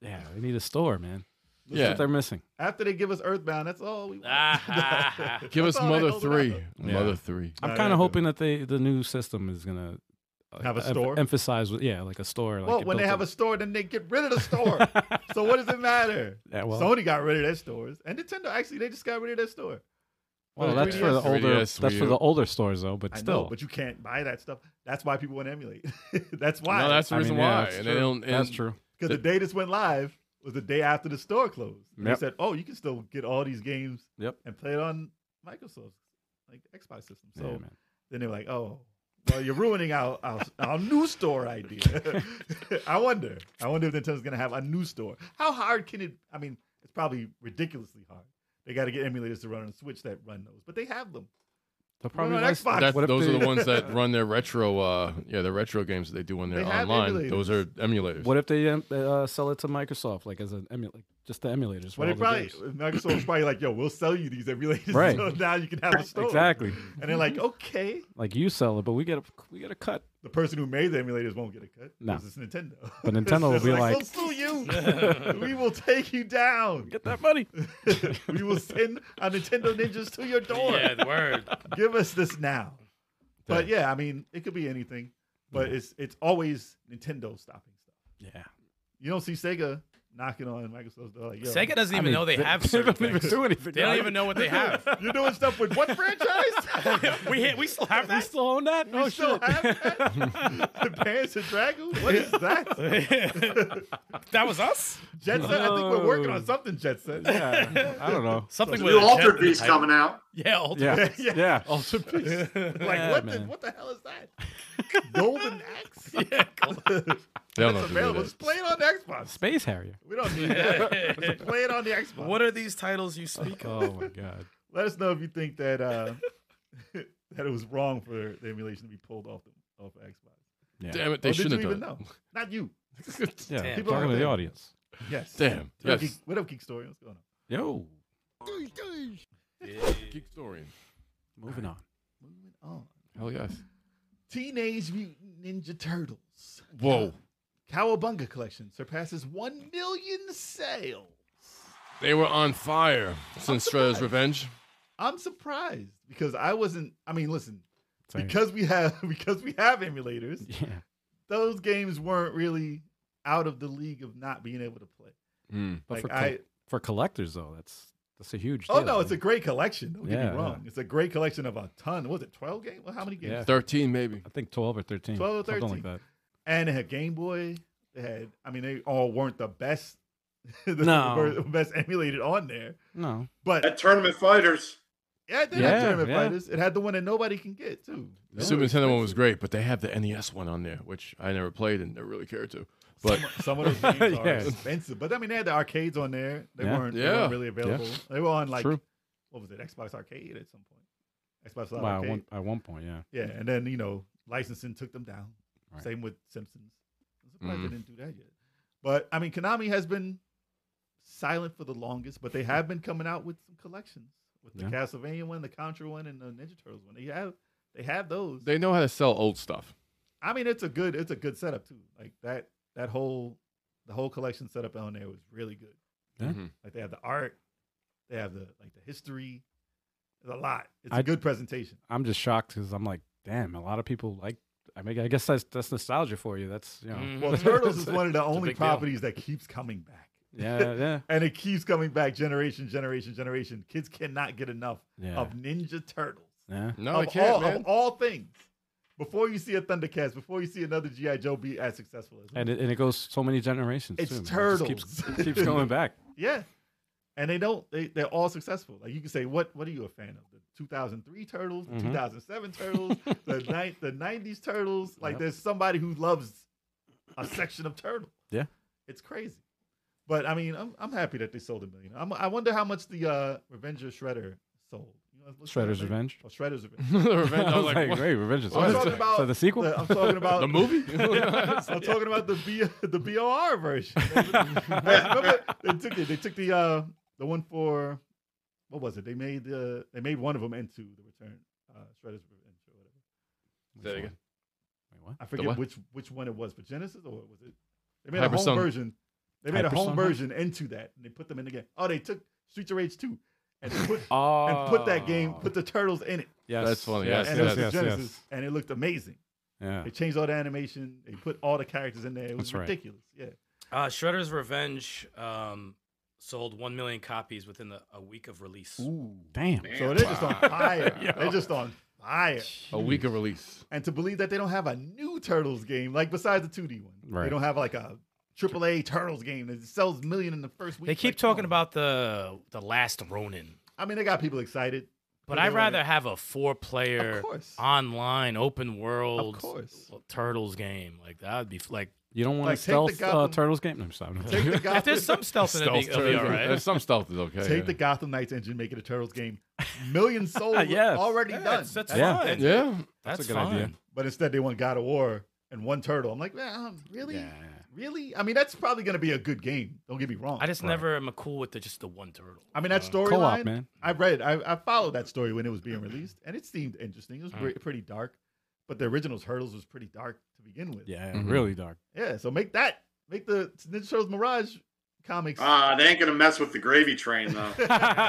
S2: yeah, they need a store, man. That's
S3: Yeah.
S2: what they're missing.
S5: After they give us Earthbound, that's all we want.
S2: Ah.
S3: Give us
S5: That's all they
S3: Mother
S5: hold it
S3: Three.
S5: up.
S2: Yeah.
S3: Mother Three.
S2: I'm
S5: No,
S2: kind
S5: they
S2: of
S5: do.
S2: hoping that they the new system is gonna uh,
S5: Have a
S2: em-
S5: store?
S2: emphasize with yeah, like a store. Like
S5: well,
S2: it
S5: when they
S2: built
S5: have a
S2: in.
S5: store, then they get rid of the store. so what does it matter?
S2: yeah, Oh, well,
S5: Sony got rid of their stores, and Nintendo actually they just got rid of their store.
S2: well,
S5: the
S2: that's for the
S5: 3DS,
S2: older. that's
S3: 3DS,
S2: for
S3: Wii U.
S2: the older stores though. But
S5: I
S2: still,
S5: know, but you can't buy that stuff. That's why people want to emulate. that's why.
S3: No, that's the
S2: I
S3: reason
S2: mean, yeah,
S3: why.
S2: that's
S3: and
S2: true.
S3: they don't. And
S2: that's true.
S5: because the day this went live was the day after the store closed. And
S2: Yep.
S5: They said, "Oh, you can still get all these games
S2: Yep.
S5: and play it on Microsoft, like the Xbox system." So
S2: yeah, man.
S5: then they were like, "Oh, well, you're ruining our our, our new store idea." I wonder. I wonder if Nintendo's gonna have a new store. How hard can it? I mean, it's probably ridiculously hard. They got to get emulators to run on Switch that run those, but they have them.
S2: They'll
S5: Run
S2: probably
S5: on
S2: nice-
S5: Xbox.
S3: That,
S2: What if
S3: those are
S2: they-
S3: the ones that run their retro, uh, yeah, the retro games that they do on their
S5: They have
S3: online. Those are emulators.
S2: What if they um, uh, sell it to Microsoft, like as an emulator, like just the emulators? for
S5: Well, they
S2: all the
S5: probably
S2: games?
S5: Microsoft was probably like, "Yo, we'll sell you these emulators,
S2: Right.
S5: so now you can have a store."
S2: exactly.
S5: And they're like, "Okay."
S2: Like you sell it, but we get a we get a cut.
S5: the person who made the emulators won't get a cut
S2: No.
S5: because it's Nintendo.
S2: But Nintendo will
S5: It's
S2: be like-
S5: "We'll sue you. we will take you down.
S2: Get that money.
S5: we will send our Nintendo ninjas to your door.
S6: yeah, word.
S5: Give us this now." But yeah, I mean, it could be anything. But it's it's always Nintendo stopping stuff.
S2: Yeah.
S5: You don't see Sega knocking on Microsoft's door like, "Yo,
S6: Sega doesn't even
S2: I mean,
S6: know they have
S2: They
S6: certain
S2: don't even
S6: things.
S2: do anything.
S6: They don't even know what they have.
S5: you're doing stuff with what franchise?
S6: we hit, we still have
S2: We
S6: that.
S2: still own that?
S5: We
S2: oh
S5: still
S2: shit!
S5: have that? the Pants and Dragon? What is that?
S6: that was us.
S5: Jet Set? I think we're working on
S2: No.
S5: something Jet Set.
S2: yeah. I don't know.
S6: Something with
S4: New
S6: a jet
S4: Altered
S6: in the
S4: Beast
S6: title.
S4: coming out.
S6: Yeah, Altered.
S2: Yeah.
S5: Yeah.
S2: Yeah.
S3: Alter Beast.
S5: Like
S2: Yeah,
S5: what? The,
S2: man.
S5: what the hell is that? Golden Axe?
S3: They don't know
S5: That's
S3: if they do
S5: available.
S3: that.
S5: Just play it on the Xbox.
S2: Space Harrier.
S5: We don't need that. Just play it on the Xbox.
S6: What are these titles you speak of?
S2: Oh my god.
S5: Let us know if you think that uh, that it was wrong for the emulation to be pulled off the off of Xbox.
S2: Yeah.
S3: Damn it, they
S5: Or Oh, did
S3: shouldn't
S5: you
S3: have
S5: even
S3: done
S5: know? Not you.
S3: it.
S2: Yeah.
S6: Damn.
S2: Talking
S5: People out
S2: to the
S5: there.
S2: audience.
S5: Yes.
S3: Damn.
S5: What up,
S3: Yes.
S5: Geek- what up, Geek Story? What's going on?
S2: Yo.
S3: Geek story.
S2: Moving on.
S5: Moving on.
S3: Hell yes.
S5: Teenage Mutant Ninja Turtles.
S3: Whoa.
S5: Cowabunga collection surpasses one million sales.
S3: They were on fire since Shredder's Revenge.
S5: I'm surprised because I wasn't. I mean, listen,
S2: Same.
S5: because we have because we have emulators,
S2: Yeah.
S5: those games weren't really out of the league of not being able to play.
S3: Mm.
S2: But
S5: Like,
S2: for, col-
S5: I-
S2: for collectors though, that's that's a huge
S5: Oh
S2: deal.
S5: no, it's a great collection. Don't get
S2: Yeah,
S5: me wrong. It's a great collection of a ton. What was it twelve games? Well, how many games?
S2: Yeah.
S3: Thirteen, maybe.
S2: I think 12 or 13.
S5: 12 or
S2: Something
S5: 13.
S2: like that.
S5: And they had Game Boy. They had. I mean, they all weren't the best. the
S2: No.
S5: were the best emulated on there,
S2: No.
S5: but
S4: At Tournament Fighters,
S5: yeah, it did
S2: Yeah,
S5: have Tournament
S2: yeah.
S5: Fighters. It had the one that nobody can get too.
S3: The Super Nintendo one was great, but they have the NES one on there, which I never played and never really cared to. But
S5: Some of those games are
S2: Yeah.
S5: expensive, but I mean, they had the arcades on there. They
S2: Yeah.
S5: weren't. They
S3: Yeah.
S5: weren't really available. They were on like
S2: True.
S5: what was it? Xbox Arcade at some point. Xbox Live
S2: Wow, at
S5: Arcade.
S2: one, at one point, yeah.
S5: Yeah, and then you know, licensing took them down.
S2: Mm-hmm. Right. Mm-hmm.
S5: Same with Simpsons. I'm surprised
S3: Mhm.
S5: they didn't do that yet. But I mean, Konami has been silent for the longest, but they have been coming out with some collections with the
S2: Yeah.
S5: Castlevania one, the Contra one, and the Ninja Turtles one. They have they have those.
S3: they know how to sell old stuff.
S5: I mean, it's a good it's a good setup too. Like that that whole the whole collection setup on there was really good.
S2: Yeah.
S3: Mhm.
S5: Like they have the art, they have the like the history. There's a lot. It's a
S2: I-
S5: good presentation.
S2: I'm just shocked cuz I'm like, damn, a lot of people like I mean, I guess that's that's nostalgia for you. That's, you know.
S6: Mhm.
S5: Well, Turtles is one of the only
S6: big deal.
S5: properties that keeps coming back.
S2: Yeah, yeah.
S5: And it keeps coming back generation, generation, generation. Kids cannot get enough
S2: Yeah.
S5: of Ninja Turtles.
S2: yeah.
S3: No, I
S5: of, all,
S3: can't,
S5: of
S3: man.
S5: all things. Before you see a Thundercats, before you see another G.I. Joe be as successful as
S2: And it, and it goes so many generations.
S5: It's
S2: too, man. It just keeps,
S5: turtles.
S2: it keeps going back.
S5: Yeah. And they don't they, they're all successful. Like you can say, what what are you a fan of? The 2003 Turtles, the
S2: Mhm.
S5: 2007 Turtles, the ni- the 90s Turtles. Like
S2: Yep.
S5: there's somebody who loves a section of Turtle.
S2: Yeah.
S5: It's crazy. But I mean, I'm, I'm happy that they sold a million. I'm, I wonder how much the uh, Revenge of Shredder sold. You know I was looking at
S2: Shredder's
S5: it.
S2: Revenge.
S5: Oh, Shredder's Revenge.
S3: Revenge,
S2: I was like,
S3: what?
S2: wait, Revenge is
S5: I'm
S2: what?
S5: talking about
S2: So the sequel?
S5: the- I'm talking about
S3: the movie?
S5: I'm talking about the B, the BOR version. Remember, they took it. They took the uh, the one for what was it? They made uh, they made one of them into the Return uh, Shredder's Revenge or whatever.
S3: Say it
S2: Which
S3: again.
S2: one? Wait,
S5: I
S3: what?
S5: forget which which one it was, but Genesis or was it? They made a
S3: Hypersonic.
S5: home version. They made a
S2: Hypersonic?
S5: home version into that, and they put them in the game. Oh, they took Streets of Rage two, and they put
S2: what?
S5: and put that game, put the turtles in it,
S2: Oh. Yes.
S3: That's funny.
S2: Yes,
S5: and
S3: Yeah,
S5: it
S2: yes,
S5: was
S3: yeah,
S5: the
S2: yes,
S5: Genesis,
S2: yes.
S5: and it looked amazing.
S2: Yeah.
S5: They changed all the animation. They put all the characters in there. It was
S2: That's right.
S5: ridiculous. Yeah.
S6: Uh, Shredder's Revenge um, sold one million copies within the, a week of release.
S5: Ooh.
S2: Damn.
S5: So they're just on
S3: Wow.
S5: fire.
S3: Yo.
S5: They're just on fire.
S3: A week of release.
S5: And to believe that they don't have a new Turtles game, like besides the 2D one,
S2: Right.
S5: they don't have like a AAA Turtles game that sells million in the first week.
S6: They keep
S5: Like,
S6: talking
S5: no.
S6: about the the last Ronin,
S5: I mean, they got people excited.
S6: but
S5: They
S6: I'd
S5: wanna-
S6: rather have a four-player
S5: Of course.
S6: online open world
S5: Of course.
S6: turtles game. Like that would be f- like
S2: You don't want
S5: Like,
S2: to
S5: take
S2: stealth
S5: the
S2: uh,
S5: Gotham-
S2: Turtles game? No, I'm sorry.
S5: Take the Gotham,
S6: if there's some stealth in it, it'll be, it'll be
S3: turtles.
S6: all
S3: There's
S6: Oh, right.
S3: some stealth is okay.
S5: take the Gotham Knights engine, make it a Turtles game. Million sold
S2: Yes.
S5: already
S6: Yeah,
S5: done.
S6: that's- that's
S2: Yeah.
S6: fine.
S3: yeah. yeah.
S6: That's,
S2: That's a good
S6: fine.
S2: idea.
S5: But instead, they want God of War and one turtle. I'm like, man, really?
S2: Yeah.
S5: Really? I mean, that's probably going to be a good game. Don't get me wrong.
S6: I just
S2: Right.
S6: never am cool with the, just the one turtle.
S5: I mean, that
S6: Uh,
S2: Co-op,
S5: storyline.
S2: man.
S5: I read, I, I followed that story when it was being released, and it seemed interesting. It was pre- pretty dark, but the original's Hurdles was pretty dark to begin with.
S2: Yeah,
S3: Mhm.
S2: really dark.
S5: Yeah, so make that, make the Ninja Turtles Mirage comics.
S4: Ah, they ain't gonna mess with the gravy train though.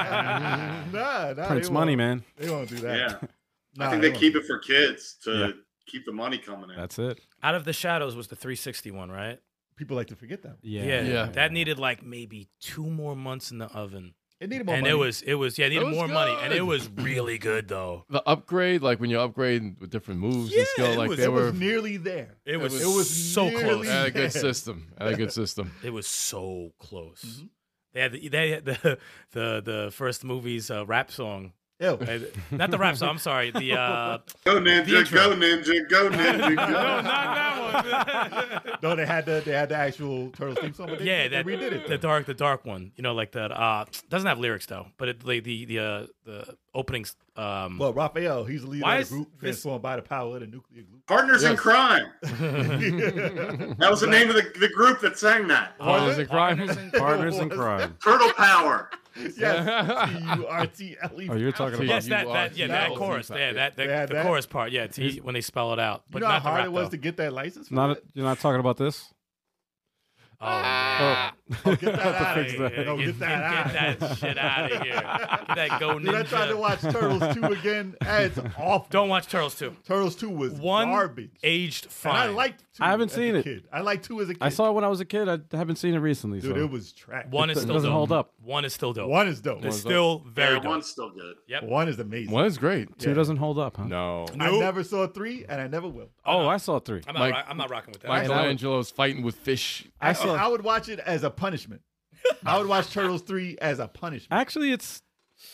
S5: nah, nah, they
S2: Prince money, man.
S5: won't- They won't do that.
S4: yeah,
S5: Nah,
S4: I think they
S5: won't.
S4: keep it for kids to
S2: Yeah.
S4: keep the money coming in.
S2: That's it.
S6: Out of the Shadows was the 360 one, right?
S5: People like to forget that.
S2: Yeah.
S3: Yeah.
S6: That needed like maybe two more months in the oven.
S5: It needed more
S6: and
S5: money.
S6: it was it was yeah, it
S3: It
S6: needed
S3: was
S6: more money. And
S3: good.
S6: it was really good though.
S3: The upgrade, like when you're upgrading with different moves
S6: Yeah,
S3: and skill,
S6: it
S3: like
S6: was-
S3: they
S5: it
S3: were
S5: was nearly there.
S6: It was,
S3: was-
S6: it was so
S5: nearly-
S6: close.
S3: had a good
S5: Yeah.
S3: system. Had a good system.
S6: It was so close.
S5: Mhm.
S6: They had the, they had the the the first movie's uh, rap song.
S5: Ew.
S6: Uh, Not the rap song. I'm sorry. The uh,
S4: Go ninja,
S6: intro.
S4: go ninja, go ninja. go.
S6: no, not that one.
S5: No, they had the they had the actual Turtles theme song. But they,
S6: yeah,
S5: they
S6: that
S5: redid it.
S6: The dark, the dark one. You know, like that. Uh, doesn't have lyrics though. But it, like the the uh, the openings. Um,
S5: well, Raphael, he's the leader
S6: Why
S5: of
S6: is
S5: the group,
S6: this-
S5: transformed by the power of the nuclear glue.
S4: Partners in
S3: Yes.
S4: crime.
S5: Partners
S4: That was the name of the, the group that sang that.
S3: Partners in crime.
S2: Partners in crime.
S4: Turtle Power.
S5: Yes. T U R T L E.
S2: Oh, you're talking about
S6: yes, that,
S3: you
S6: that
S3: are-
S6: yeah,
S5: that
S6: that
S5: was
S6: chorus.
S3: inside,
S6: Yeah,
S3: yeah.
S6: that, that
S5: Yeah,
S6: the
S5: that-
S6: chorus part. Yeah, T, when they spell it out.
S5: You
S6: But
S5: know how
S6: not the
S5: hard
S6: rap,
S5: it was
S6: though.
S5: to get that license? For
S2: not.
S5: that?
S2: You're not talking about this.
S6: Oh, man.
S5: Oh, get that
S2: have to
S5: out of
S2: fix
S5: here.
S2: that.
S5: No,
S6: Oh, Get-
S5: get that out.
S6: get that shit out of here. Get that go
S5: Dude, I tried to
S6: ninja.
S5: watch Turtles 2 again. Ah, It's awful.
S6: Don't watch Turtles 2.
S5: Turtles 2 was
S6: One
S5: garbage.
S6: aged fine.
S5: And I liked 2
S2: I haven't
S5: as
S2: seen
S5: a
S2: it.
S5: Kid. I liked 2 as a kid.
S2: I saw it when I was a kid. I haven't seen it recently.
S5: Dude,
S2: so.
S5: it was trash.
S6: one is
S2: It
S6: still
S2: doesn't
S6: dope.
S2: hold up.
S6: One is still dope.
S5: One is dope.
S6: is still very
S4: yeah,
S6: dope.
S4: one's still good.
S6: Yep.
S5: One is amazing.
S3: One is great.
S2: Two
S5: Yeah.
S2: doesn't hold up, huh?
S3: No.
S5: I
S6: Nope.
S5: never saw 3 and I never will.
S2: Oh, I saw three.
S6: I'm not.
S3: Mike-
S6: ro- I'm not rocking with that.
S5: Mike-
S3: Michelangelo's fighting with fish.
S2: I
S5: So
S2: saw.
S5: I would watch it as a punishment. I would watch Turtles 3 as a punishment.
S2: Actually, it's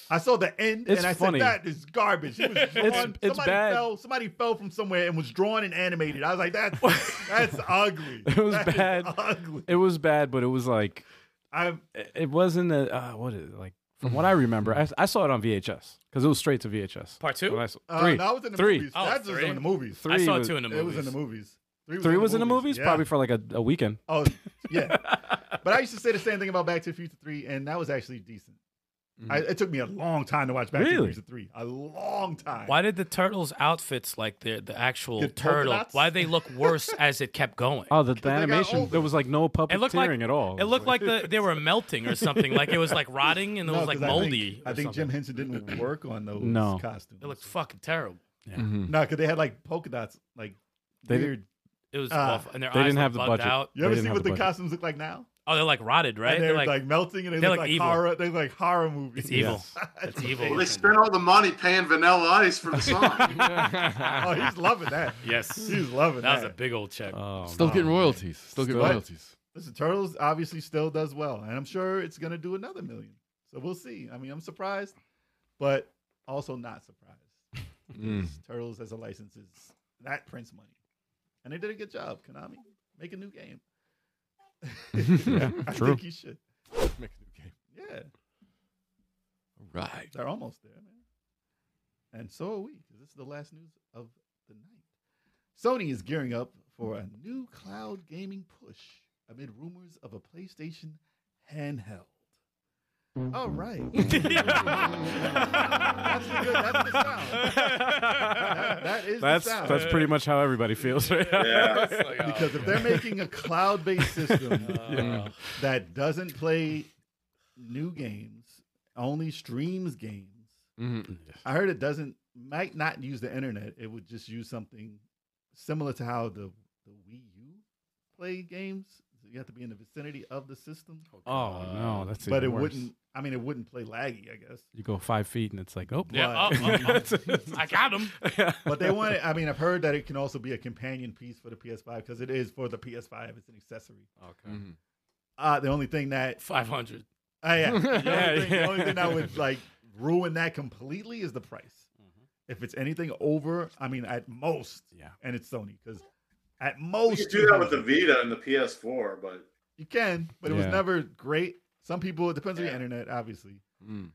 S5: I saw the end
S2: It's
S5: and I
S2: funny.
S5: said, that is garbage. It was drawn.
S2: It's- it's
S5: somebody
S2: bad.
S5: Fell, somebody fell from somewhere and was drawn and animated. I was like, that's, that's ugly.
S2: It was
S5: That is
S2: bad.
S5: ugly.
S2: it was bad, but it was like
S5: I'm,
S2: it it wasn't a uh, what is it, like from
S5: Mm-hmm.
S2: what I remember. I, I saw it on VHS because it was straight to VHS.
S6: Part two?
S2: When I saw-
S5: uh,
S2: three.
S5: No, I was in the
S2: Three.
S5: movies.
S6: Oh,
S5: that's
S6: three.
S5: just in the movies.
S2: Three.
S6: I saw
S2: was-
S6: two in the
S5: It
S6: movies.
S5: was in the movies.
S2: Three was in the movies,
S5: yeah.
S2: probably for like a, a weekend.
S5: Oh, yeah. but I used to say the same thing about Back to the Future 3, and that was actually decent. I,
S6: Mm-hmm.
S5: it took me a long time to watch Back to the
S2: Really?
S5: Future 3. A long time.
S6: Why did the turtles' outfits, like the the actual
S5: The polka
S6: turtle,
S5: dots?
S6: why did they look worse as it kept going?
S2: Oh, the, the
S5: they got
S2: animation.
S5: older.
S2: There was like no
S6: it
S2: puppeteering
S6: looked like
S2: at all.
S6: It looked like the, they were melting or something. Like it was like rotting and it
S5: No,
S6: was like
S5: 'cause I think-
S6: moldy.
S5: I
S6: or
S5: think, Jim
S6: something.
S5: Henson didn't work on those
S2: No.
S5: costumes.
S6: It looked fucking terrible.
S5: no, because they had like polka dots, like
S2: They did-
S5: weird.
S6: It was
S5: Ah.
S6: awful. And their
S2: They
S6: eyes
S2: didn't
S6: look
S2: have the
S6: bugged
S2: budget.
S6: out.
S5: You
S2: They
S5: ever
S2: didn't
S5: see
S2: have the
S5: what the
S2: budget.
S5: costumes look like now?
S6: Oh, they're like rotted, right?
S5: And
S6: They're
S5: they're
S6: like,
S5: like, melting and they,
S6: they
S5: look
S6: look
S5: like
S6: evil.
S5: horror. They look like horror movies.
S6: it's evil.
S5: It's
S6: It's evil.
S4: Well, they spent all the money paying Vanilla Ice for the song.
S5: oh, he's loving that.
S6: Yes.
S5: He's loving
S6: That
S5: that.
S6: was a big old check.
S2: Oh,
S3: Still
S2: no.
S3: getting royalties. Still getting
S5: Still-
S3: royalties.
S5: Listen, Turtles obviously still does well, and I'm sure it's gonna do another million. So we'll see. I mean, I'm surprised, but also not surprised.
S6: Hmm.
S3: Mm.
S5: Because Turtles as a license is that prints money, and they did a good job. Konami, make a new game. I
S2: true.
S5: think you should.
S3: Make a new game.
S5: Yeah,
S3: All right.
S5: they're almost there, man. And so are we, because this is the last news of the night. Sony is gearing up for a new cloud gaming push amid rumors of a PlayStation handheld. All right. that's the good. That's the sound. That, that is
S2: That's
S5: the sound.
S2: that's pretty much how everybody feels right now.
S4: Yeah.
S6: It's like, oh,
S5: because if they're making a cloud-based system
S6: Yeah.
S5: that doesn't play new games, only streams games.
S2: Mm-hmm.
S3: Mhm.
S5: I heard it doesn't might not use the internet. It would just use something similar to how the the Wii U play games. So you have to be in the vicinity of the system,
S2: Oh no, that's
S5: Uh, but it
S2: even worse.
S5: wouldn't. I mean, it wouldn't play laggy, I guess.
S2: You go five feet and it's like, oh,
S6: Yeah,
S2: what?
S6: oh, oh, oh. I got him.
S5: But they want. I mean, I've heard that it can also be a companion piece for the PS5 because it is for the PS5. It's an accessory.
S2: Okay.
S3: Mhm.
S5: Uh, the only thing that
S6: Five hundred.
S5: Uh, yeah. The,
S2: Yeah,
S5: only thing, the
S2: yeah.
S5: only thing that would like ruin that completely is the price. If it's anything over, I mean, at most,
S2: Yeah.
S5: and it's Sony because at
S4: You
S5: most
S4: could do that with the
S5: 200.
S4: Vita and the PS4, but
S5: You can, but it was
S2: Yeah.
S5: never great. Some people, it depends on
S4: Yeah.
S5: your internet, obviously,
S3: Mm.
S2: Mm-hmm.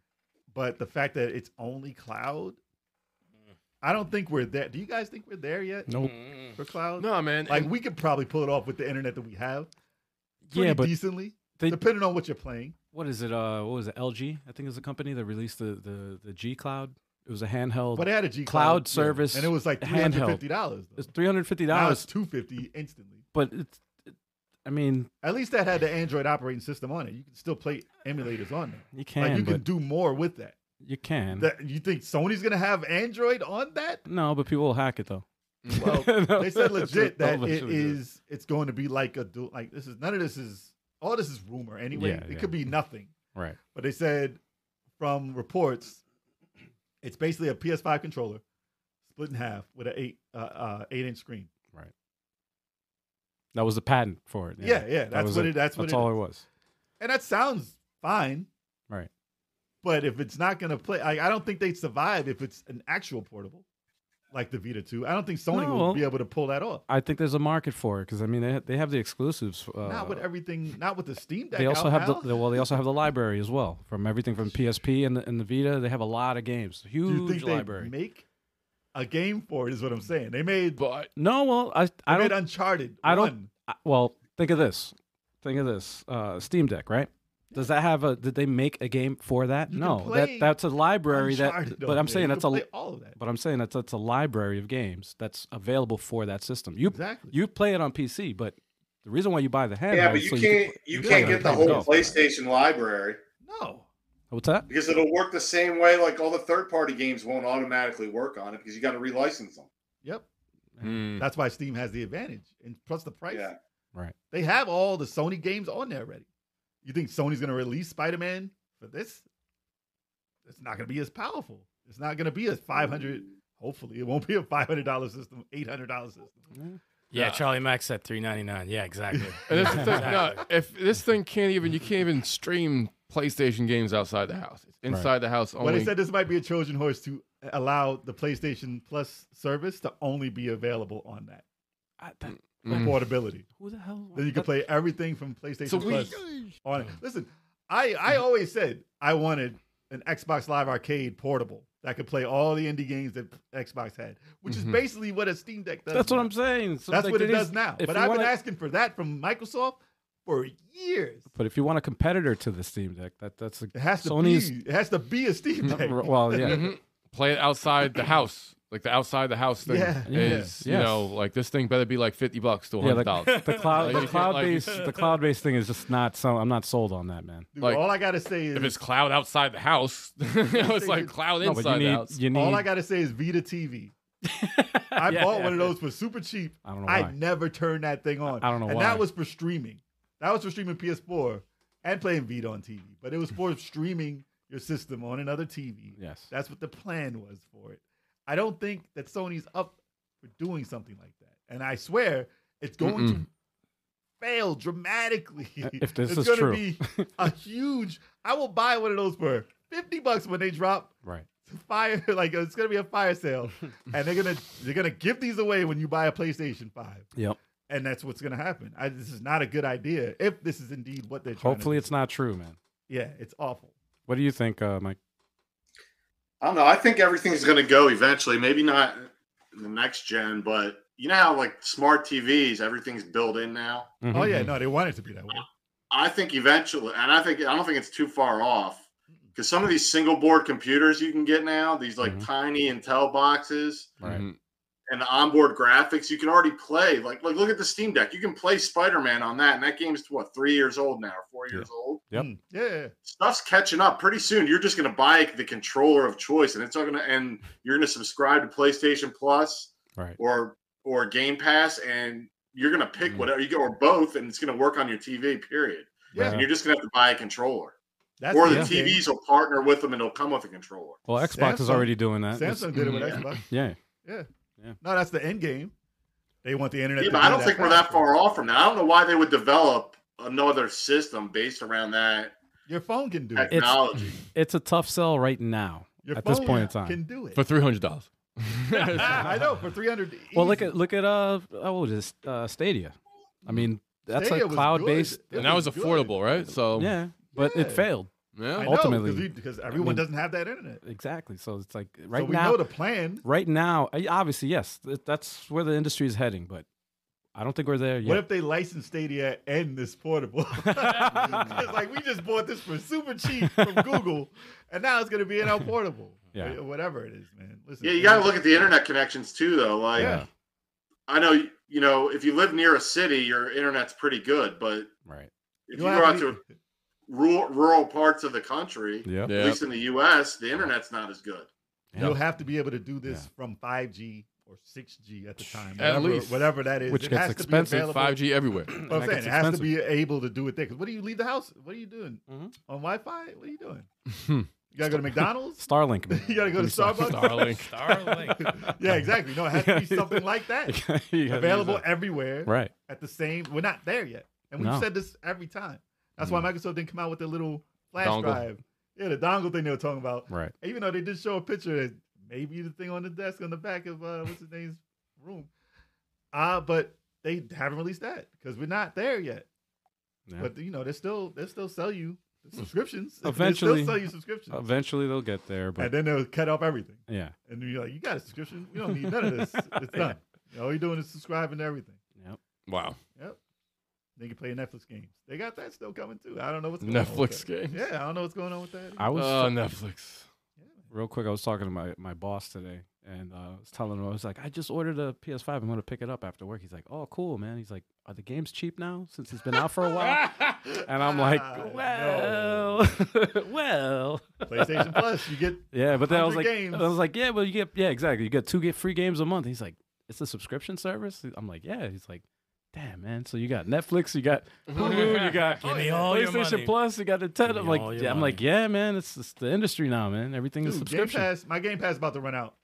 S5: but the fact that it's only cloud,
S4: Mm.
S5: I don't think we're there. Do you guys think we're there yet
S2: Nope.
S5: for cloud?
S3: No, man.
S5: Like
S3: and-
S5: we could probably pull it off with the internet that we have, pretty
S2: Yeah, but
S5: decently,
S2: they-
S5: depending on what you're playing.
S2: what is it? Uh, what was it? LG, I think, is a company that released the the the G Cloud. It was a handheld.
S5: But it had a G
S2: Cloud
S5: yeah,
S2: service
S5: and it was like
S2: handheld.
S5: $350. dollars
S2: it's three hundred fifty
S5: Now
S2: dollars,
S5: it's two fifty instantly.
S2: but it's. It, I mean,
S5: At least that had the Android operating system on it. You can still play emulators on it.
S2: you can,
S5: like you
S2: but
S5: can do more with that.
S2: you can.
S5: That you think Sony's gonna have Android on that?
S2: no, but people will hack it though.
S5: Mm, Well,
S2: No,
S5: they said
S2: that's
S5: legit
S2: what all
S5: that
S2: of us
S5: it
S2: should do.
S5: is. It's going to be like a du- like this is none of this is all this is rumor anyway.
S2: Yeah,
S5: it
S2: yeah.
S5: could be nothing.
S2: right.
S5: But they said from reports, it's basically a PS5 controller split in half with an eight uh, uh, eight inch screen.
S2: That was the patent for it.
S5: Yeah, yeah, that's
S2: was
S5: what it. That's what
S2: That's
S5: it
S2: all
S5: is.
S2: it was.
S5: and that sounds fine.
S2: Right.
S5: But if it's not going to play, I, I don't think they'd survive if it's an actual portable, like the Vita 2. I don't think Sony
S2: No.
S5: will be able to pull that off.
S2: I think there's a market for it because I mean they ha- they have the exclusives. Uh,
S5: not with everything, not with the Steam Deck.
S2: they also
S5: out
S2: have the,
S5: now.
S2: the well. They also have the library as well from everything from PSP and the, and the Vita. They have a lot of games.
S5: Do
S2: Huge
S5: you think
S2: library.
S5: they make a game for it? Is what I'm saying. They made, they
S3: but
S2: no, well, I I
S5: made
S2: don't.
S5: Uncharted.
S2: I don't-
S5: one.
S2: I- well, think of this. Think of this. Uh, Steam Deck, right? Does that have a? Did they make a game for that?
S5: You can
S2: no, that
S5: play
S2: that's a library that.
S5: Uncharted
S2: But
S5: on
S2: I'm
S5: there.
S2: saying
S5: You
S2: that's
S5: can
S2: a.
S5: play all of that.
S2: But I'm saying that's that's a library of games that's available for that system. You
S5: Exactly.
S2: you play it on PC, but the reason why you buy the handheld,
S4: yeah, but you
S2: so can
S4: can't
S2: pl-
S4: you
S2: can
S4: can't
S2: play
S4: get the
S2: on your
S4: whole
S2: go.
S4: PlayStation library
S5: No.
S2: What's that?
S4: because it'll work the same way. Like all the third party games won't automatically work on it because you got to relicense them.
S5: Yep.
S2: Mm-hmm.
S3: Mm.
S5: That's why Steam has the advantage, and plus the price.
S4: Yeah.
S2: Right.
S5: They have all the Sony games on there already. You think Sony's going to release Spider Man for this? It's not going to be as powerful. It's not going to be a five hundred. Hopefully, it won't be a five hundred dollar system, eight hundred dollar system.
S6: Yeah,
S3: Yeah.
S6: Charlie Max at three ninety nine. Yeah, exactly.
S3: And that's the thing.
S6: Exactly.
S3: No, if this thing can't even, you can't even stream PlayStation games outside the house. It's inside the house only.
S5: When they said this might be a Trojan horse to allow the PlayStation Plus service to only be available on that
S2: I, that
S5: for
S3: Mm.
S5: portability,
S2: who the hell?
S5: then you can play everything from PlayStation
S3: so we, Oh.
S5: Plus on it. Listen, I I always said I wanted an Xbox Live Arcade portable that could play all the indie games that Xbox had, which
S3: Mhm.
S5: is basically what a Steam Deck does.
S2: That's what
S5: now.
S2: I'm saying. So,
S5: That's
S2: like,
S5: what it
S2: is-
S5: does now.
S2: if
S5: But
S2: you
S5: I've been
S2: wanna-
S5: asking for that from Microsoft for years.
S2: But if you want a competitor to the Steam Deck, that that's a,
S5: It has to
S2: Sony's
S5: be. It has to be a Steam Deck.
S2: well, yeah.
S4: Mm-hmm.
S3: Mhm. play it outside the house. Like the outside the house thing
S5: Yeah.
S3: is,
S2: Yes,
S3: you
S2: yes.
S3: know, like this thing better be like fifty bucks to
S2: Yeah, like
S3: hundred dollars.
S2: the cloud,
S3: Like,
S2: the
S3: you can't,
S2: cloud
S3: like-
S2: based, the cloud based thing is just not. So I'm not sold on that, man.
S5: Dude,
S3: like,
S5: all I gotta say
S3: if it's
S5: is
S3: cloud outside the house, it's like cloud
S2: No,
S3: inside
S2: but you
S3: the
S2: need,
S3: house.
S2: you need.
S5: all I gotta say is Vita TV. I
S2: Yeah,
S5: bought
S2: yeah.
S5: one of those for super cheap.
S2: I don't know
S5: I
S2: why.
S5: never turned that thing on.
S2: I don't know
S5: and
S2: why.
S5: that was for streaming. That was for streaming PS4 and playing Vita on TV. But it was for streaming your system on another TV.
S2: yes.
S5: That's what the plan was for it. I don't think that Sony's up for doing something like that. And I swear it's going to fail dramatically.
S2: If this
S5: it's
S2: is
S5: gonna
S2: true.
S5: be a huge I will buy one of those for 50 bucks when they drop
S2: Right.
S5: fire like it's gonna be a fire sale and they're gonna they're gonna give these away when you buy a playstation 5
S2: Yep.
S5: and that's what's gonna happen I, this is not a good idea if this is indeed what they're trying to
S2: Hopefully,
S5: do.
S2: it's not true, man.
S5: yeah it's awful
S2: What do you think, uh, Mike?
S4: I don't know. I think everything's going to go eventually. Maybe not in the next gen, but you know how like smart TVs, everything's built in now.
S2: Mm-hmm.
S5: Oh yeah, no, they want it to be that way.
S4: I think eventually, and I think I don't think it's too far off because some of these single board computers you can get now, these like
S2: Mhm.
S4: tiny Intel boxes
S2: Right.
S3: Mhm.
S4: and the onboard graphics, you can already play. Like, like look at the Steam Deck, you can play Spider Man on that, and that game's what three years old now, four years old.
S2: Yep.
S5: Mm, yeah, yeah, yeah.
S4: Stuff's catching up. Pretty soon, you're just gonna buy the controller of choice, and it's not gonna, and you're gonna subscribe to PlayStation Plus
S2: Right.
S4: or or Game Pass, and you're gonna pick
S2: Mhm.
S4: whatever you get or both, and it's gonna work on your TV. Period.
S5: Yeah.
S4: And you're just gonna have to buy a controller
S5: That's
S4: or the
S5: end game.
S4: TVs will partner with them and they'll come with a controller.
S2: Well, Xbox is
S5: Samsung-
S2: already doing that. It's-
S5: Samsung did it with
S2: yeah.
S5: Xbox.
S2: Yeah.
S5: No, that's the end game. They want the internet.
S4: Yeah,
S5: to
S4: but
S5: be
S4: I don't think we're that
S5: fast.
S4: far off from that. I don't know why they would develop another system based around that
S5: Your phone can do it.
S4: technology.
S2: It's a tough sell right now.
S5: Your
S2: at this
S5: phone
S2: point in time.
S5: can do it. Ah,
S3: for three hundred dollars.
S5: I know for three hundred.
S2: Well, look at look at uh oh just uh Stadia. I mean, that's a cloud based
S3: and that was affordable, right? So yeah,
S2: yeah, but it
S5: Yeah.
S2: failed
S3: yeah.
S2: ultimately.
S5: ultimately because everyone
S2: mean,
S5: doesn't have that internet.
S2: exactly. So it's like
S5: Right
S2: right
S5: so we
S2: now,
S5: know the plan.
S2: right now, I- obviously yes, th- that's where the industry is heading, but I don't think we're there
S5: What
S2: yet.
S5: if they license Stadia and this portable? it's like we just bought this for super cheap from Google, and now it's going to be in our portable.
S2: Yeah.
S5: Or whatever it is, man. Listen,
S4: Yeah, you got to look at the internet connections too, though. Like,
S5: Yeah.
S4: I know, you know, if you live near a city, your internet's pretty good, but
S2: right.
S4: if you
S5: You'll
S4: go
S5: have
S4: out
S5: to
S4: to rural, rural parts of the country,
S2: Yeah.
S4: at
S3: yeah.
S4: least in the US, the internet's not as good.
S5: be- You'll have to be able to do this
S2: Yeah. from
S5: from 5G or 6G at the time,
S3: At
S5: whatever,
S3: least.
S5: whatever that is.
S2: Which
S5: It
S2: gets
S5: has
S2: expensive,
S5: To be available-
S3: Five G everywhere.
S5: But I'm
S2: That
S5: saying
S2: gets
S5: it has to
S2: expensive.
S5: be able to do it there. Because what do you leave the house? What are you doing
S2: Mhm.
S5: on Wi-Fi? What are you doing?
S3: Hmm.
S5: you gotta go to McDonald's.
S2: Starlink. man.
S5: you gotta go to
S2: Give me
S5: Starbucks.
S3: Starlink.
S6: Starlink.
S5: yeah, exactly. No, it has to be something like
S2: some-
S5: that.
S2: You gotta
S5: available
S2: use
S5: everywhere
S2: that. Right.
S5: at the same. We're not there yet, and we've
S2: No.
S5: said this every time. That's
S2: Mm.
S5: why Microsoft didn't come out with the little flash
S3: Dongle.
S5: drive. Yeah, the dongle thing they were talking about.
S2: Right.
S5: Even though they did show a picture that maybe the thing on the desk on the back of uh, what's his name's room. Uh, but they haven't released that because we're not there yet.
S2: Yeah. Hmm.
S5: But you know, they still they still sell you subscriptions. they
S2: Eventually.
S5: still sell you subscriptions,
S2: Eventually they'll get there,
S5: and
S2: but
S5: then they'll cut off everything.
S2: yeah.
S5: And you're like, you got a subscription? We don't need none of this. It's done. All you're doing is subscribing to everything.
S2: Yep.
S3: Wow.
S5: Yep. They can play Netflix games. They got that still coming too. I don't know what's going on with
S3: Netflix
S5: that.
S3: game.
S5: Yeah, I don't know what's going on with that.
S2: I was
S3: Oh, Netflix.
S2: real quick, I was talking to my, my boss today, and uh, I was telling him, I was like, I just ordered a PS5. I'm going to pick it up after work. He's like, oh, cool, man. He's like, are the games cheap now since it's been out for a while? And I'm like,
S5: Ah, no.
S2: well, well.
S5: PlayStation Plus, you get
S2: Yeah, but then I was
S5: 100
S2: like,
S5: games.
S2: I was like, yeah, well, you get, yeah, exactly. You get two get free games a month. He's like, it's a subscription service? I'm like, yeah. He's like, damn, man. So you got Netflix, you got Hulu, you got
S6: Give me all your
S2: Oh, PlayStation
S6: money.
S2: Plus, you got Nintendo.
S6: me
S2: I'm like,
S6: all your
S2: yeah, I'm
S6: money.
S2: like, yeah, man. It's, it's the industry now, man. Everything is
S5: dude, Game
S2: subscription.
S5: Pass. My Game Pass is about to run out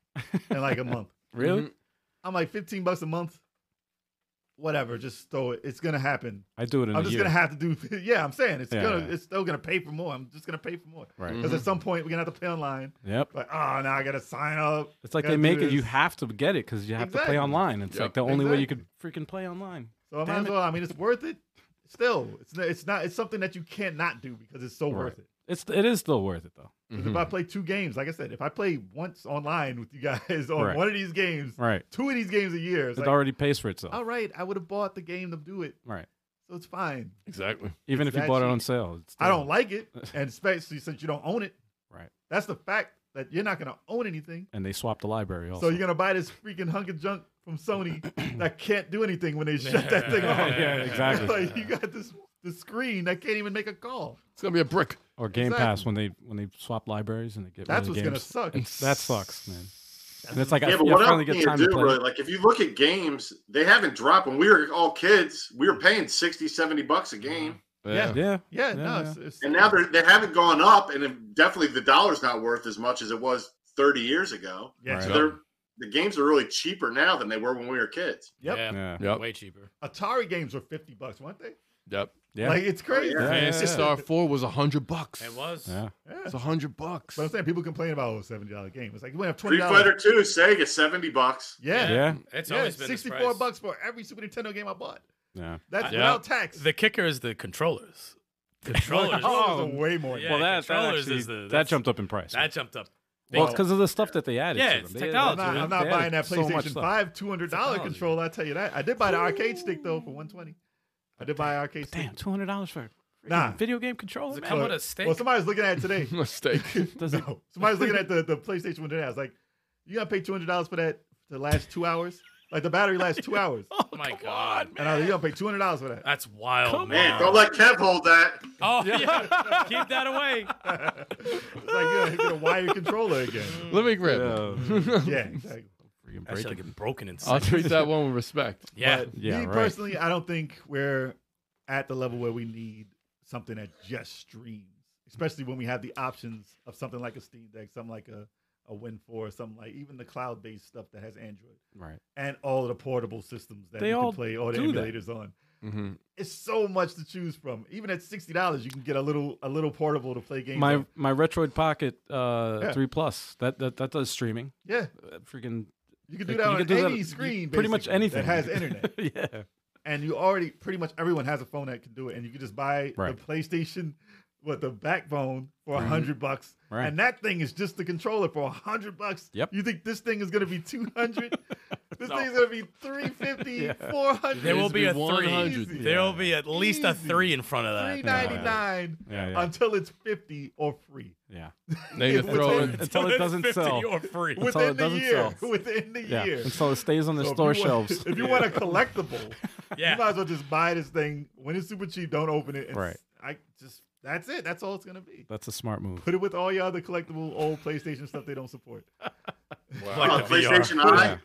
S5: in like a month.
S2: Really?
S3: Mhm.
S5: I'm like 15 bucks a month. Whatever, just throw it. It's gonna happen.
S2: I do it in
S5: I'm
S2: a
S5: just
S2: year.
S5: gonna have to do. Yeah, I'm saying it's
S2: Yeah,
S5: gonna.
S2: yeah.
S5: It's still gonna pay for more. I'm just gonna pay for more
S2: right.
S6: Mm-hmm.
S2: Mm-hmm.
S5: because at some point we're gonna have to pay online.
S2: Yep.
S5: Like, oh, now I gotta sign up.
S2: It's like they
S5: gotta do
S2: make it. You
S5: this.
S2: have to get it because you have to play
S5: Exactly.
S2: online. It's
S3: Yep.
S2: like the only way you could freaking play online.
S5: So I might
S2: Damn
S5: as
S2: it.
S5: well. I mean, it's worth it. Still, it's not, it's not. It's something that you can't not do because it's so
S2: Right. Mm-hmm.
S5: worth it.
S2: It's it is still worth it though.
S3: Mm-hmm.
S5: 'Cause If I play two games, like I said, if I play once online with you guys on
S2: Right.
S5: one of these games,
S2: Right.
S5: two of these games a year, it's
S2: it
S5: like, Oh,
S2: already pays for itself.
S5: all right, I would have bought the game to do it,
S2: Right.
S5: so it's fine.
S3: Exactly.
S2: Even
S5: it's
S2: if you
S5: that
S2: bought it
S5: cheap.
S2: on sale, it's
S5: I
S2: still-
S5: don't like it, and especially since you don't own it.
S2: Right.
S5: That's the fact that you're not going to own anything.
S2: And they swapped the library
S5: So
S2: also.
S5: you're going to buy this freaking hunk of junk from Sony that can't do anything when they shut that thing off.
S2: Yeah, exactly.
S5: like you got this the screen that can't even make a call.
S3: It's gonna be a brick.
S2: or Game
S5: Exactly.
S2: Pass when they when they swap libraries and they get
S5: That's
S2: rid
S5: what's
S2: of
S5: going to
S2: games. It's-
S5: suck.
S2: that sucks, man. And it's like I,
S4: yeah, but
S2: I
S4: what else
S2: finally
S4: can
S2: get
S4: you
S2: time to
S4: do,
S2: play.
S4: really? Like, if you look at games, they haven't dropped. When we were all kids, we were paying 60, 70 bucks a game.
S3: Mm-hmm.
S5: Yeah.
S2: Yeah.
S5: Yeah,
S2: Yeah,
S5: no,
S2: yeah.
S5: It's, it's-
S4: And now they're, they haven't gone up, and it- definitely the dollar's not worth as much as it was 30 years ago.
S5: yeah,
S2: Right.
S4: So they're, the games are really cheaper now than they were when we were kids.
S5: yep.
S6: Yeah.
S2: Yeah.
S3: Yep.
S6: Way cheaper.
S5: Atari games were fifty bucks, weren't they?
S3: Yep.
S2: Yeah.
S5: Like it's crazy.
S4: Yeah.
S2: Yeah.
S3: Fantasy Star Four was a hundred bucks.
S6: It was.
S2: yeah.
S5: Yeah.
S3: It's a hundred bucks.
S5: But I'm saying people complain about oh, seventy dollar game. It's like you want to have twenty
S4: Street Fighter
S5: dollars.
S4: 2, Sega, 70 bucks.
S5: Yeah, yeah.
S2: Yeah.
S6: It's always been this
S5: sixty four
S6: price.
S5: bucks for every Super Nintendo game I bought.
S2: Yeah.
S5: That's
S6: Yeah.
S5: without tax.
S6: The kicker is the controllers. Controllers.
S5: Controllers are way more.
S6: Yeah,
S2: well, that, that
S6: controllers
S2: actually
S6: is the-
S2: that
S6: that's-
S2: jumped up in price.
S6: That jumped up They-
S2: well, it's because of the stuff that they added.
S6: Yeah,
S2: to them.
S6: it's
S2: They-
S6: technology,
S5: I'm not,
S6: dude.
S2: they
S5: I'm not
S2: added
S5: buying that
S2: so much
S5: PlayStation
S2: stuff.
S5: 5 $200
S2: Technology.
S5: controller, I'll tell you that. I did buy the arcade stick, though, for 120 I did buy an arcade stick.
S2: Damn, two hundred dollars for a freaking
S5: Nah.
S2: video game controller.
S6: Does it
S2: Man.
S6: come
S5: But-
S6: with a steak?
S5: Well, somebody was looking at it today.
S3: Mistake.
S2: Does it-
S5: no. Somebody was looking at the, the PlayStation one today. I was like, you got to pay $200 for that for the last two hours? Like, the battery lasts two hours.
S6: oh my god,
S5: And I was like, you got to pay $200 for that.
S6: that's wild,
S2: Come
S6: man.
S4: Man, don't let Kev hold that.
S6: Oh yeah, keep that away.
S5: It's like, yeah, you get a wired controller again.
S3: Let me grab it.
S2: Yeah.
S5: Yeah, exactly.
S2: Freaking
S6: Actually, like
S2: breaking.
S6: getting broken inside.
S3: I'll treat that one with respect.
S6: yeah,
S5: But
S2: Yeah,
S5: me
S2: right.
S5: personally, I don't think we're at the level where we need something that just streams, especially when we have the options of something like a Steam Deck, something like a, a Win 4, something like even the cloud based stuff that has Android
S2: Right.
S5: and all of the portable systems that
S2: They
S5: you
S2: all
S5: can play all the
S2: do that.
S5: emulators on.
S3: hmm
S2: Mm-hmm.
S5: It's so much to choose from. Even at $60, you can get a little a little portable to play games.
S2: My
S5: on.
S2: my Retroid Pocket uh,
S5: Yeah.
S2: three plus that, that that does streaming.
S5: Yeah,
S2: Uh, freaking
S5: you can do
S2: Like,
S5: that
S2: you
S5: on
S2: can do that-
S5: any
S2: you-
S5: screen.
S2: pretty much
S5: basically,
S2: anything
S5: That has internet.
S2: yeah.
S5: and you already pretty much everyone has a phone that can do it, and you can just buy
S2: Right. Mm-hmm.
S5: the PlayStation with the backbone for a hundred bucks,
S2: Right.
S5: and that thing is just the controller for a hundred bucks.
S2: Yep.
S5: You think this thing is gonna be two hundred? this
S2: No.
S5: thing's gonna be three fifty,
S2: Yeah.
S5: four hundred.
S6: there will
S3: It's
S6: be a
S3: been
S6: three.
S3: 100.
S6: There will be at least a
S5: Easy.
S6: three in front of
S5: three
S6: that.
S5: ninety nine
S2: Yeah, yeah,
S5: until it's fifty or free.
S2: yeah.
S3: They can throw in.
S5: It's
S2: Until it doesn't
S6: 50
S2: sell.
S6: You're free.
S2: With- Until it
S5: Within the
S2: doesn't
S5: year,
S2: sell.
S5: within the
S2: Yeah.
S5: year.
S2: And so it stays on the
S5: So if
S2: store
S5: you want-
S2: shelves.
S5: If you want a collectible,
S6: Yeah.
S5: you might as well just buy this thing when it's super cheap. Don't open it. and
S2: Right.
S5: I just that's it. That's all it's gonna be.
S2: That's a smart move.
S5: Put it with all your other collectible old PlayStation stuff they don't support.
S6: Like
S4: Oh,
S6: the VR.
S4: PlayStation Eye.
S2: Yeah.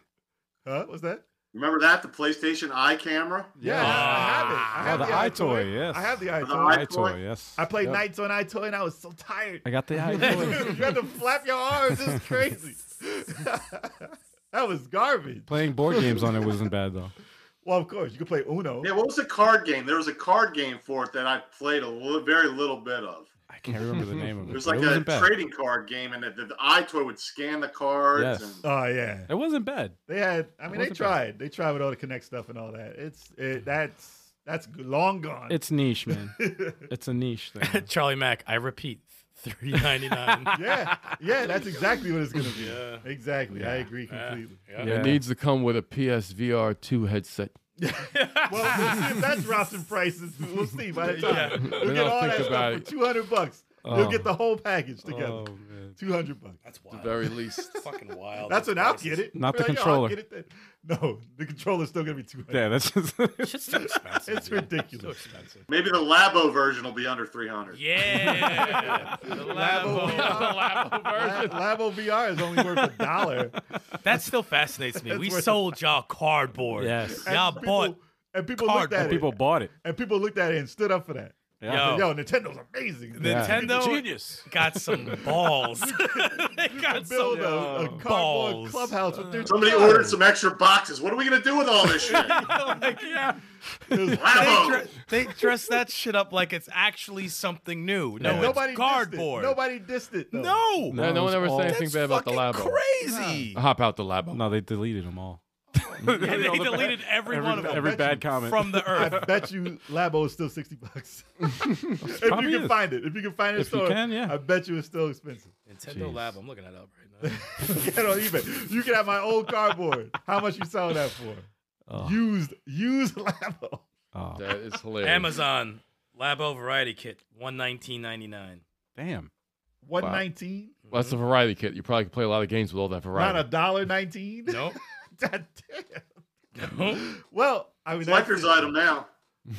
S5: Huh? What's that?
S4: Remember that? The PlayStation Eye camera?
S5: Yeah, I have it. I have
S2: Oh, the
S5: eye
S2: iToy,
S5: toy.
S2: yes.
S5: I have the eye
S4: The
S5: toy.
S4: eye-
S2: iToy, yes.
S5: I played
S2: Yep.
S5: nights on eye toy and I was so tired.
S2: I got the
S5: you
S2: iToy.
S5: had to flap your arms. It's crazy. that was garbage.
S2: Playing board games on it wasn't bad though.
S5: Well, of course you could play Uno.
S4: Yeah, what was the card game? There was a card game for it that I played a li- very little bit of.
S2: I can't remember the name of it.
S4: It was
S2: but
S4: like
S2: it
S4: a
S2: wasn't bad.
S4: trading card game, and the, the, the eye toy would scan the cards.
S2: Yes.
S4: And,
S5: Oh yeah.
S2: It wasn't bad.
S5: They had. I mean, they
S2: wasn't bad.
S5: tried. They tried with all the Connect stuff and all that. It's it, that's that's g- long gone.
S2: It's niche, man. it's a niche thing.
S6: Charlie Mack. I repeat, three ninety nine.
S5: yeah, yeah. That's exactly what it's gonna be. Exactly. I agree completely.
S2: Yeah.
S3: It needs to come with a PSVR 2 headset.
S5: Well, we'll see if that's Robson prices. We'll see by the time
S3: We
S5: we'll get
S3: don't
S5: all
S3: think about
S5: that stuff for
S3: it.
S5: two hundred bucks. We'll get the whole package together.
S2: Oh, man.
S5: Two hundred bucks.
S6: That's
S3: At
S6: wild.
S3: the very least.
S6: fucking wild.
S5: That's when I'll get it.
S2: Not the
S5: Hell, yeah, I'll
S2: controller.
S5: get it then. No, the controller's still gonna be two hundred.
S2: Yeah, that's just
S6: Shit's too expensive.
S5: It's ridiculous.
S6: expensive.
S4: Maybe the Labo version will be under 300.
S6: Yeah. the Labo.
S5: Labo.
S6: the Labo version.
S5: Labo VR is only worth a dollar.
S6: That still fascinates me.
S5: That's
S6: we
S5: worth it.
S6: sold y'all cardboard.
S2: Yes.
S5: And
S6: Y'all
S5: people-
S6: bought.
S5: and people looked
S6: cardboard.
S5: at
S2: people
S5: it.
S2: bought it.
S5: And people looked at it and stood up for that.
S2: Yeah.
S6: Yo.
S5: Yo, Nintendo's amazing.
S2: Yeah.
S6: Oh. Nintendo
S2: Genius.
S6: got some balls. they got some
S5: build a, a cardboard
S6: balls.
S5: clubhouse with their
S4: Somebody
S5: child.
S4: ordered some extra boxes. What are we gonna do with all this shit?
S6: like, yeah.
S5: There's-
S6: They,
S4: Labo.
S6: dre- they dress that shit up like it's actually something new. No,
S5: and
S6: it's
S5: nobody
S6: cardboard.
S5: Dissed it. Nobody dissed it. though.
S6: No.
S3: No, no
S2: it
S3: one
S2: was
S3: ever
S2: all-
S3: said anything
S6: That's
S3: bad about the
S6: fucking
S3: Labo.
S6: crazy.
S3: Hop out the Labo.
S2: No, they deleted them all.
S6: Yeah, they deleted every,
S2: Every,
S6: one of them
S2: every bad comment.
S6: from the
S5: I
S6: earth.
S5: bet you Labo is still sixty bucks. if you
S2: probably
S5: can
S2: is.
S5: find it, if you can find it,
S2: If you
S5: store,
S2: can, yeah.
S5: I bet you it's still expensive.
S6: Nintendo Lab. I'm looking that up right now.
S5: Get on eBay. You can have my old cardboard. How much you selling that for?
S2: Oh.
S5: Used, used Labo.
S2: Oh,
S3: That is hilarious.
S6: Amazon Labo Variety Kit, one nineteen ninety nine.
S2: damn.
S5: One nineteen,
S3: Well, that's a variety kit. You probably could play a lot of games with all that
S5: not a
S3: variety.
S5: dollar nineteen.
S6: Nope.
S5: God damn. Well, I mean, that's
S4: Collector's
S5: it.
S4: item now.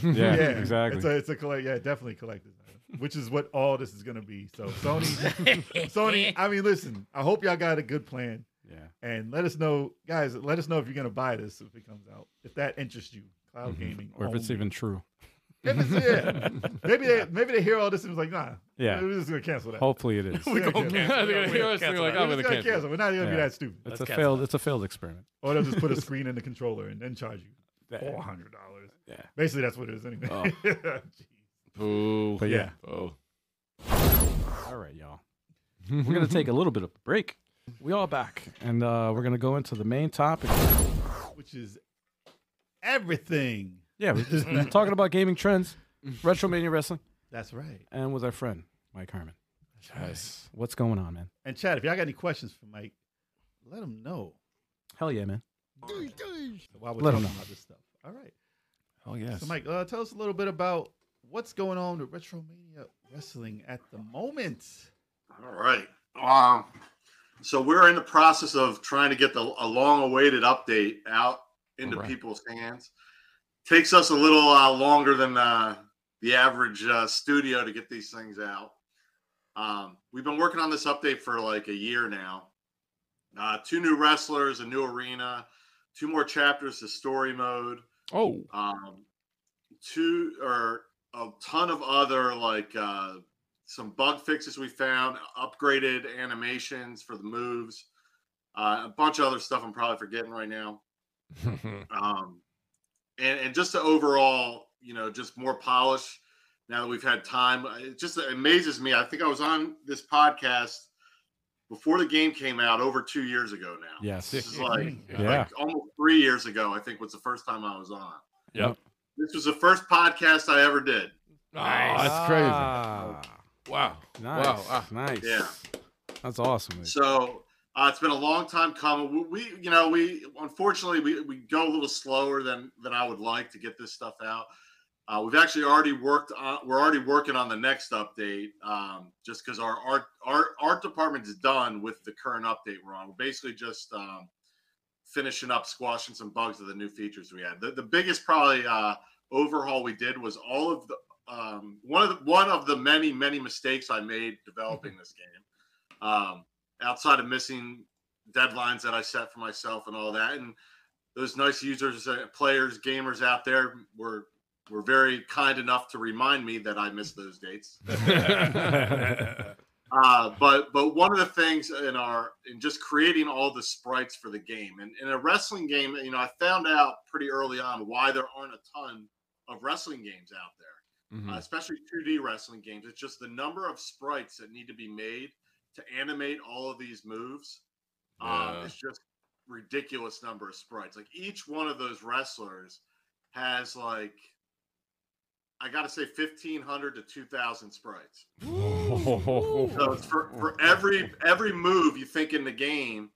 S2: Yeah,
S5: yeah, It's
S2: exactly.
S5: a, it's a collect, yeah, definitely collector's item, which is what all this is gonna be. So Sony, Sony. I mean, listen, I hope y'all got a good plan,
S2: Yeah.
S5: and let us know, guys. Let us know if you're gonna buy this if it comes out, if that interests you. Cloud gaming,
S2: Mm-hmm. Or if it's
S5: only.
S2: even true.
S5: If it's- yeah. maybe they maybe they hear all this and it's like, nah,
S2: Yeah.
S5: we're just gonna cancel that.
S2: Hopefully it is.
S5: We're gonna cancel.
S3: They're gonna hear us and be like,
S5: We're
S3: I'm gonna
S5: just gonna
S3: cancel.
S5: cancel. We're not even gonna be
S2: Yeah.
S5: that stupid.
S2: It's a
S6: cancel
S2: failed. It's a failed experiment.
S5: Or they'll just put a screen in the controller and then charge you
S2: Yeah.
S5: four hundred dollars.
S2: Yeah.
S5: basically that's what it is anyway.
S3: Oh.
S5: Jeez.
S3: Boo.
S2: But yeah.
S3: Oh.
S2: All right, y'all. We're gonna take a little bit of a break. We all back, and uh, we're gonna go into the main topic.
S5: which is everything.
S2: Yeah, we're just talking about gaming trends, Retromania Wrestling,
S5: That's right.
S2: and with our friend Mike Harmon.
S6: Nice.
S2: What's going on, man?
S5: And Chad, if y'all got any questions for Mike, let him know.
S2: Hell yeah, man.
S5: While we're
S2: Let him
S5: talking
S2: know.
S5: about this stuff. All right.
S3: Oh yes.
S5: So, Mike, uh, tell us a little bit about what's going on with Retromania Wrestling at the moment.
S4: All right. Um, so we're in the process of trying to get the a long-awaited update out into
S3: All right.
S4: people's hands. Takes us a little uh, longer than uh, the average uh, studio to get these things out. Um, we've been working on this update for like a year now. Uh, two new wrestlers, a new arena, two more chapters to story mode
S3: oh,
S4: um, two or a ton of other like uh, some bug fixes we found, upgraded animations for the moves, uh, a bunch of other stuff I'm probably forgetting right now,
S3: Hmm.
S4: um, and and just to overall, you know, just more polish. Now that we've had time, Uh, it just amazes me. I think I was on this podcast before the game came out over two years ago now.
S2: Yes.
S4: This is like, uh,
S3: Yeah.
S4: like almost three years ago, I think was the first time I was on.
S3: Yep.
S4: This was the first podcast I ever did.
S3: Ah, that's crazy.
S2: Oh, crazy.
S3: Wow.
S2: Nice.
S3: Wow. Ah.
S2: Nice.
S4: Yeah.
S2: That's awesome. man.
S4: So uh, it's been a long time coming. We, we you know, we unfortunately we, we go a little slower than than I would like to get this stuff out. Uh, we've actually already worked on. We're already working on the next update, um, just because our art our art department is done with the current update we're on. We're basically just um, finishing up, squashing some bugs of the new features we had. The, the biggest probably uh, overhaul we did was all of the um, one of the, one of the many many mistakes I made developing this game. Um, outside of missing deadlines that I set for myself and all that. And those nice users, uh, players, gamers out there were were very kind enough to remind me that I missed those dates. Uh, but but one of the things in our in just creating all the sprites for the game and in a wrestling game, you know, I found out pretty early on why there aren't a ton of wrestling games out there
S3: Mhm.
S4: uh, especially 2D wrestling games. It's just the number of sprites that need to be made to animate all of these moves.
S3: Yeah.
S4: Um, it's just ridiculous number of sprites. Like each one of those wrestlers has like I gotta say 1500 to 2000 sprites. So it's for, for every every move you think in the game,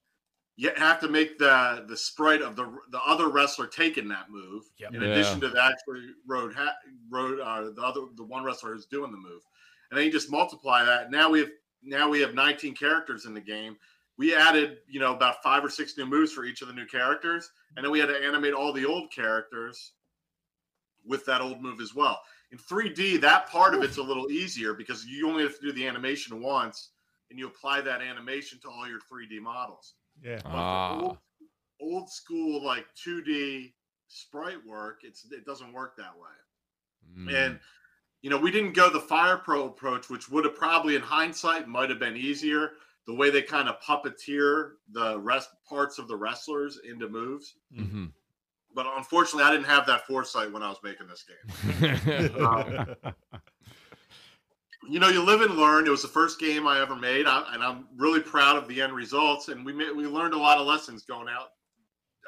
S4: you have to make the the sprite of the the other wrestler taking that move.
S6: Yep.
S4: In
S3: Yeah.
S4: addition to the actual road ha- road uh, the other the one wrestler who's doing the move, and then you just multiply that. Now we have now we have 19 characters in the game. We added you know about five or six new moves for each of the new characters, and then we had to animate all the old characters with that old move as well. In 3D, that part of it's a little easier because you only have to do the animation once and you apply that animation to all your 3D models.
S5: Yeah.
S4: But for
S3: Ah.
S4: old, old school, like 2D sprite work, it's it doesn't work that way.
S3: Mm. mm-hmm.
S4: And you know, we didn't go the fire pro approach, which would have probably in hindsight might have been easier. The way they kind of puppeteer the rest parts of the wrestlers into moves.
S3: Mhm.
S4: But unfortunately, I didn't have that foresight when I was making this game. you know, you live and learn. It was the first game I ever made, I, and I'm really proud of the end results. And we ma- we learned a lot of lessons going out,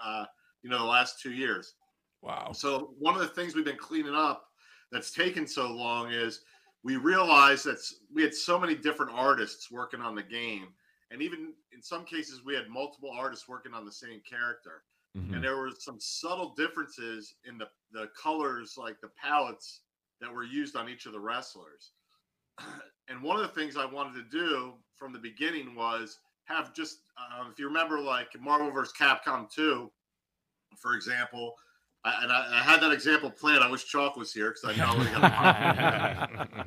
S4: uh, you know, the last two years.
S3: wow.
S4: So one of the things we've been cleaning up that's taken so long is we realized that s- we had so many different artists working on the game, and even in some cases we had multiple artists working on the same character
S3: Mhm.
S4: and there were some subtle differences in the the colors like the palettes that were used on each of the wrestlers and one of the things i wanted to do from the beginning was have just um, if you remember like marvel vs capcom 2 for example I, and I, I had that example planned i wish chalk was here because i know we got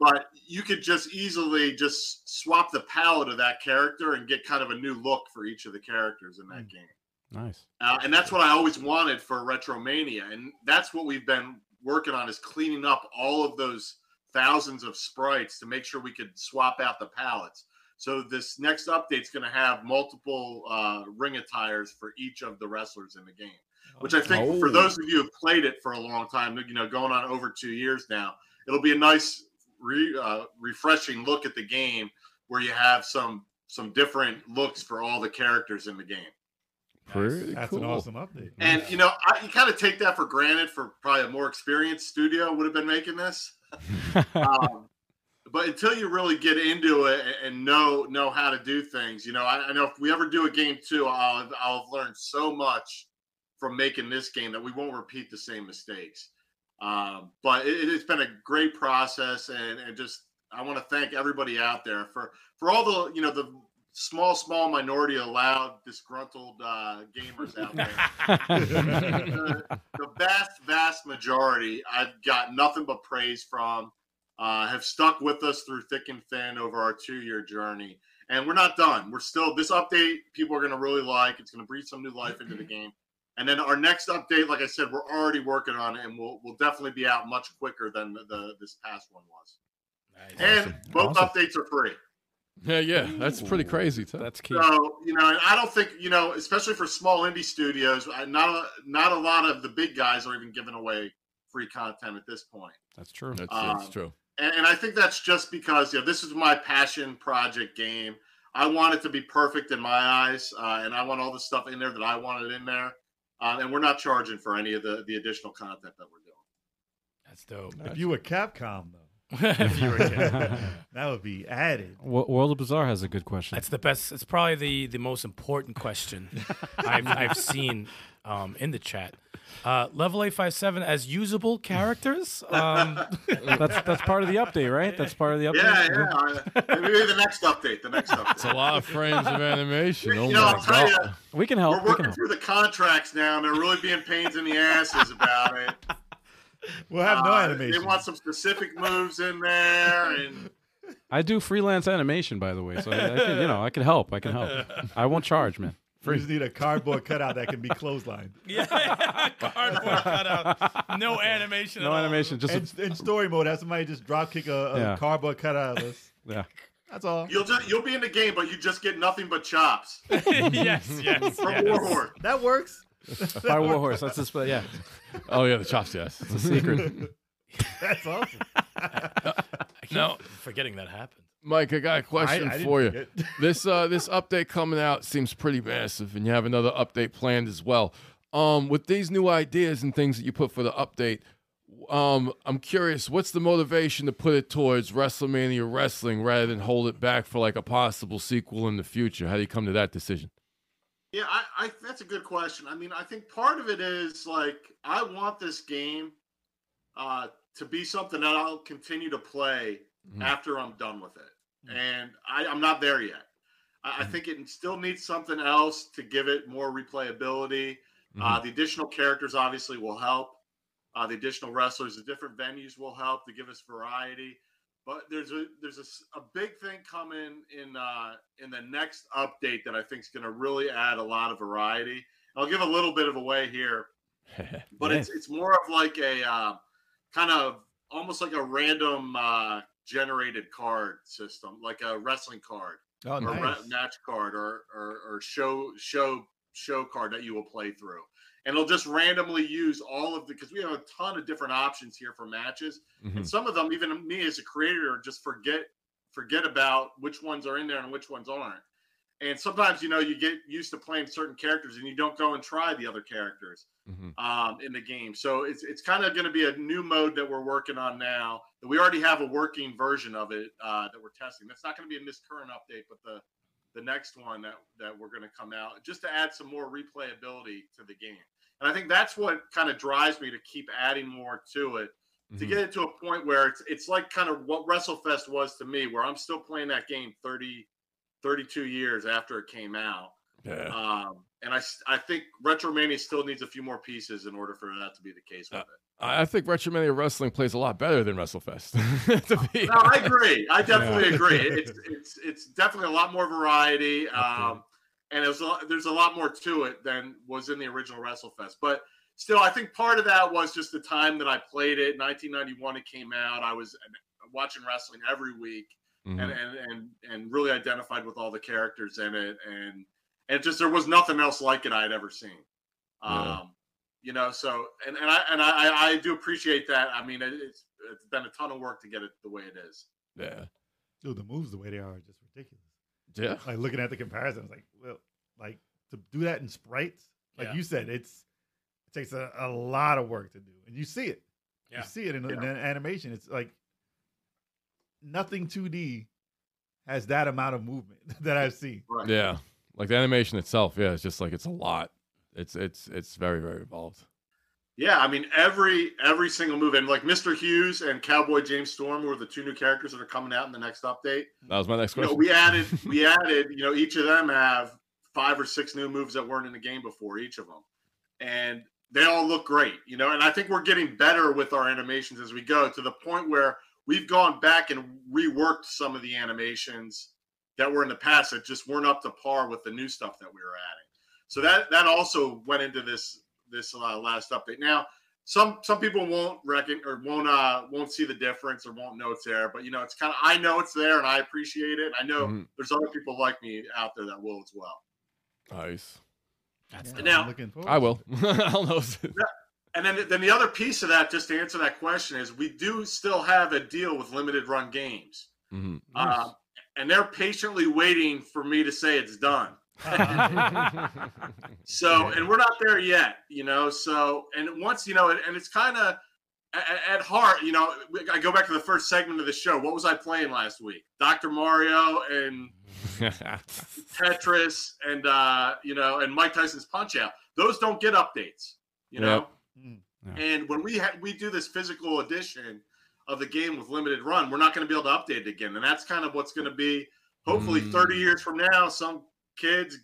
S4: but you could just easily just swap the palette of that character and get kind of a new look for each of the characters in that game
S2: nice.
S4: uh, and that's what I always wanted for Retromania, and that's what we've been working on is cleaning up all of those thousands of sprites to make sure we could swap out the palettes. So this next update's going to have multiple uh, ring attires for each of the wrestlers in the game, which I think for
S3: Oh.
S4: those of you who've played it for a long time, you know, going on over two years now, it'll be a nice, re, uh, refreshing look at the game where you have some some different looks for all the characters in the game.
S3: Pretty
S5: That's
S3: cool.
S5: an awesome update.
S4: And you know, I, you kind of take that for granted. For probably a more experienced studio would have been making this, um, but until you really get into it a- and know know how to do things, you know, I, I know if we ever do a game two, I'll I'll have learned so much from making this game that we won't repeat the same mistakes. Um, but it, it's been a great process, and and just I want to thank everybody out there for for all the you know the small small minority of loud disgruntled uh, gamers out there the, the vast, vast majority I've got nothing but praise from, uh, have stuck with us through thick and thin over our two year journey. And we're not done. We're still, this update, people are going to really like. It's going to breathe some new life into the game. And then our next update, like I said, we're already working on it and we'll, we'll definitely be out much quicker than the, the this past one was.
S6: Nice.
S4: And both
S2: Awesome.
S4: updates are free.
S3: Yeah, yeah, that's pretty
S2: Ooh.
S3: crazy. Too.
S2: That's key.
S4: So you know, and I don't think you know, especially for small indie studios, I- not a, not a lot of the big guys are even giving away free content at this point.
S2: That's true.
S3: That's, that's
S4: Um,
S3: true.
S4: And, and I think that's just because you know this is my passion project game. I want it to be perfect in my eyes, uh, and I want all the stuff in there that I wanted in there. Um, and we're not charging for any of the the additional content that we're doing.
S6: That's dope.
S5: If you were Capcom though,
S6: If you were kidding.
S5: that would be added.
S2: Wo- World of Bizarre has a good question.
S6: That's the best. It's probably the, the most important question I've, I've seen um, in the chat. Uh, level 857 as usable characters. Um,
S2: that's that's part of the update, right? That's part of the update.
S4: Yeah, yeah. uh, maybe the next update. The next update.
S3: It's a lot of frames of animation. Oh
S4: you know,
S3: my
S4: I'll tell
S3: god.
S4: you,
S2: We can help.
S4: we're
S2: We can
S4: working
S2: help.
S4: through the contracts now, and they're really being pains in the asses about it.
S5: We'll have no
S4: Uh,
S5: animation.
S4: They want some specific moves in there, and
S2: I do freelance animation, by the way, so I, I can, you know, I can help. I can help. I won't charge, man.
S5: you just need a cardboard cutout that can be clotheslined
S6: yeah, cardboard cutout. No animation.
S2: No
S6: at all.
S2: animation, just
S5: and in story mode. Have somebody just drop kick a, a
S2: Yeah.
S5: cardboard cutout of us.
S2: yeah.
S5: That's all.
S4: you'll just you'll be in the game, but you just get nothing but chops from
S6: yes, yes, yes.
S4: Warhorn.
S5: That works.
S2: Fire Warhorse. That's just, yeah.
S3: Oh yeah, the chops. Yes.
S2: It's a secret.
S5: That's awesome.
S6: I keep
S3: No.
S6: forgetting that happened.
S3: Mike, I got a question
S5: I- I didn't
S3: for you.
S5: forget.
S3: this uh, this update coming out seems pretty massive, and you have another update planned as well. Um, with these new ideas and things that you put for the update, um, I'm curious, what's the motivation to put it towards WrestleMania wrestling rather than hold it back for like a possible sequel in the future? How do you come to that decision?
S4: Yeah, I, I that's a good question. I mean, I think part of it is like I want this game uh, to be something that I'll continue to play
S3: Mhm.
S4: after I'm done with
S5: Mm.
S4: it, and I, I'm not there yet. I, I think it still needs something else to give it more replayability. Uh, the additional characters obviously will help. Uh, the additional wrestlers, the different venues will help to give us variety. But there's a there's a, s- a big thing coming in uh, in the next update that I think is going to really add a lot of variety. I'll give a little bit of away here, but it's it's more of like a uh, kind of almost like a random uh, generated card system, like a wrestling card
S5: Oh,
S4: or
S5: nice.
S4: ra- match card or, or or show show show card that you will play through and it'll just randomly use all of the because we have a ton of different options here for matches
S3: Mhm.
S4: and some of them even me as a creator just forget forget about which ones are in there and which ones aren't and sometimes you know you get used to playing certain characters and you don't go and try the other characters
S3: Mhm.
S4: um, in the game so it's it's kind of going to be a new mode that we're working on now that we already have a working version of it uh, that we're testing that's not going to be in this current update but the the next one that that we're going to come out just to add some more replayability to the game and i think that's what kind of drives me to keep adding more to it to
S3: Mhm.
S4: get it to a point where it's it's like kind of what WrestleFest was to me, where I'm still playing that game 30, 32 years after it came out.
S3: Yeah.
S4: Um, and I, s- I think Retromania still needs a few more pieces in order for that to be the case with it.
S3: I I think Retromania Wrestling plays a lot better than WrestleFest. to be
S4: No, I agree. I definitely agree. It's it's it's definitely a lot more variety. Um, and it was a lot, there's a lot more to it than was in the original WrestleFest. But still, I think part of that was just the time that I played it. 1991, it came out. I was uh, watching wrestling every week.
S3: Mhm.
S4: and and and and really identified with all the characters in it and and just there was nothing else like it I had ever seen. Um
S3: Yeah.
S4: you know, so and and I and I I- I do appreciate that. I mean, it, it's it's been a ton of work to get it the way it is.
S3: Yeah.
S5: Dude, the moves the way they are are just ridiculous.
S3: Yeah.
S5: Like looking at the comparison, I was like, well, like to do that in sprites, like
S6: Yeah.
S5: you said, it's it takes a, a lot of work to do, and you see it.
S6: Yeah.
S5: You see it in, in
S4: Yeah.
S5: an animation. It's like nothing 2D has that amount of movement that I've seen.
S4: Right.
S3: Yeah, like the animation itself. Yeah, it's just like it's a lot. It's it's it's very very involved.
S4: Yeah, I mean every every single move, and like Mr. Hughes and Cowboy James Storm were the two new characters that are coming out in the next update.
S3: That was my next
S4: You know,
S3: question.
S4: we added we added you know each of them have five or six new moves that weren't in the game before each of them, and they all look great. You know, and I think we're getting better with our animations as we go to the point where we've gone back and reworked some of the animations that were in the past that just weren't up to par with the new stuff that we were adding. So that that also went into this this uh, last update. Now, some some people won't reckon or won't uh won't see the difference or won't know it's there, but you know it's kind of I know it's there and I appreciate it. And I know
S3: Mhm.
S4: there's other people like me out there that will as well.
S3: Nice.
S6: That's
S5: Yeah,
S4: Now-
S5: I'm looking forward.
S3: I
S5: to
S3: will.
S5: it.
S3: I'll know.
S4: And then then the other piece of that, just to answer that question, is we do still have a deal with limited run games.
S3: hmm
S4: Um, and they're patiently waiting for me to say it's done. So, and we're not there yet, you know. So, and once you know, and, and it's kind of at heart, you know. I go back to the first segment of the show. What was I playing last week? Doctor Mario and Tetris, and uh, you know, and Mike Tyson's Punch Out. Those don't get updates, you know.
S5: Mm.
S2: Yeah.
S4: And when we ha- we do this physical edition of the game with limited run, we're not going to be able to update it again, and that's kind of what's going to be. Hopefully,
S3: Mm.
S4: thirty years from now, some kids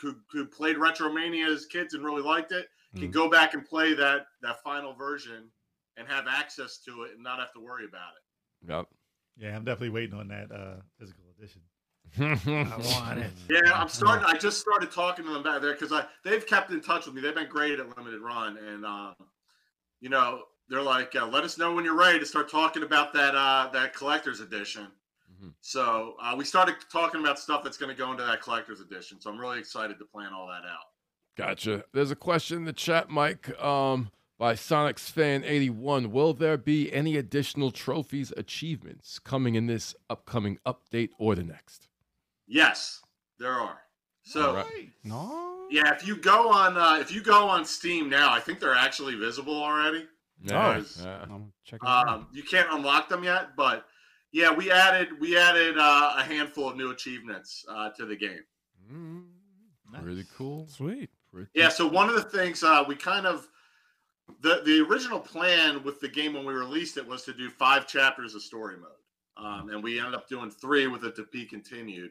S4: who, who played Retromania as kids and really liked it can
S2: Mm.
S4: go back and play that that final version and have access to it and not have to worry about it.
S3: Yep.
S5: Yeah, I'm definitely waiting on that uh, physical edition.
S3: I
S5: I want it.
S4: Yeah, I'm starting. I just started talking to them back there because I they've kept in touch with me. They've been great at limited run, and um, you know they're like, uh, let us know when you're ready to start talking about that uh, that collector's edition.
S3: Mhm.
S4: So uh, we started talking about stuff that's going to go into that collector's edition. So I'm really excited to plan all that out.
S3: Gotcha. There's a question in the chat, Mike, um, by Sonics fan 81. Will there be any additional trophies achievements coming in this upcoming update or the next?
S4: Yes, there are. So.
S3: Alright.
S2: No.
S4: Yeah, if you go on uh, if you go on Steam now, I think they're actually visible already. Nice.
S3: Yeah.
S2: I'm checking. it out.
S4: Um, you can't unlock them yet, but yeah, we added we added uh, a handful of new achievements uh, to the game.
S3: Mm,
S5: Nice.
S3: Pretty cool.
S2: Sweet.
S3: Pretty
S4: Yeah, so one of the things uh, we kind of the the original plan with the game when we released it was to do five chapters of story mode, um, and we ended up doing three with it to be continued.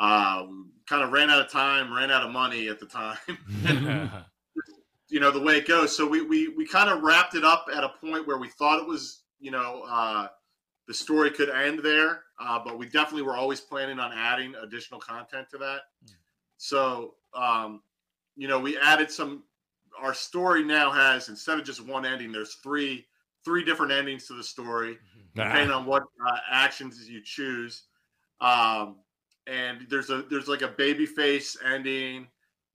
S4: Uh, kind of ran out of time, ran out of money at the time. you know the way it goes. So we we we kind of wrapped it up at a point where we thought it was you know uh, the story could end there, uh, but we definitely were always planning on adding additional content to that. So um, you know we added some. Our story now has instead of just one ending, there's three three different endings to the story depending on what uh, actions you choose. Um, and there's a there's like a baby face ending,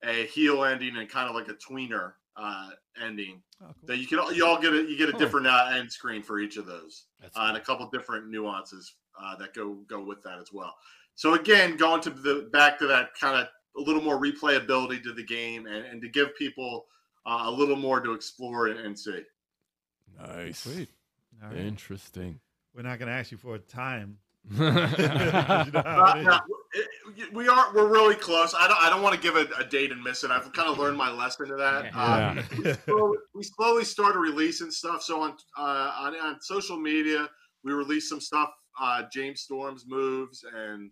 S4: a heel ending, and kind of like a tweener uh, ending.
S5: Oh, cool.
S4: That you can all- you all get a you get a
S3: Huh.
S4: different uh, end screen for each of those,
S6: That's
S4: uh, and a couple different nuances uh, that go go with that as well. So again, going to the back to that kind of a little more replayability to the game, and, and to give people uh, a little more to explore and, and see.
S3: Nice.
S2: Sweet.
S5: All right.
S3: Interesting.
S5: We're not going to ask you for a time. You know
S3: yeah.
S5: how
S4: Uh,
S5: it is.
S4: no, it- we are we're really close. I don't I don't want to give a, a date and miss it. I've kind of learned my lesson to that. Uh,
S5: Um,
S4: so we slowly started releasing stuff. So on, uh, on on social media, we released some stuff. Uh, James Storm's moves and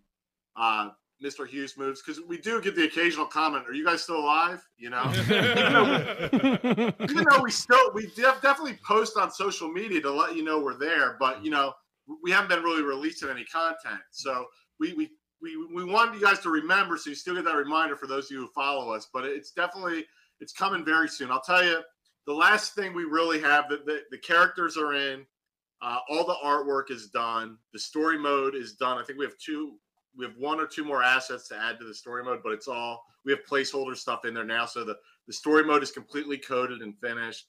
S4: uh, Mr. Hughes moves because we do get the occasional comment. Are you guys still alive? You know. even though we still we def- definitely post on social media to let you know we're there but you know we haven't been really releasing any content so we we we, we wanted you guys to remember so you still get that reminder for those of you who follow us but it's definitely it's coming very soon i'll tell you the last thing we really have that the, the characters are in uh, all the artwork is done the story mode is done i think we have two we have one or two more assets to add to the story mode but it's all we have placeholder stuff in there now so the the story mode is completely coded and finished.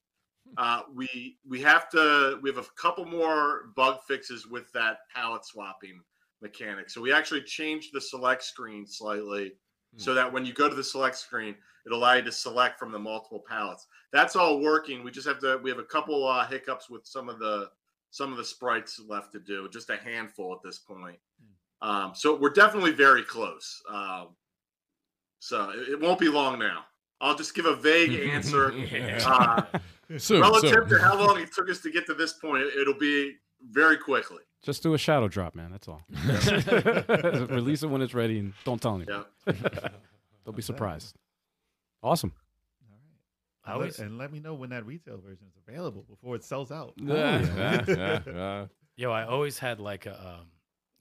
S4: Uh, we we have to we have a couple more bug fixes with that palette swapping mechanic. So we actually changed the select screen slightly so that when you go to the select screen, it allows you to select from the multiple palettes. That's all working. We just have to we have a couple uh, hiccups with some of the some of the sprites left to do, just a handful at this point. Um, so we're definitely very close. Um, so it, it won't be long now. I'll just give a vague answer. uh,
S3: Soon,
S4: relative
S3: soon.
S4: to how long it took us to get to this point, it- it'll be very quickly.
S2: Just do a shadow drop, man. That's all. Release it when it's ready and don't tell anyone. They'll be surprised. Awesome.
S5: All right. And let-
S6: I always-
S5: and let me know when that retail version is available before it sells out.
S3: Yeah, yeah, yeah, yeah.
S6: Yo, I always had like a um,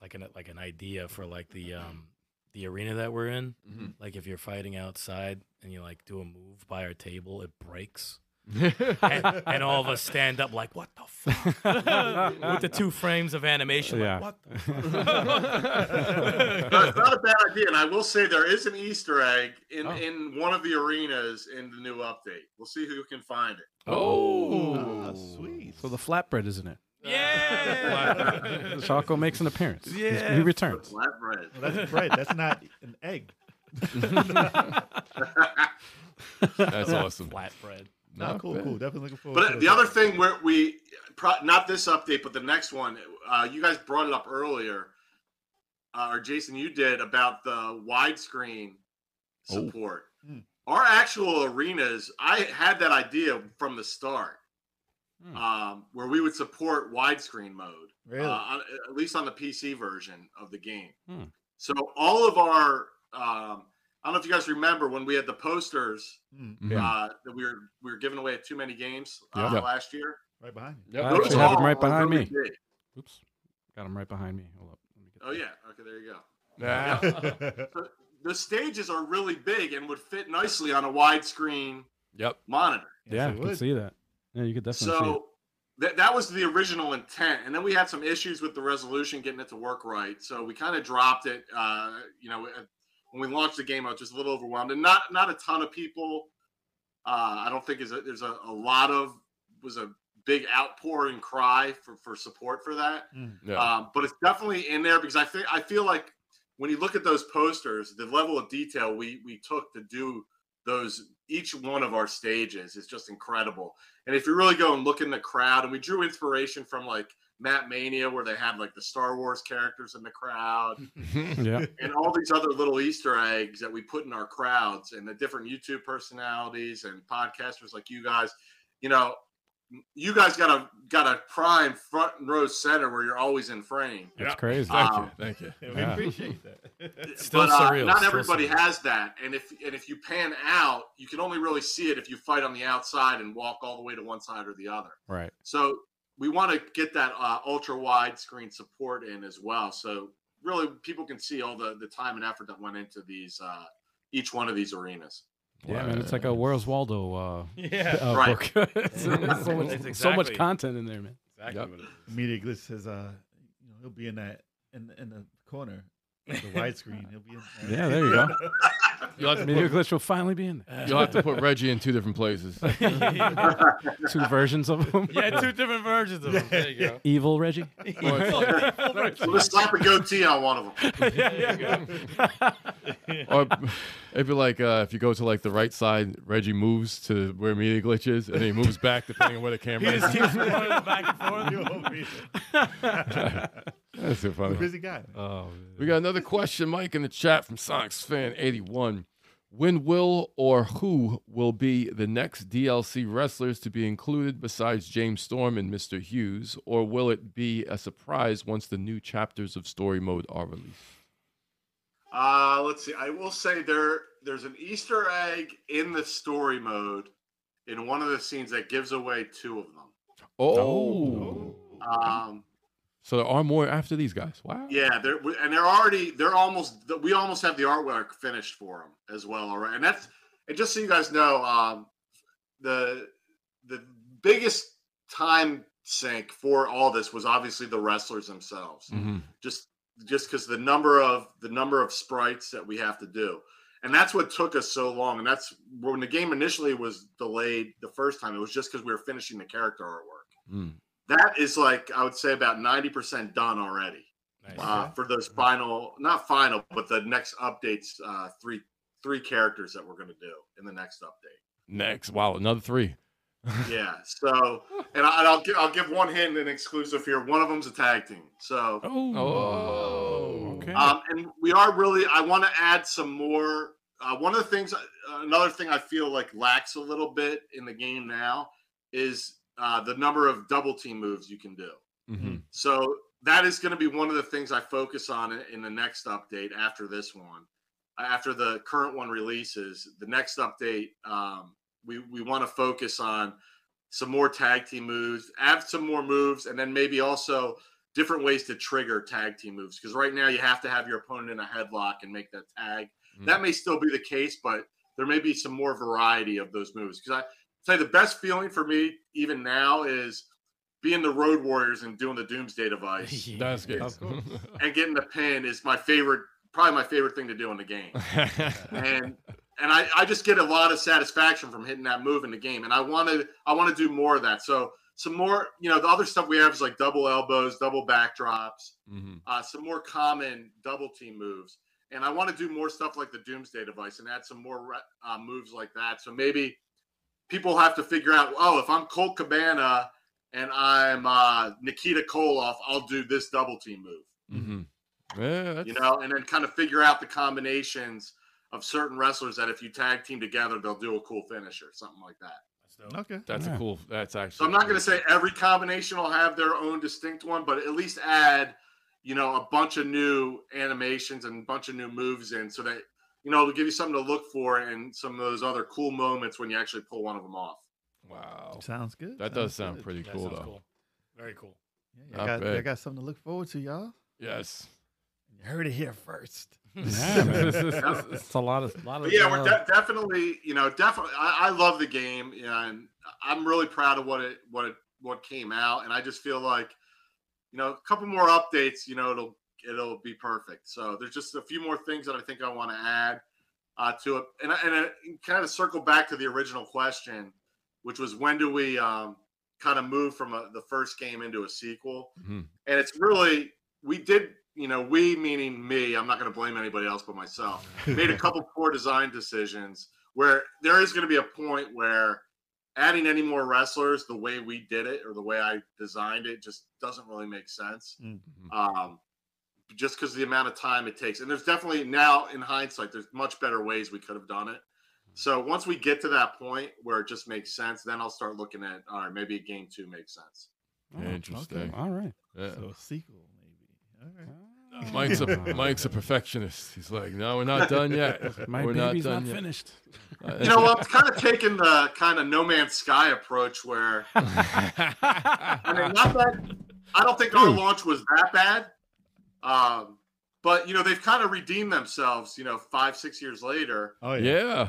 S6: like an like an idea for like the um the arena that we're in.
S3: Mhm.
S6: Like if you're fighting outside and you like do a move by our table, it breaks,
S3: yeah.
S6: and, and all of us stand up like what the fuck with the two frames of animation.
S2: Yeah.
S6: Like, what the fuck?
S4: But it's not a bad idea, and I will say there is an Easter egg in,
S2: Oh.
S4: in one of the arenas in the new update. We'll see who can find it.
S5: Ah,
S3: Oh,
S5: sweet.
S2: So the flatbread is in it.
S6: yeah.
S2: Choco makes an appearance. He's- He
S4: The
S2: returns.
S4: flatbread.
S5: Well, that's bread. That's not an egg.
S3: that's awesome.
S6: Flatbread.
S5: No,
S3: Not
S5: cool,
S3: bad.
S5: cool. Definitely looking forward. to
S4: But the
S5: that.
S4: other thing where we, pro- not this update, but the next one, uh, you guys brought it up earlier, uh, or Jason, you did about the widescreen
S3: Oh.
S4: support.
S5: Hmm.
S4: Our actual arenas, I had that idea from the start,
S2: Hmm.
S4: um, where we would support widescreen mode
S5: really,
S4: uh, on- at least on the PC version of the game.
S2: Hmm.
S4: So all of our, um, I don't know if you guys remember when we had the posters
S5: Mm,
S3: Mhm.
S4: uh, that we were we were giving away at too many games uh,
S3: Yeah.
S4: last year.
S5: right behind you.
S3: Yep.
S2: I actually
S4: Those
S2: have
S4: all
S2: them right
S4: are
S2: behind
S4: really
S2: me.
S4: big.
S2: Oops. Got him right behind me. Hold up. Let me get
S4: Oh
S2: that.
S4: yeah, okay, there you go.
S3: Nah.
S4: The stages are really big and would fit nicely on a widescreen
S3: Yep.
S4: monitor.
S2: Yeah, I
S5: it
S2: can
S5: would.
S2: see that. Yeah, you could definitely see it.
S4: so that that was the original intent, and then we had some issues with the resolution getting it to work right, so we kind of dropped it. Uh, you know, uh, when we launched the game, I was just a little overwhelmed, and not not a ton of people. Uh, I don't think is a, there's a, a lot of was a big outpour and cry for for support for that.
S3: Yeah.
S4: Um, but it's definitely in there because I think I feel like when you look at those posters, the level of detail we we took to do those each one of our stages is just incredible. And if you really go and look in the crowd, and we drew inspiration from like Matt Mania, where they had like the Star Wars characters in the crowd,
S2: Yeah.
S4: and all these other little Easter eggs that we put in our crowds, and the different YouTube personalities and podcasters like you guys, you know. You guys got a got a prime front and row center where you're always in frame.
S2: That's
S3: Yeah.
S2: crazy.
S4: Uh,
S3: Thank you. Thank you.
S4: Um,
S5: Yeah, we
S2: Yeah.
S5: appreciate that.
S6: Still
S4: but, uh,
S6: surreal,
S4: not
S6: still
S4: everybody
S6: surreal.
S4: has that, and if and if you pan out, you can only really see it if you fight on the outside and walk all the way to one side or the other.
S2: Right.
S4: So we want to get that uh, ultra wide screen support in as well, so really people can see all the the time and effort that went into these uh, each one of these arenas.
S2: Yeah, man. It's like a Where's Waldo uh,
S6: Yeah.
S2: uh,
S4: Right.
S2: book. It's- it's so, much,
S6: It's
S2: so much
S6: exactly-
S2: content in there, man.
S6: Exactly
S3: Yep.
S6: what it is.
S5: Media glitch says, uh, you know, he'll be in that in in the corner, the widescreen. He'll be in. There.
S2: Yeah, there you go.
S3: You'll have, to
S2: Media
S3: put,
S2: Glitch will finally be in there.
S3: you'll have to put Reggie in two different places.
S2: Two versions of him.
S6: yeah, two different versions of them. There you go.
S2: Evil Reggie.
S3: Or it's-
S4: So just slap a goatee on one of them.
S3: or it'd be like uh, if you go to like the right side, Reggie moves to where media glitch is, and then he moves back depending on where the camera is.
S6: back and
S5: You
S6: forth.
S5: over here.
S3: That's so funny.
S5: Busy guy.
S4: Uh,
S2: Oh,
S3: We got another question, Mike, in the chat from Sonics Fan 81. When will or who will be the next DLC wrestlers to be included besides James Storm and Mr. Hughes, or will it be a surprise once the new chapters of story mode are released?
S4: Uh, let's see. I will say there there's an Easter egg in the story mode in one of the scenes that gives away two of them.
S3: Oh,
S4: Um,
S3: so there are more after these guys. Wow.
S4: Yeah, they're we- and they're already they're almost we almost have the artwork finished for them as well. All right, and that's and just so you guys know, um, the the biggest time sink for all this was obviously the wrestlers themselves
S3: Mhm.
S4: just just because the number of the number of sprites that we have to do and that's what took us so long and that's when the game initially was delayed the first time it was just because we were finishing the character artwork
S3: Mm.
S4: that is like i would say about 90% done already uh, for those final not final but the next updates uh, three three characters that we're going to do in the next update
S3: Next. Wow, another three.
S4: yeah. So, and, I, and I'll give I'll give one hint and an exclusive here. One of them's a tag team. So,
S2: Oh.
S3: Oh.
S2: Okay.
S4: um, and we are really. I want to add some more. Uh, one of the things, another thing I feel like lacks a little bit in the game now is uh, the number of double team moves you can do.
S3: Mhm.
S4: So that is going to be one of the things I focus on in- in the next update after this one. After the current one releases, the next update, um, we, we want to focus on some more tag team moves, add some more moves, and then maybe also different ways to trigger tag team moves. Because right now you have to have your opponent in a headlock and make that tag. That may still be the case, but there may be some more variety of those moves. Because I say the best feeling for me, even now, is being the Road Warriors and doing the Doomsday device
S3: That's good.
S2: Of course.
S4: and getting the pin is my favorite, probably my favorite thing to do in the game. and and I, I just get a lot of satisfaction from hitting that move in the game. And I want to I want to do more of that. So some more, you know, the other stuff we have is like double elbows, double backdrops,
S3: Mhm.
S4: uh, some more common double team moves. And I want to do more stuff like the Doomsday device and add some more re- uh, moves like that. So maybe people have to figure out, oh, if I'm Colt Cabana and I'm uh, Nikita Koloff, I'll do this double team move
S3: Mhm. Yeah, that's,
S4: you know, and then kind of figure out the combinations of certain wrestlers that if you tag team together, they'll do a cool finish or something like that.
S5: Okay.
S3: that's
S2: Yeah.
S3: a cool. That's actually.
S4: So I'm not
S3: cool.
S4: going to say every combination will have their own distinct one, but at least add, you know, a bunch of new animations and a bunch of new moves in so that, you know, it'll give you something to look for and some of those other cool moments when you actually pull one of them off.
S3: Wow,
S5: Sounds good.
S3: that does sound pretty
S6: That
S3: cool
S6: sounds
S3: though.
S6: cool. Very cool.
S5: Yeah,
S3: Not
S5: I, got, I
S3: bad.
S5: got something to look forward to, y'all.
S3: Yes.
S5: You heard it here first.
S2: Yeah, man, it's, it's- it's- it's a lot of, lot of.
S4: But yeah, we're
S2: uh,
S4: de- definitely, you know, definitely. I, I love the game, you know, and I'm really proud of what it, what it, what came out, and I just feel like, you know, a couple more updates, you know, it'll, it'll be perfect. So there's just a few more things that I think I want to add uh, to it, and I- and I- and kind of circle back to the original question, which was when do we um, kind of move from a, the first game into a sequel?
S2: Mm-hmm.
S3: Mhm.
S4: And it's really we did, you know, we meaning me. I'm not going to blame anybody else but myself made a couple poor design decisions where there is going to be a point where adding any more wrestlers the way we did it or the way I designed it just doesn't really make sense.
S3: Mhm.
S4: Um, just because of the amount of time it takes. And there's definitely now, in hindsight, there's much better ways we could have done it. So once we get to that point where it just makes sense, then I'll start looking at all right, maybe game two makes sense.
S2: oh,
S3: Interesting.
S2: All right.
S3: Yeah.
S5: So a sequel, maybe. All right.
S3: Mike's a Mike's a perfectionist. He's like, no, we're not done yet.
S2: My
S3: we're
S2: baby's not,
S3: yet."
S2: finished.
S3: Uh,
S4: You know, well, I'm kind of taking the kind of No Man's Sky approach where I mean, not that. I don't think our launch was that bad. Um, but you know, they've kind of redeemed themselves. You know, five six years later,
S5: Oh
S3: yeah.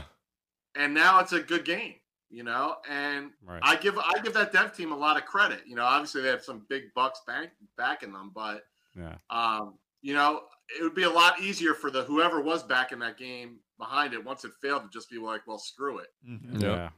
S4: and now it's a good game. You know, and
S2: Right.
S4: I give I give that dev team a lot of credit. You know, obviously they have some big bucks back backing them, but
S2: Yeah.
S4: um, you know, it would be a lot easier for the whoever was backing that game behind it once it failed to just be like, well, screw it.
S5: Mhm.
S3: Yeah.
S2: Yeah.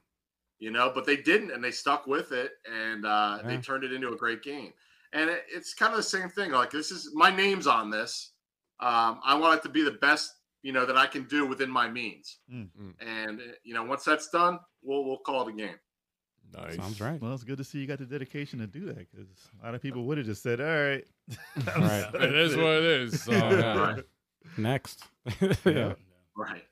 S4: you know but they didn't and they stuck with it and uh, they
S2: Yeah.
S4: turned it into a great game and it, it's kind of the same thing like this is my name's on this um, i want it to be the best you know that i can do within my means
S5: Mm.
S3: Mm.
S4: and uh, you know once that's done we'll we'll call it a game
S3: Nice. Oh,
S2: Sounds right.
S5: Well, it's good to see you got the dedication to do that because a lot of people would have just said, "All Uh, right,
S2: Right.
S3: It is what it is. So, yeah.
S4: Right.
S2: Next.
S5: Yeah.
S4: right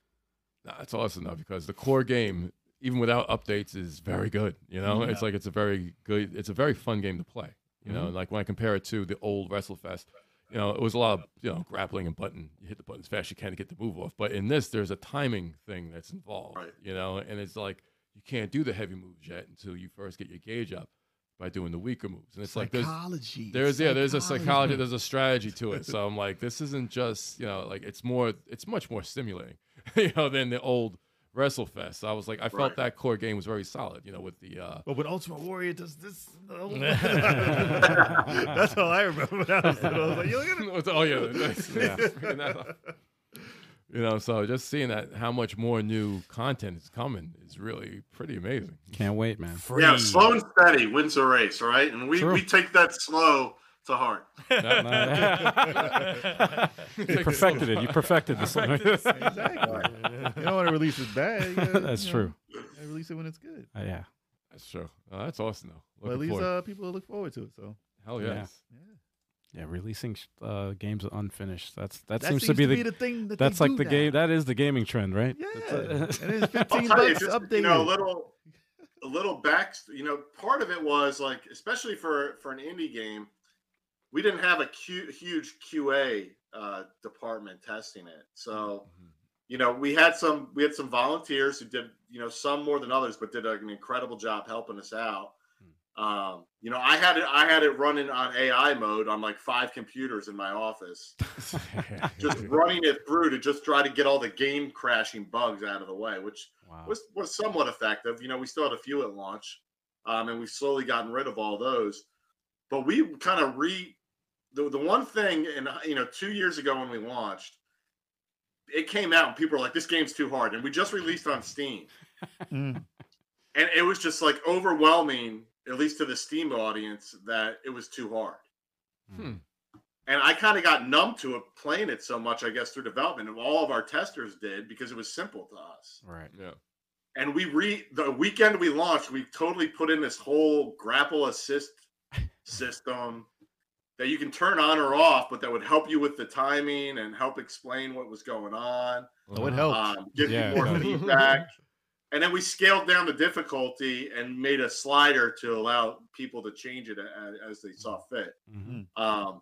S3: Nah, that's awesome though, because the core game, even without updates, is very good. You know, it's like it's a very good, it's a very fun game to play. You know, like when I compare it to the old WrestleFest, you know, it was a lot of you know grappling and button. You hit the button as fast as you can to get the move off. But in this, there's a timing thing that's involved.
S4: Right.
S3: You know, and it's like you can't do the heavy moves yet until you first get your gauge up by doing the weaker moves. And it's like there's
S5: psychology.
S3: there's yeah, there's a psychology, there's a strategy to it. So I'm like, this isn't just you know, like it's more, it's much more stimulating, you know, than the old WrestleFest. So I was like, I felt
S4: Right.
S3: that core game was very solid, you know, with the uh,
S5: But when Ultimate Warrior does this, oh. that's all I remember. When I, was, little. I was like, "Yo, look at
S3: with- oh yeah, that's-
S2: Yeah.
S3: freaking that off. you know. So just seeing that how much more new content is coming is really pretty amazing.
S2: Can't wait, man.
S6: Free.
S4: yeah slow and steady wins the race all right and we
S2: True.
S4: we take that slow to heart
S2: you perfected it. You perfected this one.
S5: him." exactly. You don't want to release it bad. You gotta,
S2: That's
S5: you know,
S2: true.
S5: you gotta Release it when it's good.
S2: Uh, yeah.
S3: That's true. Uh, that's awesome though.
S5: But at
S3: Looking
S5: least
S3: forward-
S5: uh, people look forward to it. So
S3: Hell
S2: Yeah.
S3: yes.
S5: yeah,
S2: Yeah, releasing sh- uh, games unfinished. That's that,
S5: that
S2: seems, to be the,
S5: thing. That they
S2: that's like
S5: do
S2: the
S5: now.
S2: game. That is the gaming trend, right?
S5: Yeah,
S2: That's
S5: and
S2: a-
S5: it's
S4: I'll
S5: fifteen
S4: tell you,
S5: bucks
S4: just,
S5: updated.
S4: You know, a little, a little back. You know, part of it was like, especially for for an indie game, we didn't have a Q, huge QA uh, department testing it. So, you know, we had some we had some volunteers who did, you know, some more than others, but did an incredible job helping us out.
S5: Hmm.
S4: Um, you know, I had it I had it running on AI mode on like five computers in my office just running it through to just try to get all the game crashing bugs out of the way, which
S2: wow.
S4: was, was somewhat effective. You know, we still had a few at launch, um, and we've slowly gotten rid of all those. But we kind of re the, the one thing, and uh, you know, two years ago when we launched, it came out and people were like, "This game's too hard," and we just released on Steam,
S5: Mm.
S4: and it was just like overwhelming, at least to the Steam audience, that it was too hard.
S3: Hmm.
S4: and I kind of got numb to it playing it so much, I guess, through development. And all of our testers did because it was simple to us.
S2: Right.
S3: Yeah.
S4: And we re the weekend we launched, we totally put in this whole grapple assist system that you can turn on or off, but that would help you with the timing and help explain what was going on,
S5: Oh, it helped.
S6: Uh,
S4: um, give
S2: Yeah,
S4: you more
S2: yeah.
S4: feedback. And then we scaled down the difficulty and made a slider to allow people to change it a- as they saw fit.
S2: Mhm.
S4: Um,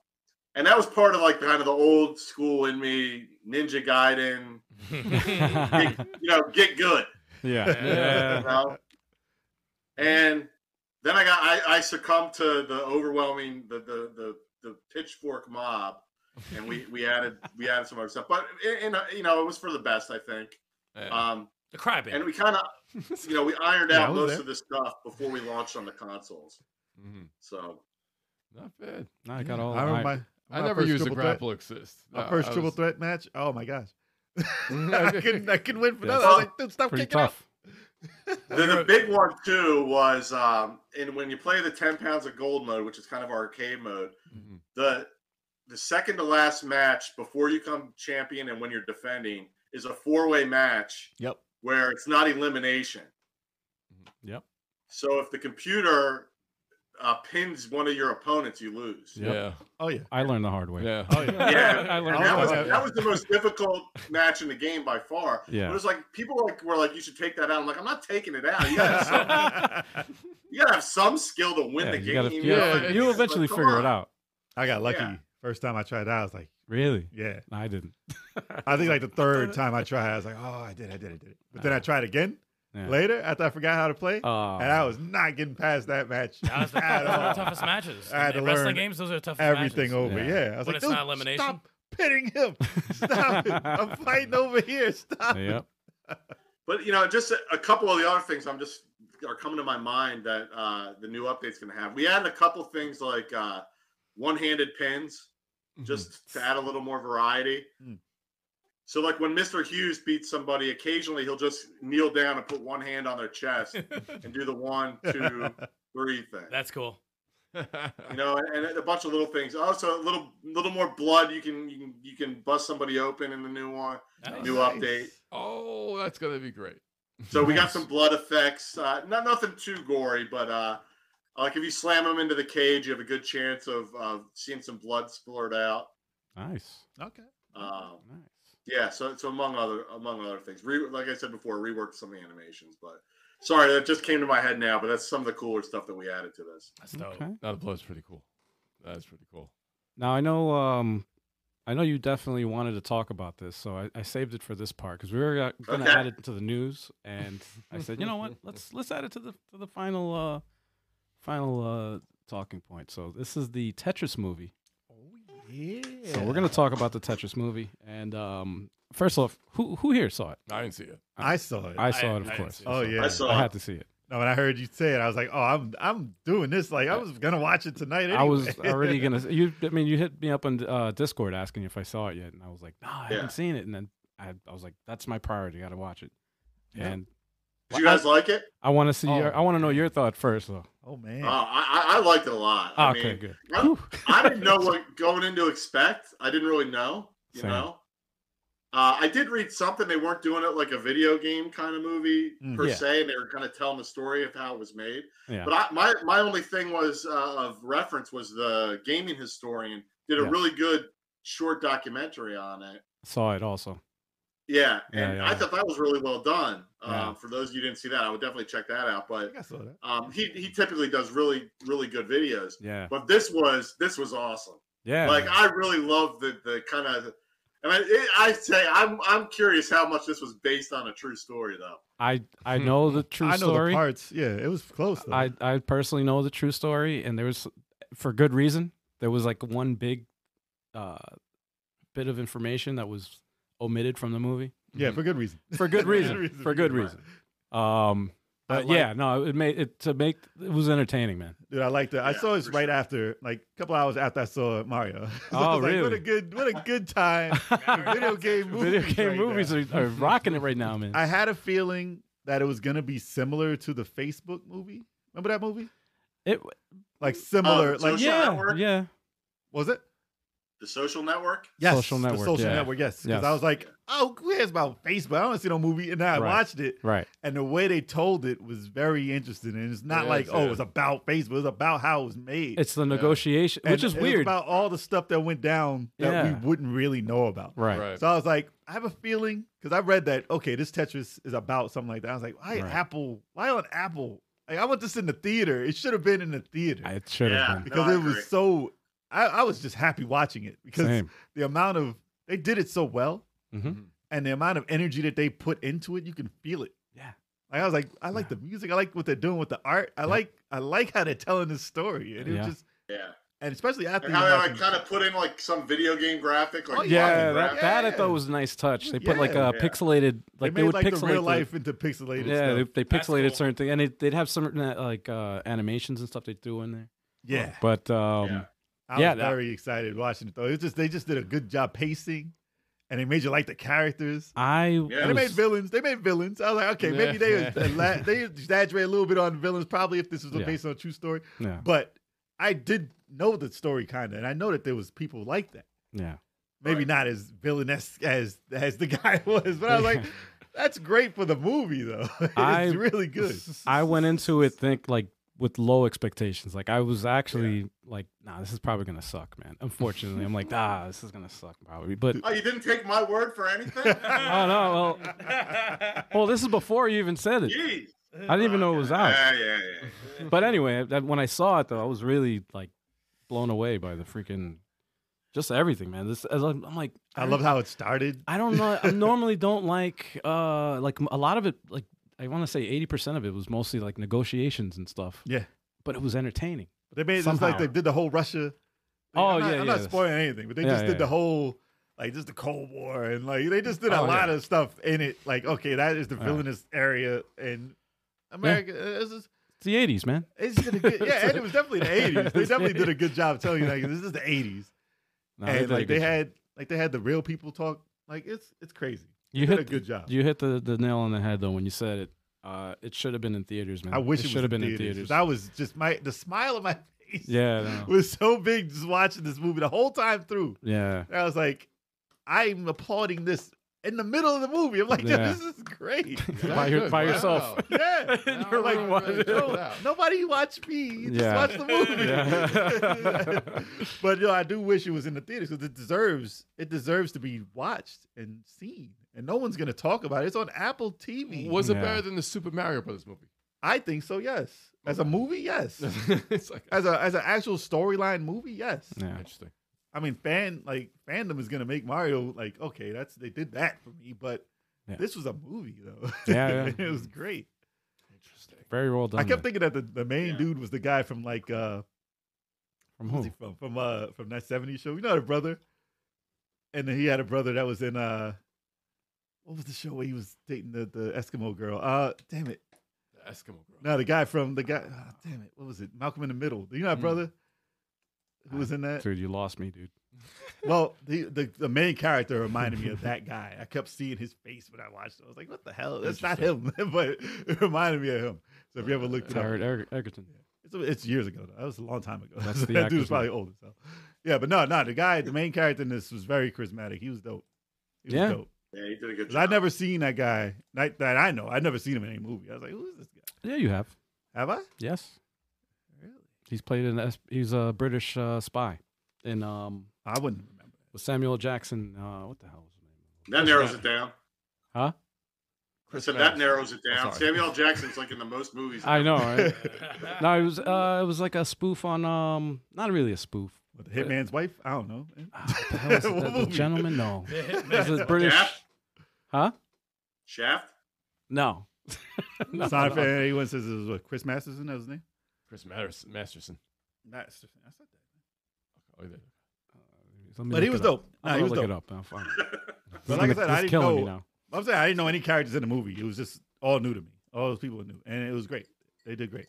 S4: and that was part of like kind of the old school in me, Ninja Gaiden, get, you know, get good,
S2: Mm-hmm. yeah.
S4: you
S2: yeah.
S4: know. And then I got I, I succumbed to the overwhelming the the the, the pitchfork mob, and we we added we added some other stuff, but in, in, you know it was for the best I think.
S3: Yeah.
S4: Um,
S6: the crybaby.
S4: and we kind of you know we ironed
S5: Yeah, I
S4: out
S5: was
S4: most
S5: there.
S4: of this stuff before we launched on the consoles.
S3: Mhm.
S4: So
S3: Not bad.
S2: No, I got
S5: Yeah,
S2: all.
S5: I remember
S2: Oh, I,
S5: my,
S3: I
S5: my
S3: never
S5: first
S3: used a
S5: triple threat-
S3: grapple assist.
S5: My
S6: uh,
S3: No,
S5: first
S3: I
S5: triple
S3: was-
S5: threat match. Oh my gosh, I can I can win for
S2: That's
S5: that. I was like, dude, stop
S2: pretty
S5: kicking
S2: tough.
S4: the, the big one too was um and when you play the 10 pounds of gold mode which is kind of arcade mode
S3: Mhm.
S4: the the second to last match before you come champion and when you're defending is a four-way match
S5: Yep.
S4: where it's not elimination
S2: Mm-hmm. Yep.
S4: so if the computer uh, pins one of your opponents you lose
S3: Yeah.
S5: Oh yeah,
S2: I learned the hard way.
S3: Yeah.
S5: oh yeah.
S4: Yeah.
S2: I
S4: And
S2: learned.
S4: that
S5: Oh,
S4: was
S5: yeah.
S4: that was the most difficult match in the game by far.
S2: Yeah.
S4: It was like people like were like, you should take that out. I'm like, I'm not taking it out. You gotta have some, you gotta have some skill to win
S2: Yeah,
S4: the
S2: you
S4: game.
S2: gotta- you
S3: yeah,
S2: gotta-
S4: know?
S3: it's
S2: you'll
S4: Like,
S2: eventually
S4: come
S2: figure it
S4: on.
S2: out.
S5: I got lucky.
S4: Yeah.
S5: First time I tried out, I was like,
S2: Really?
S5: yeah.
S2: No, I didn't.
S5: I think like the third time I tried, I was like, oh, I did, I did, I did it. But then I tried again
S2: Yeah.
S5: later after I forgot how to play,
S4: Uh.
S2: Oh,
S5: and I was not getting past that match
S6: That was the,
S5: at
S6: those are the
S5: all.
S6: toughest matches.
S5: I had
S6: In
S5: to
S6: wrestling
S5: learn
S6: games, those are the toughest
S5: Everything
S6: matches.
S5: over,
S2: Yeah.
S5: yeah. I was
S6: When
S5: like,
S6: it's not
S5: dude,
S6: elimination.
S5: stop pitting him. Stop it. I'm fighting over here. Stop it.
S2: Yep.
S4: But you know, just a, a couple of the other things I'm just are coming to my mind that uh, the new update's gonna have. We added a couple things like uh, one-handed pins,
S3: Mm-hmm.
S4: just to add a little more variety.
S5: Mm.
S4: So, like when Mr. Hughes beats somebody, occasionally he'll just kneel down and put one hand on their chest and do the one, two, three thing.
S6: That's cool.
S4: you know, and a bunch of little things. Also, a little, little more blood. You can, you can, you can bust somebody open in the new one.
S6: Nice.
S4: New update.
S3: oh, that's gonna be great.
S4: So we got some blood effects. Uh, not nothing too gory, but uh, like if you slam them into the cage, you have a good chance of uh, seeing some blood splurt out.
S2: Nice.
S5: Okay.
S4: Um,
S2: Nice.
S4: yeah, so so among other among other things, Re- like I said before, reworked some animations. But sorry, that just came to my head now. But that's some of the cooler stuff that we added to this.
S6: That's dope.
S2: Okay.
S3: Now the blood's pretty cool. That's pretty cool.
S2: Now I know. Um, I know you definitely wanted to talk about this, so I, I saved it for this part because we were going to
S4: Okay.
S2: add it to the news, and I said, you know what? Let's let's add it to the to the final uh, final uh, talking point. So this is the Tetris movie.
S5: Oh yeah.
S2: So we're going to talk about the Tetris movie, and um, first off, who who here saw it?
S3: I didn't see it.
S5: I saw it.
S2: I saw it, of
S6: didn't
S2: course.
S6: see it.
S5: oh yeah.
S4: I saw
S2: I had
S4: it.
S2: to see it.
S5: No, when I heard you say it, I was like, "Oh, I'm I'm doing this." Like I was gonna watch it tonight. Anyway.
S2: I was already gonna. You, I mean, you hit me up on uh, Discord asking if I saw it yet, and I was like, "No, I
S4: Yeah.
S2: haven't seen it." And then I, I was like, "That's my priority. Got to watch it."
S5: Yeah.
S2: And
S4: Did you guys like it?
S2: I want to see. your,
S5: Oh,
S2: I want to know your thought first, though.
S5: oh man,
S2: Ah.
S4: Oh, I, I I liked it a lot. I
S2: okay,
S4: mean,
S2: good.
S4: I, I didn't know what going in to expect. I didn't really know, you
S2: Same.
S4: know. Uh, I did read something they weren't doing it like a video game kind of movie
S5: Mm.
S4: per
S2: Yeah.
S4: se, and they were kind of telling the story of how it was made.
S2: Yeah.
S4: But I, my my only thing was uh, of reference was the gaming historian did a
S2: Yeah.
S4: really good short documentary on it.
S2: Saw it also.
S4: Yeah,
S2: Yeah,
S4: and
S2: yeah,
S4: I
S2: yeah.
S4: thought that was really well done.
S2: Yeah.
S4: Um, for those of you who didn't see that, I would definitely check that out.
S5: I
S4: But
S5: think I saw that.
S4: um, he he typically does really really good videos.
S2: Yeah.
S4: But this was this was awesome.
S2: Yeah.
S4: Like I really love the the kind of. And I, it, I say I'm I'm curious how much this was based on a true story though.
S2: I I
S3: Hmm.
S2: know the true
S5: I know
S2: story.
S5: the parts. Yeah, it was close. Though.
S2: I I personally know the true story, and there was for good reason. There was like one big uh, bit of information that was omitted from the movie
S5: yeah, for good reason.
S2: for good reason. for good
S5: Right.
S2: reason. Um,
S5: I
S2: but yeah, no, it made it to make it was entertaining, man.
S5: Dude, I liked it. I
S4: Yeah,
S5: saw this
S4: for
S5: right
S4: sure.
S5: after, like a couple hours after I saw Mario. So I
S2: Oh,
S5: was like, What
S2: really?
S5: a good, what a good time. Video game movies.
S2: Video game
S5: right
S2: movies
S5: now.
S2: are, are rocking it right now, man.
S5: I had a feeling that it was gonna be similar to the Facebook movie. Remember that movie?
S2: it, Uh,
S5: Like similar,
S4: the
S5: like
S4: Social
S2: yeah,
S4: Network?
S2: yeah,
S5: was it?
S4: The Social Network.
S5: Yes,
S2: Social
S5: the
S2: Network,
S5: social
S2: yeah.
S5: network. Yes, because
S2: Yes.
S5: I was like, oh, who cares about Facebook? I don't see no movie, and then I
S2: Right.
S5: watched it,
S2: right.
S5: and the way they told it was very interesting. And it's not
S3: It
S5: like,
S3: is,
S5: oh,
S3: yeah.
S5: it's about Facebook. It's about how it was made.
S2: It's the negotiation,
S5: And
S2: which is
S5: it was
S2: weird,
S5: about all the stuff that went down that
S2: Yeah.
S5: we wouldn't really know about.
S2: right?
S3: Right.
S5: So I was like, I have a feeling because I read that. Okay, this Tetris is about something like that. I was like, why
S2: Right.
S5: Apple? Why on Apple? Like, I want this in the theater. It should have been in the theater
S2: It should have
S4: Yeah.
S2: been
S5: because
S4: No, I
S5: it was
S4: agree.
S5: so. I, I was just happy watching it because
S2: same.
S5: the amount of they did it so well,
S2: Mhm.
S5: and the amount of energy that they put into it, you can feel it.
S2: Yeah.
S5: Like I was like, I like the music. I like what they're doing with the art. I
S2: Yeah.
S5: like, I like how they're telling this story, and it
S2: Yeah.
S5: was just,
S4: Yeah.
S5: and especially after
S4: And
S5: you
S4: how they
S5: watch
S4: like
S5: it-
S4: kind of put in like some video game graphic, like
S5: Oh,
S2: Yeah,
S5: Yeah,
S2: that,
S5: yeah.
S2: that I thought was a nice touch. They put like
S5: Yeah.
S2: a
S4: Yeah.
S2: pixelated,
S5: they
S2: like they,
S5: made
S2: would
S5: like
S2: pixelate
S5: the real
S2: the-
S5: life into pixelated.
S2: yeah,
S5: stuff.
S2: they, they
S6: That's
S2: pixelated
S6: cool.
S2: certain things, and it, they'd have some uh, like uh, animations and stuff they threw in there.
S5: yeah.
S2: But um,
S4: Yeah.
S5: I
S2: Yeah,
S5: was
S2: that-
S5: very excited watching it though. It's just they just did a good job pacing, and they made you like the characters.
S2: I
S4: Yeah.
S5: And they made
S2: was,
S5: villains. They made villains. I was like, okay, maybe they
S3: Yeah.
S5: exla- they exaggerate a little bit on villains, probably if this was
S2: Yeah.
S5: based on a true story.
S2: yeah,
S5: But I did know the story kind of, and I know that there was people like that.
S2: yeah,
S5: Maybe
S4: Right.
S5: not as villainous as as the guy was, but I was like, that's great for the movie though. it's
S2: I-
S5: really good.
S2: I went into it think like with low expectations. Like I was actually like, nah, this is probably gonna suck, man. Unfortunately, I'm like, nah, this is gonna suck probably. But
S4: Oh, you didn't take my word for anything?
S2: oh no, well, well, this is before you even said it.
S4: Jeez.
S2: I didn't even know it was out.
S4: Yeah, yeah, yeah.
S2: But anyway, that, when I saw it though, I was really like blown away by the freaking just everything, man. This as I'm, I'm like,
S5: I love how it started.
S2: I don't know. I normally don't like uh like a lot of it. Like I want to say eighty percent of it was mostly like negotiations and stuff.
S5: Yeah.
S2: but it was entertaining.
S5: They made it just like they
S2: Somehow.
S5: did the whole Russia.
S2: Oh,
S5: I'm not,
S2: yeah,
S5: I'm
S2: yeah.
S5: not spoiling anything, but they
S2: Yeah,
S5: just did
S2: yeah.
S5: the whole like just the Cold War and like they just did a
S2: Oh,
S5: lot
S2: yeah.
S5: of stuff in it. Like okay, that is the
S2: Yeah.
S5: villainous area and America. uh, It's just,
S2: It's the eighties, man.
S5: it's just a good, yeah, and it was definitely the '80s. They definitely did a good job telling you like this is the '80s,
S2: No,
S5: and
S2: did a
S5: like they
S2: good job.
S5: had like they had the real people talk. Like it's it's crazy.
S2: you hit
S5: did a good job.
S2: You hit the, the nail on the head though when you said it. Uh, it should have been in theaters, man.
S5: I wish it,
S2: should have been in
S5: 'cause
S2: theaters.
S5: I was just my the smile on my face.
S2: yeah, no.
S5: was so big just watching this movie the whole time through.
S2: yeah.
S5: And I was like, I'm applauding this in the middle of the movie. I'm like, yo,
S2: Yeah.
S5: this is great.
S2: By your- by yourself.
S5: yeah.
S3: Now
S5: You're
S3: I
S5: like,
S3: really
S5: what?
S3: checked it
S5: No,
S3: out.
S5: nobody watch me. You Just
S2: Yeah.
S5: watch the movie.
S2: Yeah.
S5: but yo, I do wish it was in the theaters because it deserves it deserves to be watched and seen. And no one's gonna talk about it. It's on Apple TV.
S3: Was it
S2: Yeah.
S3: better than the Super Mario Brothers movie?
S5: I think so, yes. As a movie, yes.
S3: it's like
S5: As a as an actual storyline movie, yes.
S2: Yeah.
S3: interesting.
S5: I mean, fan like fandom is gonna make Mario like okay, that's they did that for me, but
S2: Yeah.
S5: this was a movie though.
S2: Yeah, yeah.
S5: it was great.
S3: Interesting.
S2: Very well done.
S5: I kept
S2: man.
S5: thinking that the, the main
S4: Yeah.
S5: dude was the guy from like uh
S2: from
S5: who's
S2: who?
S5: he from from uh from that '70s show. You know, the brother, and then he had a brother that was in uh what was the show where he was dating the the Eskimo girl? Uh, damn it,
S3: The Eskimo girl.
S5: no, the guy from the guy. ah, damn it, what was it? Malcolm in the Middle. Do you know that
S3: Mm.
S5: brother? Who was in that?
S2: Dude, you lost me, dude.
S5: Well, the, the the main character reminded me of that guy. I kept seeing his face when I watched it. I was like, "What the hell? That's not him." but it reminded me of him. So if you ever looked it up,
S2: Howard Eger- Egerton.
S5: it's, it's years ago. Though. That was a long time ago.
S2: That's the
S5: that dude
S2: actor's
S5: was probably older. So, yeah, but no, no, the guy, the main character in this was very charismatic. He was dope. He was
S2: Yeah.
S5: dope.
S4: Yeah, he did a good
S5: 'Cause
S4: job.
S5: I'd never seen that guy that, that I know. I'd never seen him in any movie. I was like, who is this guy?
S2: Yeah, you have.
S5: Have I?
S2: Yes,
S5: Really?
S2: he's played an. S- He's a British uh, spy in um,
S5: I wouldn't remember.
S2: with Samuel Jackson. Uh, what the hell was his name?
S4: That narrows it down.
S2: Huh?
S4: I said that narrows it
S3: I'm
S4: down.
S3: sorry.
S4: Samuel Jackson's like in the most movies.
S2: I know, right?
S6: Now,
S2: no, it was uh, it was like a spoof on um, not really a spoof.
S5: What, the hitman's wife? I don't know. man.
S2: Ah, what the hell is it?
S5: What
S2: The- the
S5: movie?
S2: gentleman? No, it was a
S6: Hitman.
S2: British.
S4: Shaft?
S2: Huh?
S4: Shaft?
S2: No. No,
S5: It's not
S2: no.
S5: if anyone says it was what, Chris Masterson. That was his name.
S3: Chris Matters- Masterson.
S5: Masterson. I said that.
S3: Oh, yeah.
S2: Let me
S5: But he
S2: look
S5: was
S2: it up.
S5: dope. Nah,
S2: I'll
S5: he was
S2: look
S5: dope.
S2: it up. I'll find it. It's
S5: like I
S2: gonna-
S5: said, I
S2: it's
S5: didn't
S2: killing me
S5: know-
S2: now.
S5: I'm saying I didn't know any characters in the movie. It was just all new to me. All those people were new, and it was great. They did great.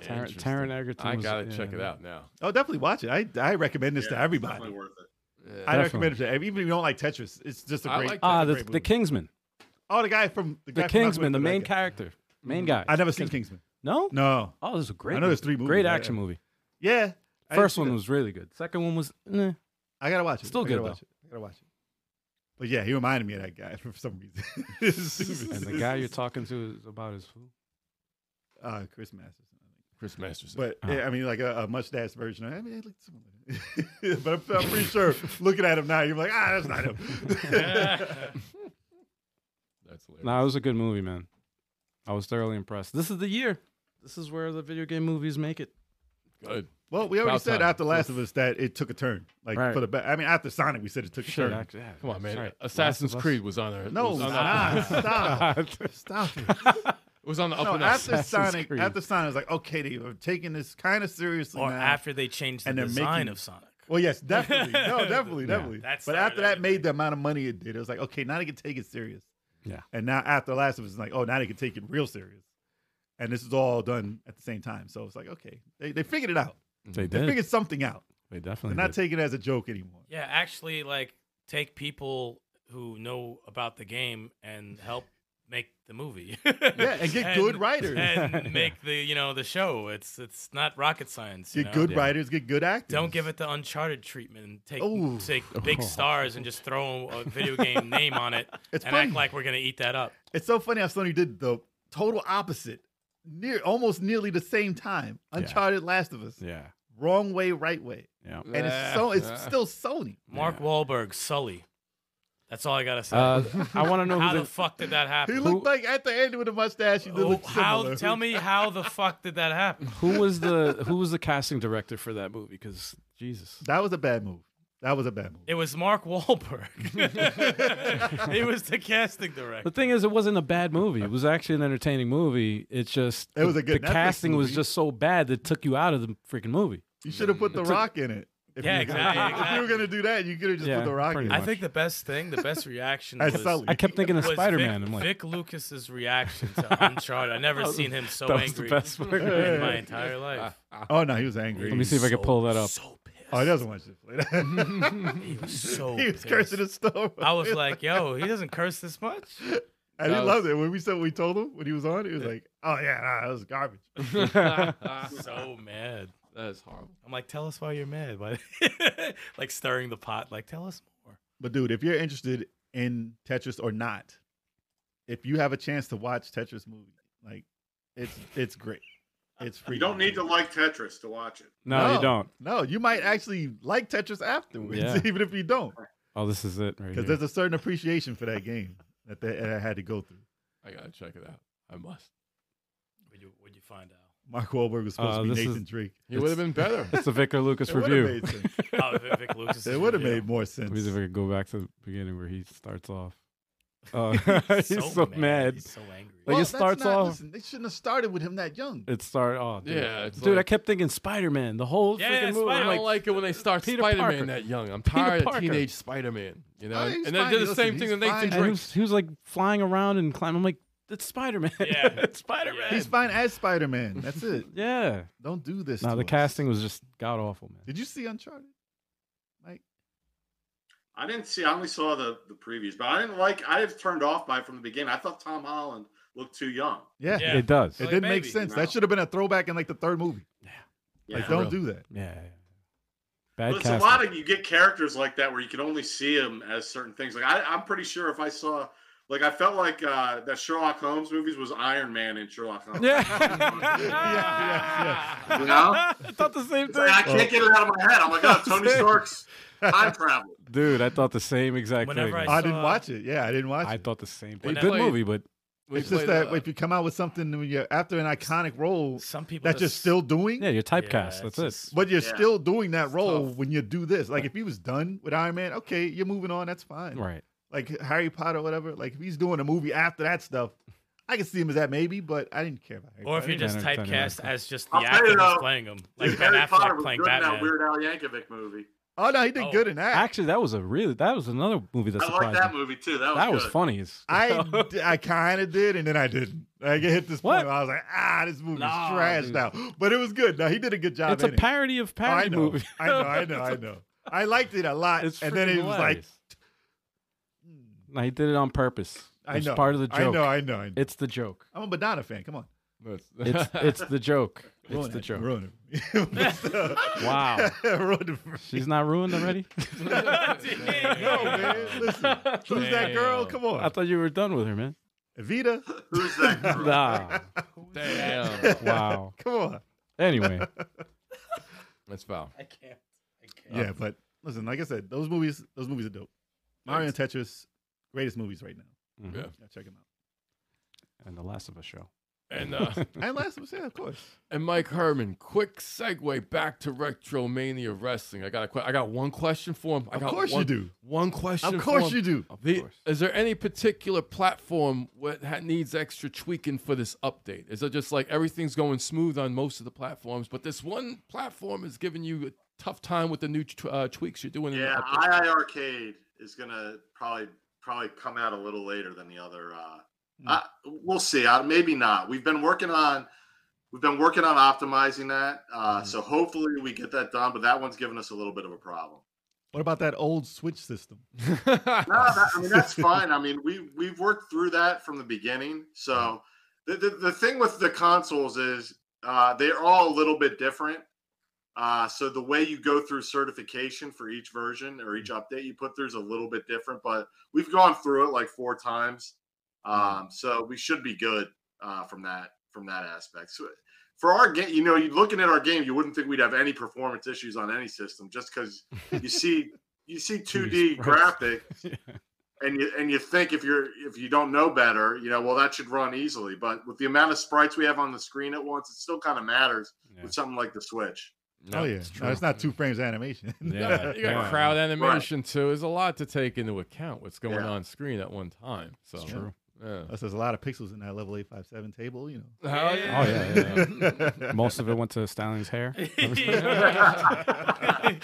S2: Taron,
S3: Interesting.
S2: Taron Egerton.
S3: I
S2: was-
S3: gotta
S2: yeah,
S3: check it
S2: yeah.
S3: out now.
S5: Oh, definitely watch it. I I recommend this
S4: Yeah,
S5: to
S4: it's
S5: everybody.
S4: definitely worth it.
S5: I
S2: Definitely.
S5: recommend it to every- even if you don't like Tetris. It's just a
S3: I
S5: great.
S3: like
S2: Ah,
S5: it's a
S2: the,
S5: great
S2: the
S5: movie.
S2: Kingsman,
S5: Oh, the guy from
S2: the
S5: the, guy from
S2: Kingsman, the
S5: Malcolm
S2: main
S5: in the Middle,
S2: character, main guy.
S5: that guy. I never seen Kingsman.
S2: No,
S5: No.
S2: oh, this is a great.
S5: I know there's
S2: movie.
S5: three movies,
S2: Great
S5: yeah,
S2: action
S5: yeah.
S2: movie.
S5: Yeah. I didn't
S2: First
S5: see
S2: one
S5: that.
S2: was really good. Second one was eh.
S5: I gotta watch it.
S2: still
S5: I gotta
S2: good,
S5: Watch it. I gotta watch it. But yeah, he reminded me of that guy for some reason. It's stupid.
S2: and the guy you're talking to is about his food.
S5: uh, Chris Masterson. I think.
S3: Chris Masterson.
S5: But
S2: Oh.
S5: yeah, I mean, like a, a mustache version. I mean, it looked similar. but I'm, I'm pretty sure looking at him now, you're like, ah, that's not him.
S3: That's hilarious.
S2: No, it was a good movie, man. I was thoroughly impressed. This is the year. This is where the video game movies make it.
S3: Good.
S5: well, we already
S3: About
S5: said
S3: time.
S5: after Last of Us that it took a turn. Like
S2: Right.
S5: for the better. I mean, after Sonic, we said it took a turn.
S2: act- yeah,
S3: Come on,
S2: that's
S3: man.
S2: right.
S3: Assassin's
S2: Last of Us.
S3: Creed was on there. it
S5: No,
S3: was on
S5: nah,
S3: the,
S5: stop, stop it.
S3: it was on the up
S5: No,
S3: and up.
S5: after
S2: Assassin's
S5: Sonic,
S2: Creed.
S5: after Sonic, it's like, okay, they are taking this kind of seriously
S6: or
S5: now.
S6: after they changed the
S5: And they're
S6: design
S5: making-
S6: of Sonic.
S5: Well, yes, definitely. No, definitely, definitely.
S6: That's
S5: but
S6: not
S5: after that
S6: relevant.
S5: made the amount of money it did, it was like, okay, now they can take it serious.
S2: Yeah.
S5: And now after Last of Us, it's like, oh, now they can take it real serious. And this is all done at the same time. So it's like, okay, they, they figured it out.
S3: Mm.
S2: They
S5: They
S2: did.
S5: figured something out.
S2: They
S5: They're
S2: definitely
S5: not
S2: did.
S5: taking it as a joke anymore.
S6: Yeah, actually, like take people who know about the game and help make the movie. yeah,
S5: and get good writers.
S2: Yeah.
S6: and make the you know the show. It's it's not rocket science. You
S5: Get
S6: know?
S5: good
S2: Yeah.
S5: writers, get good actors.
S6: Don't give it the Uncharted treatment. And take
S5: Ooh.
S6: take big stars and just throw a video game name on it
S5: It's
S6: and
S5: funny.
S6: act like we're gonna eat that up.
S5: It's so funny how Sony did the total opposite, near almost nearly the same time.
S2: Yeah.
S5: Uncharted, Last of Us,
S2: Yeah.
S5: wrong way, right way,
S2: Yeah.
S5: and it's so it's still Sony.
S6: Mark Wahlberg, Sully. That's all I gotta say.
S2: Uh, I want to know
S6: how
S2: who
S6: the
S2: the
S6: fuck did that happen?
S5: He looked like at the end with a mustache. He did
S6: Oh,
S5: look
S6: how?
S5: similar.
S6: Tell me how the fuck did that happen?
S2: who was the who was the casting director for that movie? Because Jesus,
S5: That was a bad move. That was a bad move.
S6: It was Mark Wahlberg. he was the casting
S2: the
S6: director.
S2: thing is, it wasn't a bad movie. It was actually an entertaining movie. It's just
S5: It was a good
S2: the
S5: Netflix
S2: casting was
S5: movie.
S2: just so bad that took you out of the freaking movie.
S5: You should have put The
S2: It took-
S5: Rock in it. If
S6: Yeah,
S5: you were gonna-
S6: exactly,
S5: If you were gonna do that, you could have just
S2: Yeah,
S5: put The Rock
S2: pretty
S5: in.
S6: I
S5: it.
S2: much.
S6: think the best thing, the best reaction
S5: As
S6: was,
S5: Sully.
S2: I kept thinking of
S6: was
S2: Spider
S6: Vic,
S2: Man. I'm like,
S6: Vic Lucas's reaction to Uncharted. I never
S2: That was-
S6: seen him so
S2: that was
S6: angry
S2: the best part.
S6: in my entire life.
S5: Oh no, he was angry.
S2: Let me see if I can pull that up.
S6: So pissed.
S5: Oh, he doesn't want you to play that.
S6: He was so
S5: he was
S6: pissed.
S5: cursing his store.
S6: I was like, yo, he doesn't curse this much.
S5: and he
S3: That was-
S5: loved it when we said we told him when he was on. He was like, "Oh yeah, nah, that was garbage."
S6: So mad.
S3: that is horrible.
S6: I'm like, tell us why you're mad. Why- like stirring the pot. Like, tell us more.
S5: But dude, if you're interested in Tetris or not, if you have a chance to watch Tetris movie, like it's it's great. It's free.
S4: You don't need to like Tetris to watch it.
S2: no,
S5: No.
S2: you don't.
S5: No, you might actually like Tetris afterwards,
S2: Yeah.
S5: even if you don't,
S2: Oh, this is it right
S5: because
S2: here.
S5: there's a certain appreciation for that game that they that I had to go through.
S3: I gotta check it out. I must.
S6: Would you, would you find out?
S5: Mark Wahlberg was supposed
S2: Uh,
S5: to be
S2: this is-
S5: Nathan Drake.
S3: It would have been better.
S2: It's the Victor Lucas
S5: It would have
S2: review.
S5: made sense.
S6: Oh, Vic- Vic Lucas.
S5: It would have made more sense.
S2: Let me see if I can go back to the beginning where he starts off. Oh, he's
S6: He's
S2: so, mad.
S6: He's so angry.
S2: Like, it
S5: that's
S2: starts
S5: not-
S2: off-
S5: Listen, they shouldn't have started with him that young.
S2: It started. Oh, dude.
S3: Yeah, it's
S2: dude, I
S3: like-
S2: kept thinking Spider Man. The whole
S6: Yeah,
S2: freaking movie.
S6: yeah,
S3: I
S2: I'm
S6: Spider-Man.
S3: don't
S2: like,
S3: like it when they start
S2: Peter
S3: Spider
S2: Parker.
S3: Man that young. I'm tired of
S2: Parker.
S3: teenage Spider Man. You know,
S5: Oh, he's
S3: and they
S5: fine.
S3: did the
S5: Listen,
S3: same thing
S5: he's
S3: with Nathan
S5: fine.
S2: and he
S3: Drake.
S2: was, he was like flying around and climbing. I'm like, it's Spider Man.
S6: Yeah.
S2: it's Spider Man.
S5: He's fine as Spider Man. That's it.
S2: Yeah.
S5: Don't do this.
S2: No,
S5: to
S2: the
S5: us.
S2: casting was just god awful, man.
S5: Did you see Uncharted? Mike,
S4: I didn't see. I only saw the the previews, but I didn't like. I was turned off by it from the beginning. I thought Tom Holland looked too young.
S5: yeah,
S6: Yeah.
S5: it,
S2: It does.
S5: it
S6: Like,
S5: didn't make
S6: baby.
S5: sense.
S4: No.
S5: That should have been a throwback in like the third movie.
S4: Yeah.
S5: Like,
S3: For
S5: don't
S3: real.
S5: do that.
S2: yeah. yeah. Bad
S4: But it's a
S2: casting.
S4: lot of you get characters like that where you can only see them as certain things. Like I, I'm pretty sure if I saw, like I felt like uh, that Sherlock Holmes movies was Iron Man and Sherlock Holmes.
S2: yeah.
S5: yeah,
S4: You know?
S2: I thought the same
S4: It's like, I
S2: thing.
S4: can't get it out of my head. I'm like, oh, Tony Stark's time travel.
S2: Dude, I thought the same exact
S6: Whenever
S2: thing.
S6: I
S5: I didn't
S6: saw-
S5: watch it. Yeah, I didn't watch
S2: I
S5: it.
S2: thought the same
S3: When
S2: thing.
S3: I
S2: Good
S3: played-
S2: movie, but
S3: We
S5: It's just
S3: played,
S5: that
S3: uh,
S5: if you come out with something when you're after an iconic role
S6: Some people
S5: that you're
S6: just-
S5: still doing,
S2: yeah, you're typecast.
S6: it's
S2: That's
S6: just-
S2: it.
S5: but you're
S4: Yeah.
S5: still doing that role
S6: tough.
S5: when you do this. Like if he was done with Iron Man, okay, you're moving on. That's fine.
S2: Right.
S5: Like Harry Potter, or whatever. Like if he's doing a movie after that stuff, I can see him as that maybe, but I didn't care about. Harry
S6: Or if
S5: Potter.
S6: you're just
S2: Yeah, I know, I know, I
S6: typecast
S2: know.
S6: as just the
S4: I'll tell
S6: actor
S4: you
S6: who's
S4: though,
S6: playing him,
S4: Dude,
S6: like Ben
S4: Harry Potter
S6: Affleck
S4: was
S6: playing
S4: good in that
S6: Batman.
S4: Weird Al Yankovic movie.
S5: oh no, he did
S6: Oh.
S5: good in that.
S2: Actually, that was a really that was another movie that
S4: I like
S2: surprised
S4: that
S2: me.
S4: movie too. That was
S2: That was
S4: good.
S2: funny. as-
S5: I, d- I kind of did, and then I didn't. Like it hit this
S2: What?
S5: point where I was like, ah, this movie's
S2: Nah,
S5: trashed
S2: dude.
S5: now. But it was good. Now he did a good job.
S2: it's a
S5: in it.
S2: parody of
S5: Oh,
S2: parody
S5: I know.
S2: movie.
S5: I know, I know, I know. I liked it a lot.
S2: It's
S5: and then
S2: freaking
S5: it was like,
S2: hilarious. No, he did it on purpose.
S5: I
S2: It's
S5: know.
S2: part of the joke.
S5: I know, I know, I know.
S2: It's the joke.
S5: I'm a Madonna fan. Come on.
S3: That's-
S2: It's it's the joke. It's
S5: Ruin
S2: the
S5: it.
S2: joke.
S5: Ruin it. But, uh,
S2: Wow.
S5: ruined it for me.
S2: She's not ruined already.
S5: No, man. Listen, who's that girl?
S3: Damn.
S5: Come
S2: I
S5: on.
S2: thought you were done with her, man.
S5: Evita?
S4: Who's that? girl?
S2: Nah.
S3: Damn.
S2: Wow.
S5: Come on.
S2: Anyway,
S3: That's foul.
S6: I can't. I can't.
S5: Yeah, but listen, like I said, those movies, those movies are dope. Mario and Tetris, greatest movies right now.
S2: Mhm.
S3: Yeah.
S5: Yeah, check them out.
S2: and the Last of Us show.
S3: And uh,
S5: And last was, yeah, of course.
S3: and Mike Herman, quick segue back to Retromania Wrestling. I got a que- I got one question for him. I
S5: Of
S3: got
S5: course you
S3: one,
S5: do.
S3: One question.
S5: Of
S3: for
S5: course
S3: him.
S5: you do.
S2: Of
S3: The,
S2: course.
S3: is there any particular platform what ha- needs extra tweaking for this update? Is it just like everything's going smooth on most of the platforms, but this one platform is giving you a tough time with the new t- uh, tweaks you're doing? in
S4: Yeah,
S3: the update?
S4: II Arcade is gonna probably probably come out a little later than the other. Uh,
S3: Hmm.
S4: I, we'll see. I, maybe not. We've been working on we've been working on optimizing that. Uh,
S3: Hmm.
S4: So hopefully we get that done. But that one's given us a little bit of a problem.
S5: What about that old Switch system?
S4: No, that, I mean that's fine. I mean we we've worked through that from the beginning. So the the, the thing with the consoles is uh, they're all a little bit different. Uh, so the way you go through certification for each version or each update you put through is a little bit different. But we've gone through it like four times, um, so we should be good uh, from that from that aspect. So for our game, you know, you looking at our game, you wouldn't think we'd have any performance issues on any system just because you see you see 2D
S2: Jeez, Christ.
S4: graphic and you and you think if you're if you don't know better, you know, well that should run easily. But with the amount of sprites we have on the screen at once, it still kind of matters
S2: Yeah.
S4: with something like the Switch.
S3: No,
S5: oh yeah,
S3: it's
S5: it's,
S3: true.
S5: no, it's not two frames of animation.
S2: Yeah.
S3: you got
S2: Yeah.
S3: crowd animation too. There's a lot to take into account. What's going
S4: Yeah.
S3: on screen at one time? So
S5: It's true.
S3: Yeah.
S5: Plus, there's a lot of pixels in that level eight five seven table. You know.
S3: Hell
S6: Yeah.
S2: Oh, yeah, yeah,
S5: Most.
S2: Most of it went to Stallion's hair.
S6: you gotta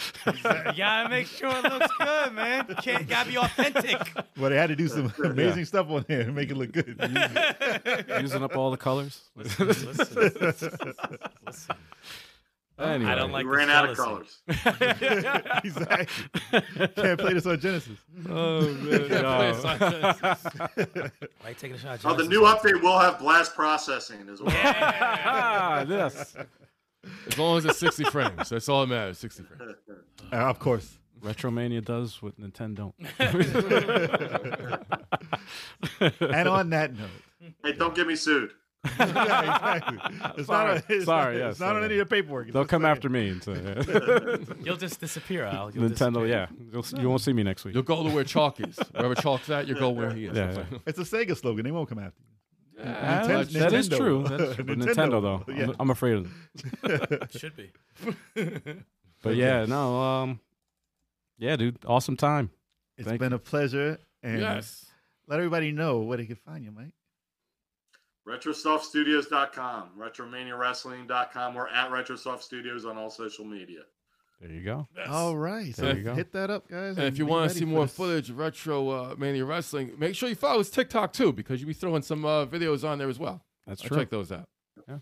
S6: make sure it looks good, man. You Can't gotta be authentic.
S5: But they had to do some amazing stuff on there to make it look good.
S2: Using up all the colors.
S6: Listen, listen, listen.
S2: Anyway.
S6: I don't like
S4: we
S6: the
S4: ran out of
S6: jealousy.
S4: colors.
S5: exactly. Can't play this on Genesis.
S2: Oh man.
S6: Why you taking a shot? at
S4: Oh, the
S6: Genesis?
S4: new update will have blast processing as well.
S2: Ah, this.
S3: as long as it's 60 frames, that's all that matters. 60 frames.
S5: Uh, of course.
S2: Retromania does what Nintendo don't.
S5: And on that note.
S4: hey, don't get me sued.
S5: Yeah, exactly. It's
S2: Sorry.
S5: not on, it's
S2: Sorry,
S5: not,
S2: yeah,
S5: it's not on
S2: sorry.
S5: any of the paperwork. It's
S2: They'll
S5: just
S2: come
S5: like-
S2: after me and say
S6: You'll just disappear, Al. You'll
S2: Nintendo.
S6: disappear.
S2: Yeah, You'll, s- you won't see me next week.
S3: You'll go to where chalk is. Wherever chalk's at, you go where he is.
S2: Yeah,
S3: That's
S2: yeah.
S3: like-
S5: It's a Sega slogan. They won't come after you.
S2: Ah,
S5: Ninten-
S2: that's- that is
S5: Nintendo.
S2: true. That's true. But Nintendo,
S5: Nintendo.
S2: though, I'm-
S5: Yeah.
S2: I'm, afraid of them.
S6: Should be.
S2: But yeah, no. Um, yeah, dude, awesome time.
S5: It's
S2: Thank
S5: been a pleasure. And
S3: Yes.
S5: let everybody know where they can find you, Mike.
S4: RetrosoftStudios.com, RetromaniaWrestling.com. We're at RetroSoft Studios on all social media.
S2: There you go.
S5: All right. So
S2: There you go.
S5: hit that up, guys.
S3: And if you
S5: be
S3: want to
S5: ready
S3: see
S5: for
S3: more
S5: this.
S3: footage of Retro uh, Mania Wrestling, make sure you follow his TikTok too, because you'll be throwing some uh, videos on there as well.
S2: That's
S3: I
S2: true.
S3: check those out.
S5: All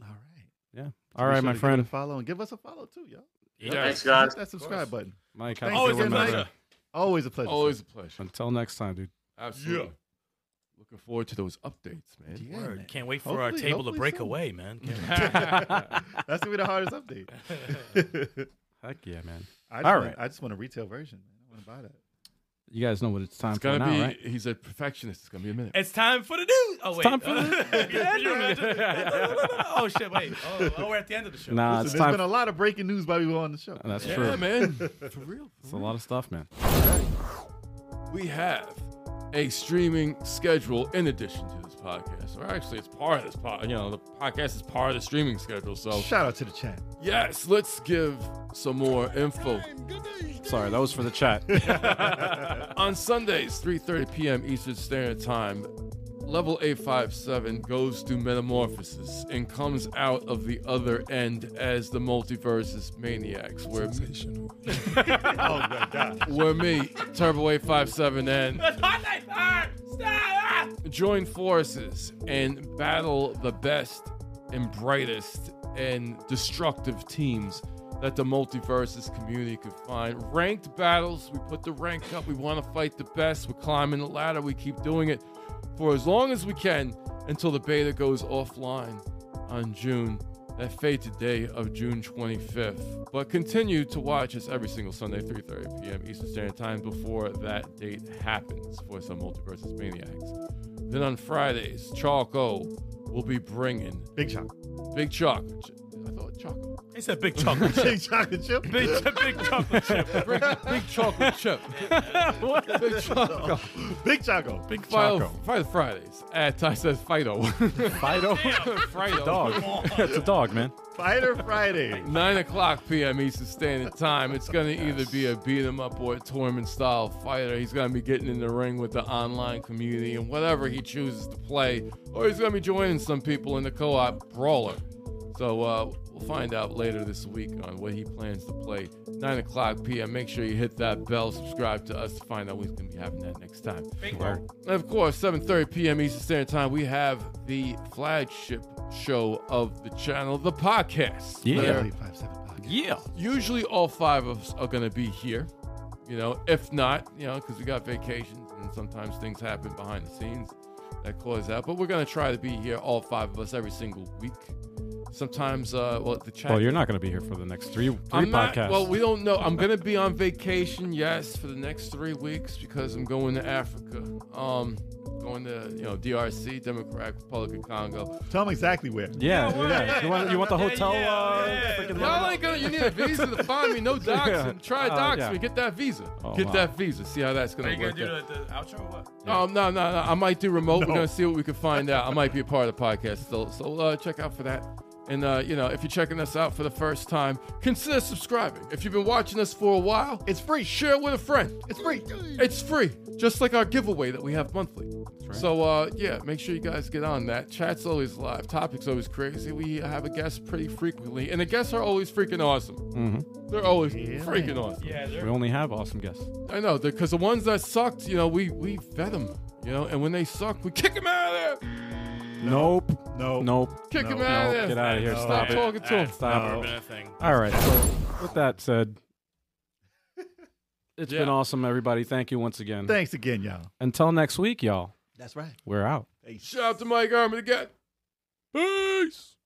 S5: right.
S2: Yeah.
S5: So
S2: All
S5: be
S2: right, my
S5: sure to give it a
S2: friend
S5: Follow and give us a follow too, y'all.
S4: Thanks, guys.
S5: Hit that subscribe button.
S2: Mike. have
S5: Thanks,
S2: a
S6: Always
S2: good
S6: a
S2: one, my
S5: everybody.
S6: pleasure.
S2: friend.
S5: Always a pleasure.
S3: Always
S5: sir.
S3: a pleasure.
S2: Until next time, dude.
S3: Absolutely. Looking forward to those updates, man.
S5: Yeah,
S6: Word.
S5: man.
S6: Can't wait for our
S5: Hopefully-
S6: table to
S5: hopefully
S6: break
S5: so.
S6: away, man. Can't
S5: That's gonna be the hardest update.
S2: Heck yeah, man.
S5: I just
S2: All
S5: want,
S2: right. Uh,
S5: I just want a retail version. Man. I want to buy that.
S2: You guys know what it's time
S3: It's
S2: for
S3: gonna
S2: now,
S3: be.
S2: right?
S3: He's a perfectionist. It's gonna be a minute.
S6: It's time for the news. Oh wait.
S2: time for the-
S6: Yeah, yeah. oh shit! Wait. Oh, oh, we're at the end of the show.
S2: Nah,
S5: Listen,
S2: it's
S5: there's
S2: time. Uh,
S5: been a lot of breaking news while we were on the show.
S2: Oh, That's
S3: yeah,
S2: true.
S3: man. For real.
S2: It's a lot of stuff, man.
S3: We have a streaming schedule in addition to this podcast. Or actually, it's part of this pod. You know, the podcast is part of the streaming schedule. So
S5: Shout out to the chat.
S3: yes, let's give some more info.
S2: Sorry, that was for the chat.
S3: On Sundays, 3:30 p.m. Eastern Standard Time, level 857 goes to metamorphosis and comes out of the other end as the multiverse's maniacs, where
S5: Oh my god.
S3: where me, Turbo 857, and join forces and battle the best and brightest and destructive teams that the multiverses community could find. Ranked battles, we put the rank up, we want to fight the best, we're climbing the ladder, we keep doing it for as long as we can until the beta goes offline on June, that fated day of June 25th. But continue to watch us every single Sunday, 3.30 p.m. Eastern Standard Time before that date happens for some Multiverses Maniacs. Then on Fridays, Chalko will be bringing
S5: Big shot.
S3: Big Chalk. I thought Chalko.
S6: He said big chocolate.
S5: Big chocolate chip.
S6: big, big chocolate chip.
S3: Big, big chocolate chip. Big Chalko.
S5: Big choco.
S3: Big Fido, Fido Fridays. At Ty says Fido.
S2: Fido,
S3: Fido.
S2: dog. it's a dog, man.
S5: Fighter Friday.
S3: Nine o'clock p.m. Eastern Standard Time. It's gonna either be a beat 'em up or a tournament style fighter. He's gonna be getting in the ring with the online community and whatever he chooses to play, or he's gonna be joining some people in the co-op brawler. So uh, we'll find out later this week on what he plans to play. Nine o'clock p.m. Make sure you hit that bell. Subscribe to us to find out who's gonna be having that next time.
S2: Word.
S3: And of course, 7:30 p.m. Eastern Standard Time, we have the flagship show of the channel, the podcast.
S2: Yeah.
S3: where
S5: Five, seven, five.
S2: Yeah.
S3: usually all five of us are going to be here you know if not you know because we got vacations and sometimes things happen behind the scenes that cause that but we're going to try to be here all five of us every single week sometimes uh well the chat
S2: Well, Oh, you're not going to be here for the next three, 3
S3: I'm
S2: podcasts.
S3: not. Well, we don't know. I'm gonna be on vacation, yes, for the next three weeks because I'm going to Africa. Um, going to you know DRC, Democratic Republic of Congo.
S5: Tell them exactly where.
S2: yeah.
S6: Yeah,
S2: yeah.
S6: word.
S2: You, want, you want the
S6: Yeah,
S2: hotel?
S6: yeah,
S2: uh,
S6: yeah.
S2: freaking
S3: Y'all ain't gonna. You need a visa to find me. No docs. and Try
S2: Uh,
S3: docs.
S2: yeah.
S3: and Get that visa.
S2: Oh,
S3: get
S2: wow.
S3: that visa. See how that's
S6: Are
S3: gonna
S6: you gonna
S3: work.
S6: do
S3: out.
S6: the, the outro or what?
S3: Um, no, no, no. I might do remote. We're
S5: No.
S3: gonna see what we can find out. I might be a part of the podcast still. So uh, check out for that. And uh, you know, if you're checking us out for the first time, consider subscribing. If you've been watching us for a while,
S5: It's free.
S3: share with a friend.
S5: It's free.
S3: It's free, just like our giveaway that we have monthly. So uh, yeah, make sure you guys get on that. Chat's always live. Topics always crazy. We have a guest pretty frequently, and the guests are always freaking awesome. They're always
S5: Yeah.
S3: freaking awesome.
S6: Yeah,
S2: Mm-hmm. We only have awesome guests.
S3: I know, because the ones that sucked, you know, we we vet them, you know, and when they suck, we kick them out of there.
S2: Nope.
S5: No.
S2: Nope.
S3: Kick
S5: No,
S3: them out
S2: nope.
S3: of there.
S2: Get out of here.
S5: No.
S2: Stop it.
S3: talking to him.
S2: Stop
S5: No.
S2: it.
S6: Been a thing.
S2: All right. So, with that said, it's been
S3: Yeah.
S2: awesome, everybody. Thank you once again.
S5: Thanks again, y'all.
S2: Until next week, y'all.
S5: That's right.
S2: We're out.
S3: Shout out to Mike Arman again. Peace.